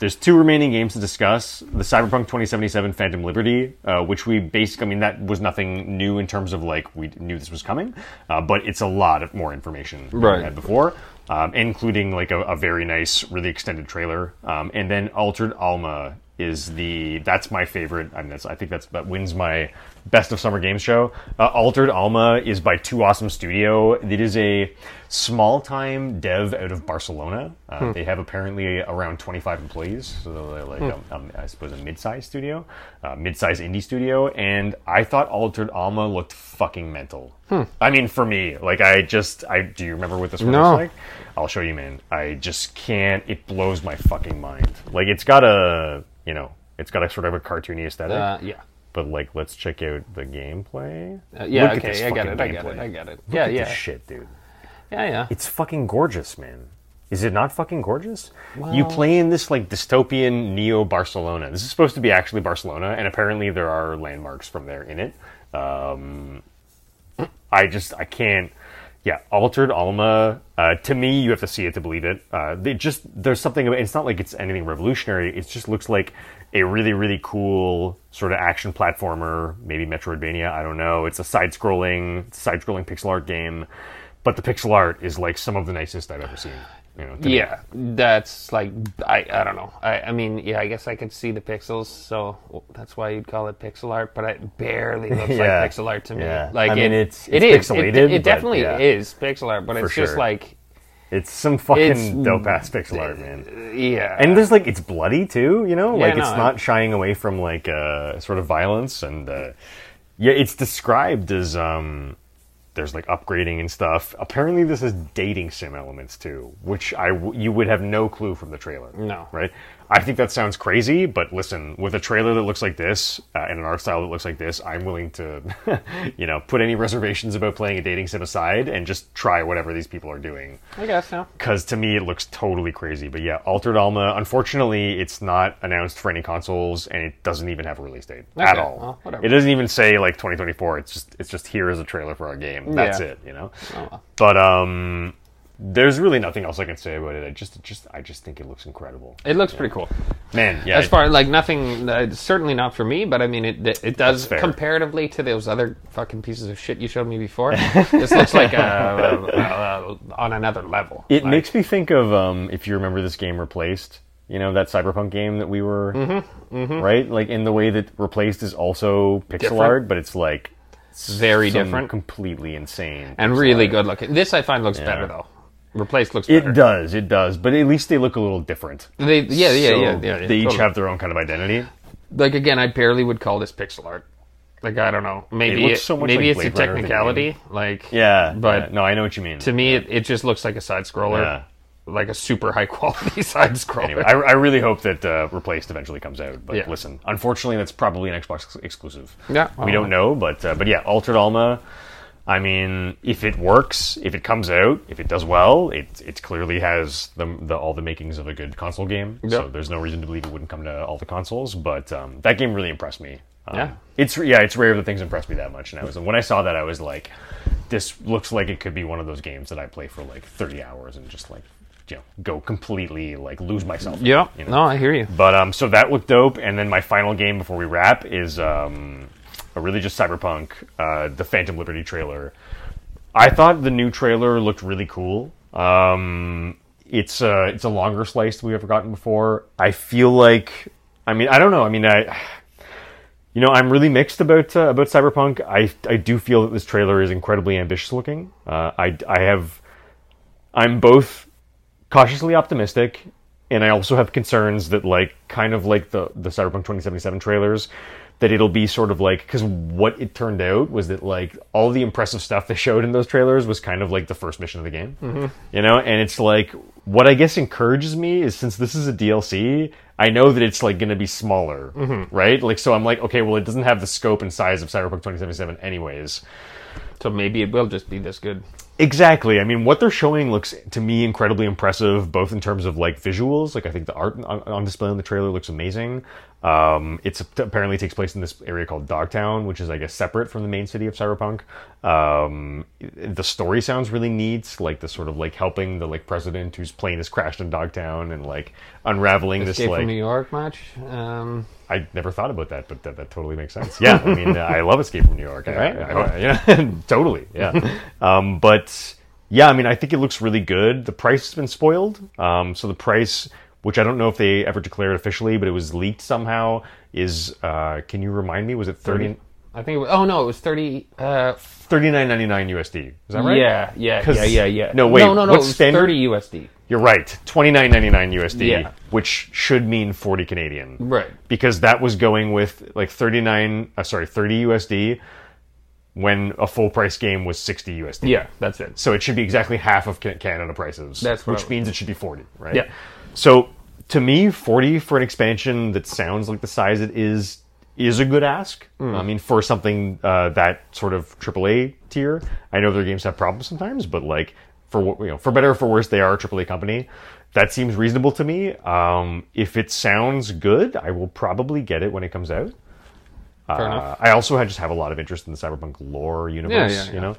A: There's two remaining games to discuss: the Cyberpunk 2077 Phantom Liberty, uh, which we basically, I mean, that was nothing new in terms of like we knew this was coming, uh, but it's a lot of more information than we
B: Right.
A: had before, um, including like a, a very nice, really extended trailer. Um, and then Altered Alma is the that's my favorite. I mean, that's, I think that's that wins my best of summer games show. Uh, Altered Alma is by Two Awesome Studio. It is a small time dev out of Barcelona. Uh,
B: Hmm.
A: They have apparently around 25 employees, so they're like um, um, I suppose a mid sized studio, uh, mid sized indie studio. And I thought Altered Alma looked fucking mental.
B: Hmm.
A: I mean, for me, like I just I do you remember what this one
B: No.
A: looks like? I'll show you, man. I just can't. It blows my fucking mind. Like it's got a you know, it's got a sort of a cartoony aesthetic.
B: Uh, yeah.
A: but like, let's check out the gameplay.
B: Uh, yeah,
A: Look at this
B: okay, I get
A: fucking
B: it, I get it,
A: gameplay.
B: I get it.
A: Look
B: Yeah,
A: at
B: yeah.
A: This shit, dude.
B: Yeah, yeah.
A: It's fucking gorgeous, man. Is it not fucking gorgeous? You
B: Well-
A: play in this like dystopian neo Barcelona. This is supposed to be actually Barcelona, and apparently there are landmarks from there in it. I just I can't. Yeah, altered Alma. Uh, to me, you have to see it to believe it. Uh, they just there's something. about It's not like it's anything revolutionary. It just looks like a really really cool sort of action platformer, maybe Metroidvania. I don't know. It's a side scrolling side scrolling pixel art game, but the pixel art is like some of the nicest I've ever seen. You know, to me.
B: Yeah, that's like I I don't know. I I mean, yeah, I guess I could see the pixels, so that's why you'd call it pixel art. But it barely looks
A: Yeah.
B: like pixel art to me.
A: Yeah.
B: Like
A: I mean,
B: it-
A: it's-
B: it
A: it's
B: is. It-
A: pixelated,
B: It,
A: but
B: definitely
A: yeah.
B: is pixel art, but it's just
A: sure.
B: like
A: it's some fucking
B: It's-
A: dope ass pixel art, man.
B: yeah.
A: and there's like it's bloody too you know like
B: no,
A: it's
B: I-
A: not shying away from like uh sort of violence and uh Yeah, it's described as um, there's like upgrading and stuff. Apparently, this has dating sim elements too, which I w- you would have no clue from the trailer.
B: No.
A: right? I think that sounds crazy, but listen, with a trailer that looks like this uh, and an art style that looks like this, I'm willing to, you know, put any reservations about playing a dating sim aside and just try whatever these people are doing
B: I guess so.
A: because to me it looks totally crazy. But yeah, Altered Alma. Unfortunately, it's not announced for any consoles, and it doesn't even have a release date at
B: Okay,
A: all.
B: well, whatever.
A: it doesn't even say like 2024. It's just it's just here as a trailer for our game. That's
B: Yeah.
A: it, you know.
B: Oh, well.
A: But um, there's really nothing else I can say about it. I just just I just think it looks incredible.
B: It looks pretty cool.
A: Man, yeah.
B: As
A: it-
B: far like nothing, uh, certainly not for me, but I mean it. It, it does
A: fair.
B: comparatively to those other fucking pieces of shit you showed me before. this looks like uh uh uh on another level.
A: It
B: Like,
A: makes me think of um, if you remember this game Replaced, you know that cyberpunk game that we were
B: Mm-hmm,
A: right, like in the way that Replaced is also pixel
B: Different.
A: art, but it's like
B: very
A: some
B: different
A: completely insane,
B: and
A: pixel
B: really
A: art.
B: good looking. This I find looks better though. Replaced looks
A: It
B: better.
A: does, it does, but at least they look a little different.
B: They, yeah, yeah,
A: So
B: yeah, yeah, yeah,
A: They each
B: totally.
A: have their own kind of identity.
B: like again, I barely would call this pixel art. Like I don't know, maybe
A: looks
B: it-
A: so much
B: maybe
A: like
B: it's a
A: Blade Runner than
B: technicality. Like
A: Yeah,
B: But-
A: yeah. no, I know what you mean.
B: to me, it, it just looks like a side scroller,
A: Yeah.
B: like a super high quality side scroller.
A: Anyway, I, I really hope that uh, Replaced eventually comes out. But
B: Yeah.
A: listen, unfortunately, that's probably an Xbox ex- exclusive.
B: Yeah,
A: we don't know, but uh, but yeah, Altered Alma. I mean, if it works, if it comes out, if it does well, it it clearly has the, the all the makings of a good console game. So there's no reason to believe it wouldn't come to all the consoles. But um, that game really impressed me. Um,
B: Yeah.
A: it's yeah, it's rare that things impress me that much. And I was when I saw that, I was like, this looks like it could be one of those games that I play for like 30 hours and just like you know go completely like lose myself. in,
B: Yeah,
A: you know?
B: no, I hear you.
A: But um, so that looked dope. And then my final game before we wrap is um, a really just cyberpunk, uh, the Phantom Liberty trailer. I thought the new trailer looked really cool. Um, it's a it's a longer slice than we've ever gotten before. I feel like, I mean, I don't know. I mean, I. You know, I'm really mixed about uh, about Cyberpunk. I I do feel that this trailer is incredibly ambitious looking. Uh, I I have I'm both cautiously optimistic and I also have concerns that like kind of like the the Cyberpunk 2077 trailers that it'll be sort of like cuz what it turned out was that like all the impressive stuff they showed in those trailers was kind of like the first mission of the game. You know, and it's like what I guess encourages me is since this is a DLC, I know that it's like going to be smaller, right? Like so I'm like okay, well it doesn't have the scope and size of Cyberpunk 2077 anyways.
B: So maybe it will just be this good.
A: Exactly. I mean, what they're showing looks to me incredibly impressive, both in terms of like visuals. Like, I think the art on, on display in the trailer looks amazing. Um, it's apparently takes place in this area called Dogtown, which is I guess separate from the main city of Cyberpunk. Um, the story sounds really neat, like the sort of like helping the like president whose plane has crashed in Dogtown and like unraveling this
B: Escape
A: like
B: from New York much. Um,
A: I never thought about that, but that, that totally makes sense. Yeah, I mean, I love Escape from New York. I-
B: Right?
A: I- I- yeah, totally. Yeah, um, but yeah, I mean, I think it looks really good. The price has been spoiled. Um, so the price, which I don't know if they ever declared officially, but it was leaked somehow. Is uh, can you remind me? Was it thirty
B: I think. It was, oh no, it was thirty. Uh,
A: thirty nine ninety nine USD? Is that right?
B: Yeah, yeah,
A: 'Cause-
B: yeah, yeah, yeah.
A: no, wait,
B: no, no, no.
A: what's
B: it was
A: standard-
B: thirty USD.
A: You're right. Twenty nine ninety nine USD,
B: Yeah.
A: which should mean forty Canadian.
B: Right.
A: because that was going with like 39 uh, sorry 30 usd when a full price game was 60 usd
B: Yeah, that's it.
A: so it should be exactly half of Ca- canada prices
B: That's what
A: which
B: I-
A: means it should be 40 right
B: Yeah.
A: so to me 40 for an expansion that sounds like the size it is is a good ask
B: Mm.
A: i mean for something uh, that sort of aaa tier i know their games have problems sometimes but like for what you know for better or for worse they are a aaa company that seems reasonable to me um, if it sounds good i will probably get it when it comes out
B: Fair
A: uh,
B: enough.
A: I also had just have a lot of interest in the cyberpunk lore universe.
B: Yeah, yeah,
A: You know,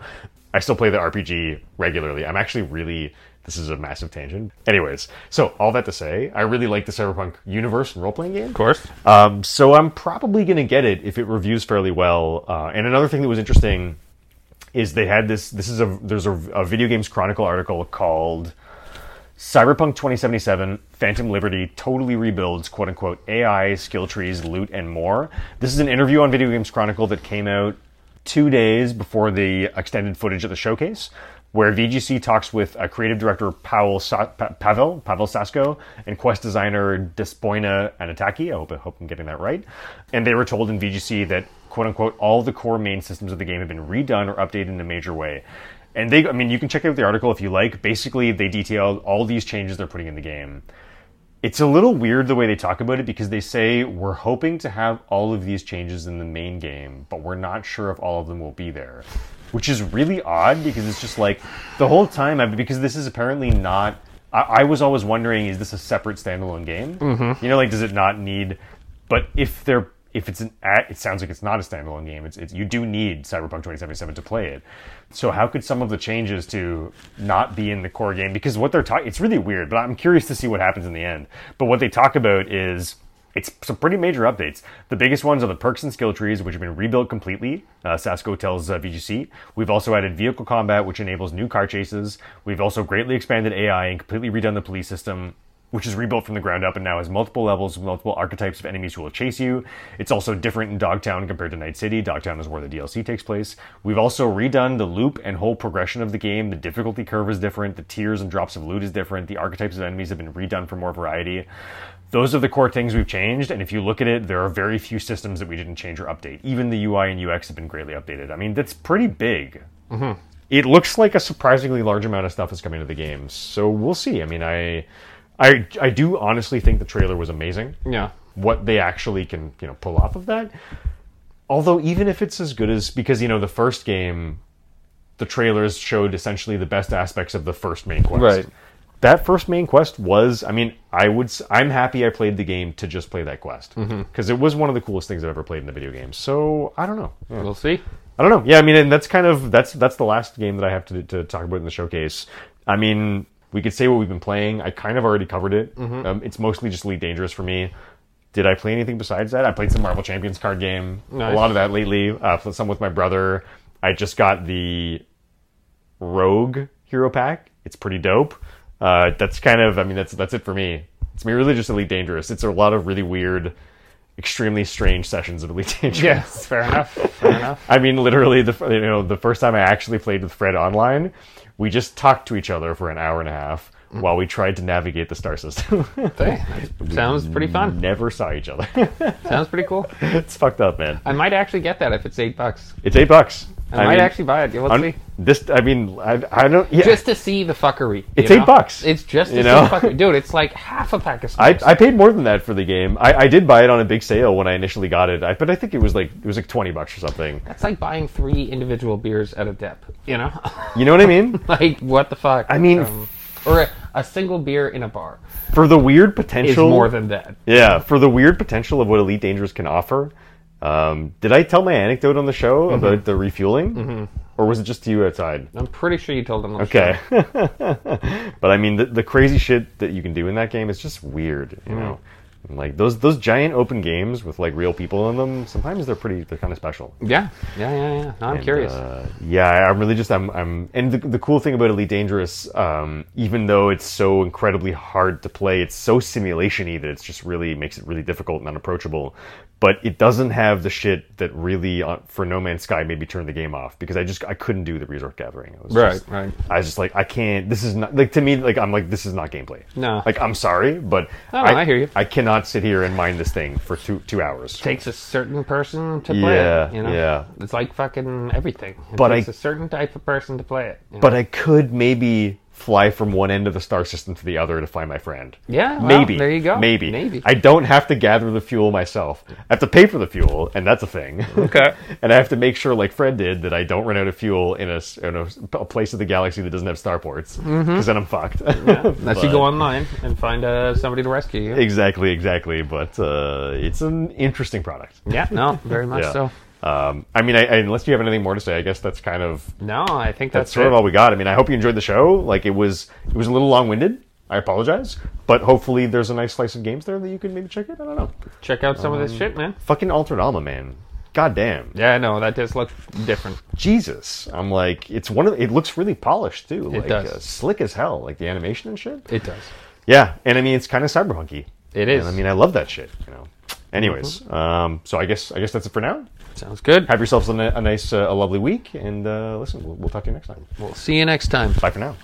A: I still play the RPG regularly. I'm actually really. This is a massive tangent. Anyways, so all that to say, I really like the cyberpunk universe and role playing game.
B: Of course.
A: Um, so I'm probably going to get it if it reviews fairly well. Uh, and another thing that was interesting is they had this. This is a there's a, a video games chronicle article called Cyberpunk 2077 Phantom Liberty totally rebuilds quote unquote AI skill trees loot and more. This is an interview on Video Games Chronicle that came out two days before the extended footage of the showcase, where VGC talks with uh, creative director Pavel Sa- Pa- Pavel Pavel Sasko and quest designer Despoina Anataki. I hope, I hope I'm getting that right. And they were told in VGC that quote unquote, all the core main systems of the game have been redone or updated in a major way. And they, I mean, you can check out the article if you like. Basically, they detailed all these changes they're putting in the game. It's a little weird the way they talk about it because they say we're hoping to have all of these changes in the main game, but we're not sure if all of them will be there, which is really odd because it's just like the whole time. I've, because this is apparently not. I, I was always wondering, is this a separate standalone game? Mm-hmm. You know, like does it not need? But if they're if it's an a- it sounds like it's not a standalone game. It's, it's you do need Cyberpunk 2077 to play it. So how could some of the changes to not be in the core game? Because what they're talking, it's really weird. But I'm curious to see what happens in the end. But what they talk about is it's some pretty major updates. The biggest ones are the perks and skill trees, which have been rebuilt completely. Uh, Sasko tells uh, VGC. We've also added vehicle combat, which enables new car chases. We've also greatly expanded AI and completely redone the police system which is rebuilt from the ground up and now has multiple levels, multiple archetypes of enemies who will chase you. It's also different in Dogtown compared to Night City. Dogtown is where the DLC takes place. We've also redone the loop and whole progression of the game. The difficulty curve is different, the tiers and drops of loot is different, the archetypes of enemies have been redone for more variety. Those are the core things we've changed, and if you look at it, there are very few systems that we didn't change or update. Even the UI and UX have been greatly updated. I mean, that's pretty big. Mm-hmm. It looks like a surprisingly large amount of stuff is coming to the game, so we'll see. I mean, I. I I do honestly think the trailer was amazing.
B: Yeah.
A: What they actually can you know pull off of that. Although even if it's as good as because you know the first game, the trailers showed essentially the best aspects of the first main quest.
B: Right.
A: That first main quest was, I mean, I would, s- I'm happy I played the game to just play that quest because it was one of the coolest things I've ever played in the video game. So I don't know. Yeah.
B: We'll see.
A: I don't know. Yeah, I mean, and that's kind of that's that's the last game that I have to to talk about in the showcase. I mean, we could say what we've been playing. I kind of already covered it. Um, it's mostly just Elite Dangerous for me. Did I play anything besides that? I played some Marvel Champions card game.
B: Nice.
A: A lot of that lately. Uh, pl- some with my brother. I just got the Rogue Hero Pack. It's pretty dope. Uh, that's kind of. I mean, that's that's it for me. It's me really just Elite Dangerous. It's a lot of really weird, extremely strange sessions of Elite Dangerous.
B: Yes, fair enough. Fair enough.
A: I mean, literally, the you know the first time I actually played with Fred online, we just talked to each other for an hour and a half while we tried to navigate the star system.
B: Hey, that sounds pretty fun.
A: Never saw each other. Mm.
B: Sounds pretty cool.
A: it's fucked up, man.
B: I might actually get that if it's eight bucks.
A: It's eight bucks.
B: I, might
A: mean,
B: actually buy it. Yeah, Let's
A: I'm-
B: see.
A: this. I mean, I, I don't. Yeah,
B: Just to see the fuckery. you
A: It's eight
B: know?
A: bucks,
B: It's just to
A: you
B: see
A: know?
B: the fuckery. Dude, it's like half a pack of
A: I,
B: smokes.
A: I paid more than that for the game. I, I did buy it on a big sale when I initially got it, I, but I think it was like it was like twenty bucks or something.
B: That's like buying three individual beers at a dip. You know?
A: You know what I mean?
B: like, what the fuck? I
A: mean-
B: or a, a single beer in a bar
A: For the weird
B: is
A: potential,
B: more than that.
A: Yeah, for the weird potential of what Elite Dangerous can offer. Um, did I tell my anecdote on the
B: Mm-hmm.
A: show about the refueling? Or was it just to you outside?
B: I'm pretty sure you told them. Okay.
A: Okay. but I mean, the, the crazy shit that you can do in that game is just weird,
B: Mm-hmm.
A: you know? And, like those those giant open games with like real people in them, sometimes they're pretty, they're kind of special.
B: Yeah, yeah, yeah, yeah. No, I'm
A: And,
B: curious.
A: uh, yeah, I- I'm really just I'm I'm and the, the cool thing about Elite Dangerous, um, even though it's so incredibly hard to play, it's so simulation-y that it's just really makes it really difficult and unapproachable. But it doesn't have the shit that really uh, for No Man's Sky made me turn the game off because I just I couldn't do the resort gathering. I was just,
B: right.
A: I was just like I can't. This is not like to me. Like I'm like this is not gameplay.
B: No.
A: Like I'm sorry, but
B: No, I hear you.
A: I cannot sit here and mind this thing for two two hours.
B: Takes a certain person to play
A: Yeah,
B: it. You know?
A: yeah.
B: It's like fucking everything. It
A: But
B: takes
A: I-
B: a certain type of person to play it. you know?
A: but I could maybe fly from one end of the star system to the other to find my friend.
B: Yeah, well,
A: maybe.
B: there you go.
A: Maybe.
B: Maybe.
A: I don't have to gather the fuel myself. I have to pay for the fuel, and that's a thing.
B: Okay.
A: and I have to make sure, like Fred did, that I don't run out of fuel in a, s- in a, s- a place of the galaxy that doesn't have starports, because
B: Mm-hmm.
A: then I'm fucked.
B: Unless you go online and find uh, somebody to rescue you.
A: exactly, exactly. But uh, it's an interesting product.
B: yeah, no, very much
A: Yeah.
B: so.
A: Um, I mean, I, I- unless you have anything more to say, I guess that's kind of
B: No, I think that's,
A: that's sort
B: it.
A: of all we got. I mean, I hope you enjoyed the show. Like it was, it was a little long-winded. I apologize, but hopefully there's a nice slice of games there that you can maybe check out. I don't know.
B: Check out some
A: Um,
B: of this shit, man.
A: Fucking Altered Alma, man. God damn.
B: Yeah, no, that just looks different.
A: Jesus. I'm like, it's one of. It looks really polished too. Like,
B: does.
A: Uh, slick as hell. Like the animation and shit.
B: It does.
A: Yeah, and I mean, it's kind of cyberpunky.
B: It is. Mm-hmm.
A: And, I mean, I love that shit. You know. Anyways, um, so I guess I guess that's it for now.
B: Sounds good.
A: Have yourselves a, ni- a nice, uh, a lovely week, and uh, listen, we'll, we'll talk to you next time.
B: We'll see you next time.
A: Bye for now.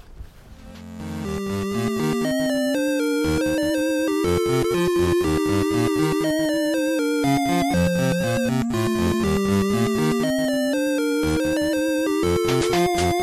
C: Thank you.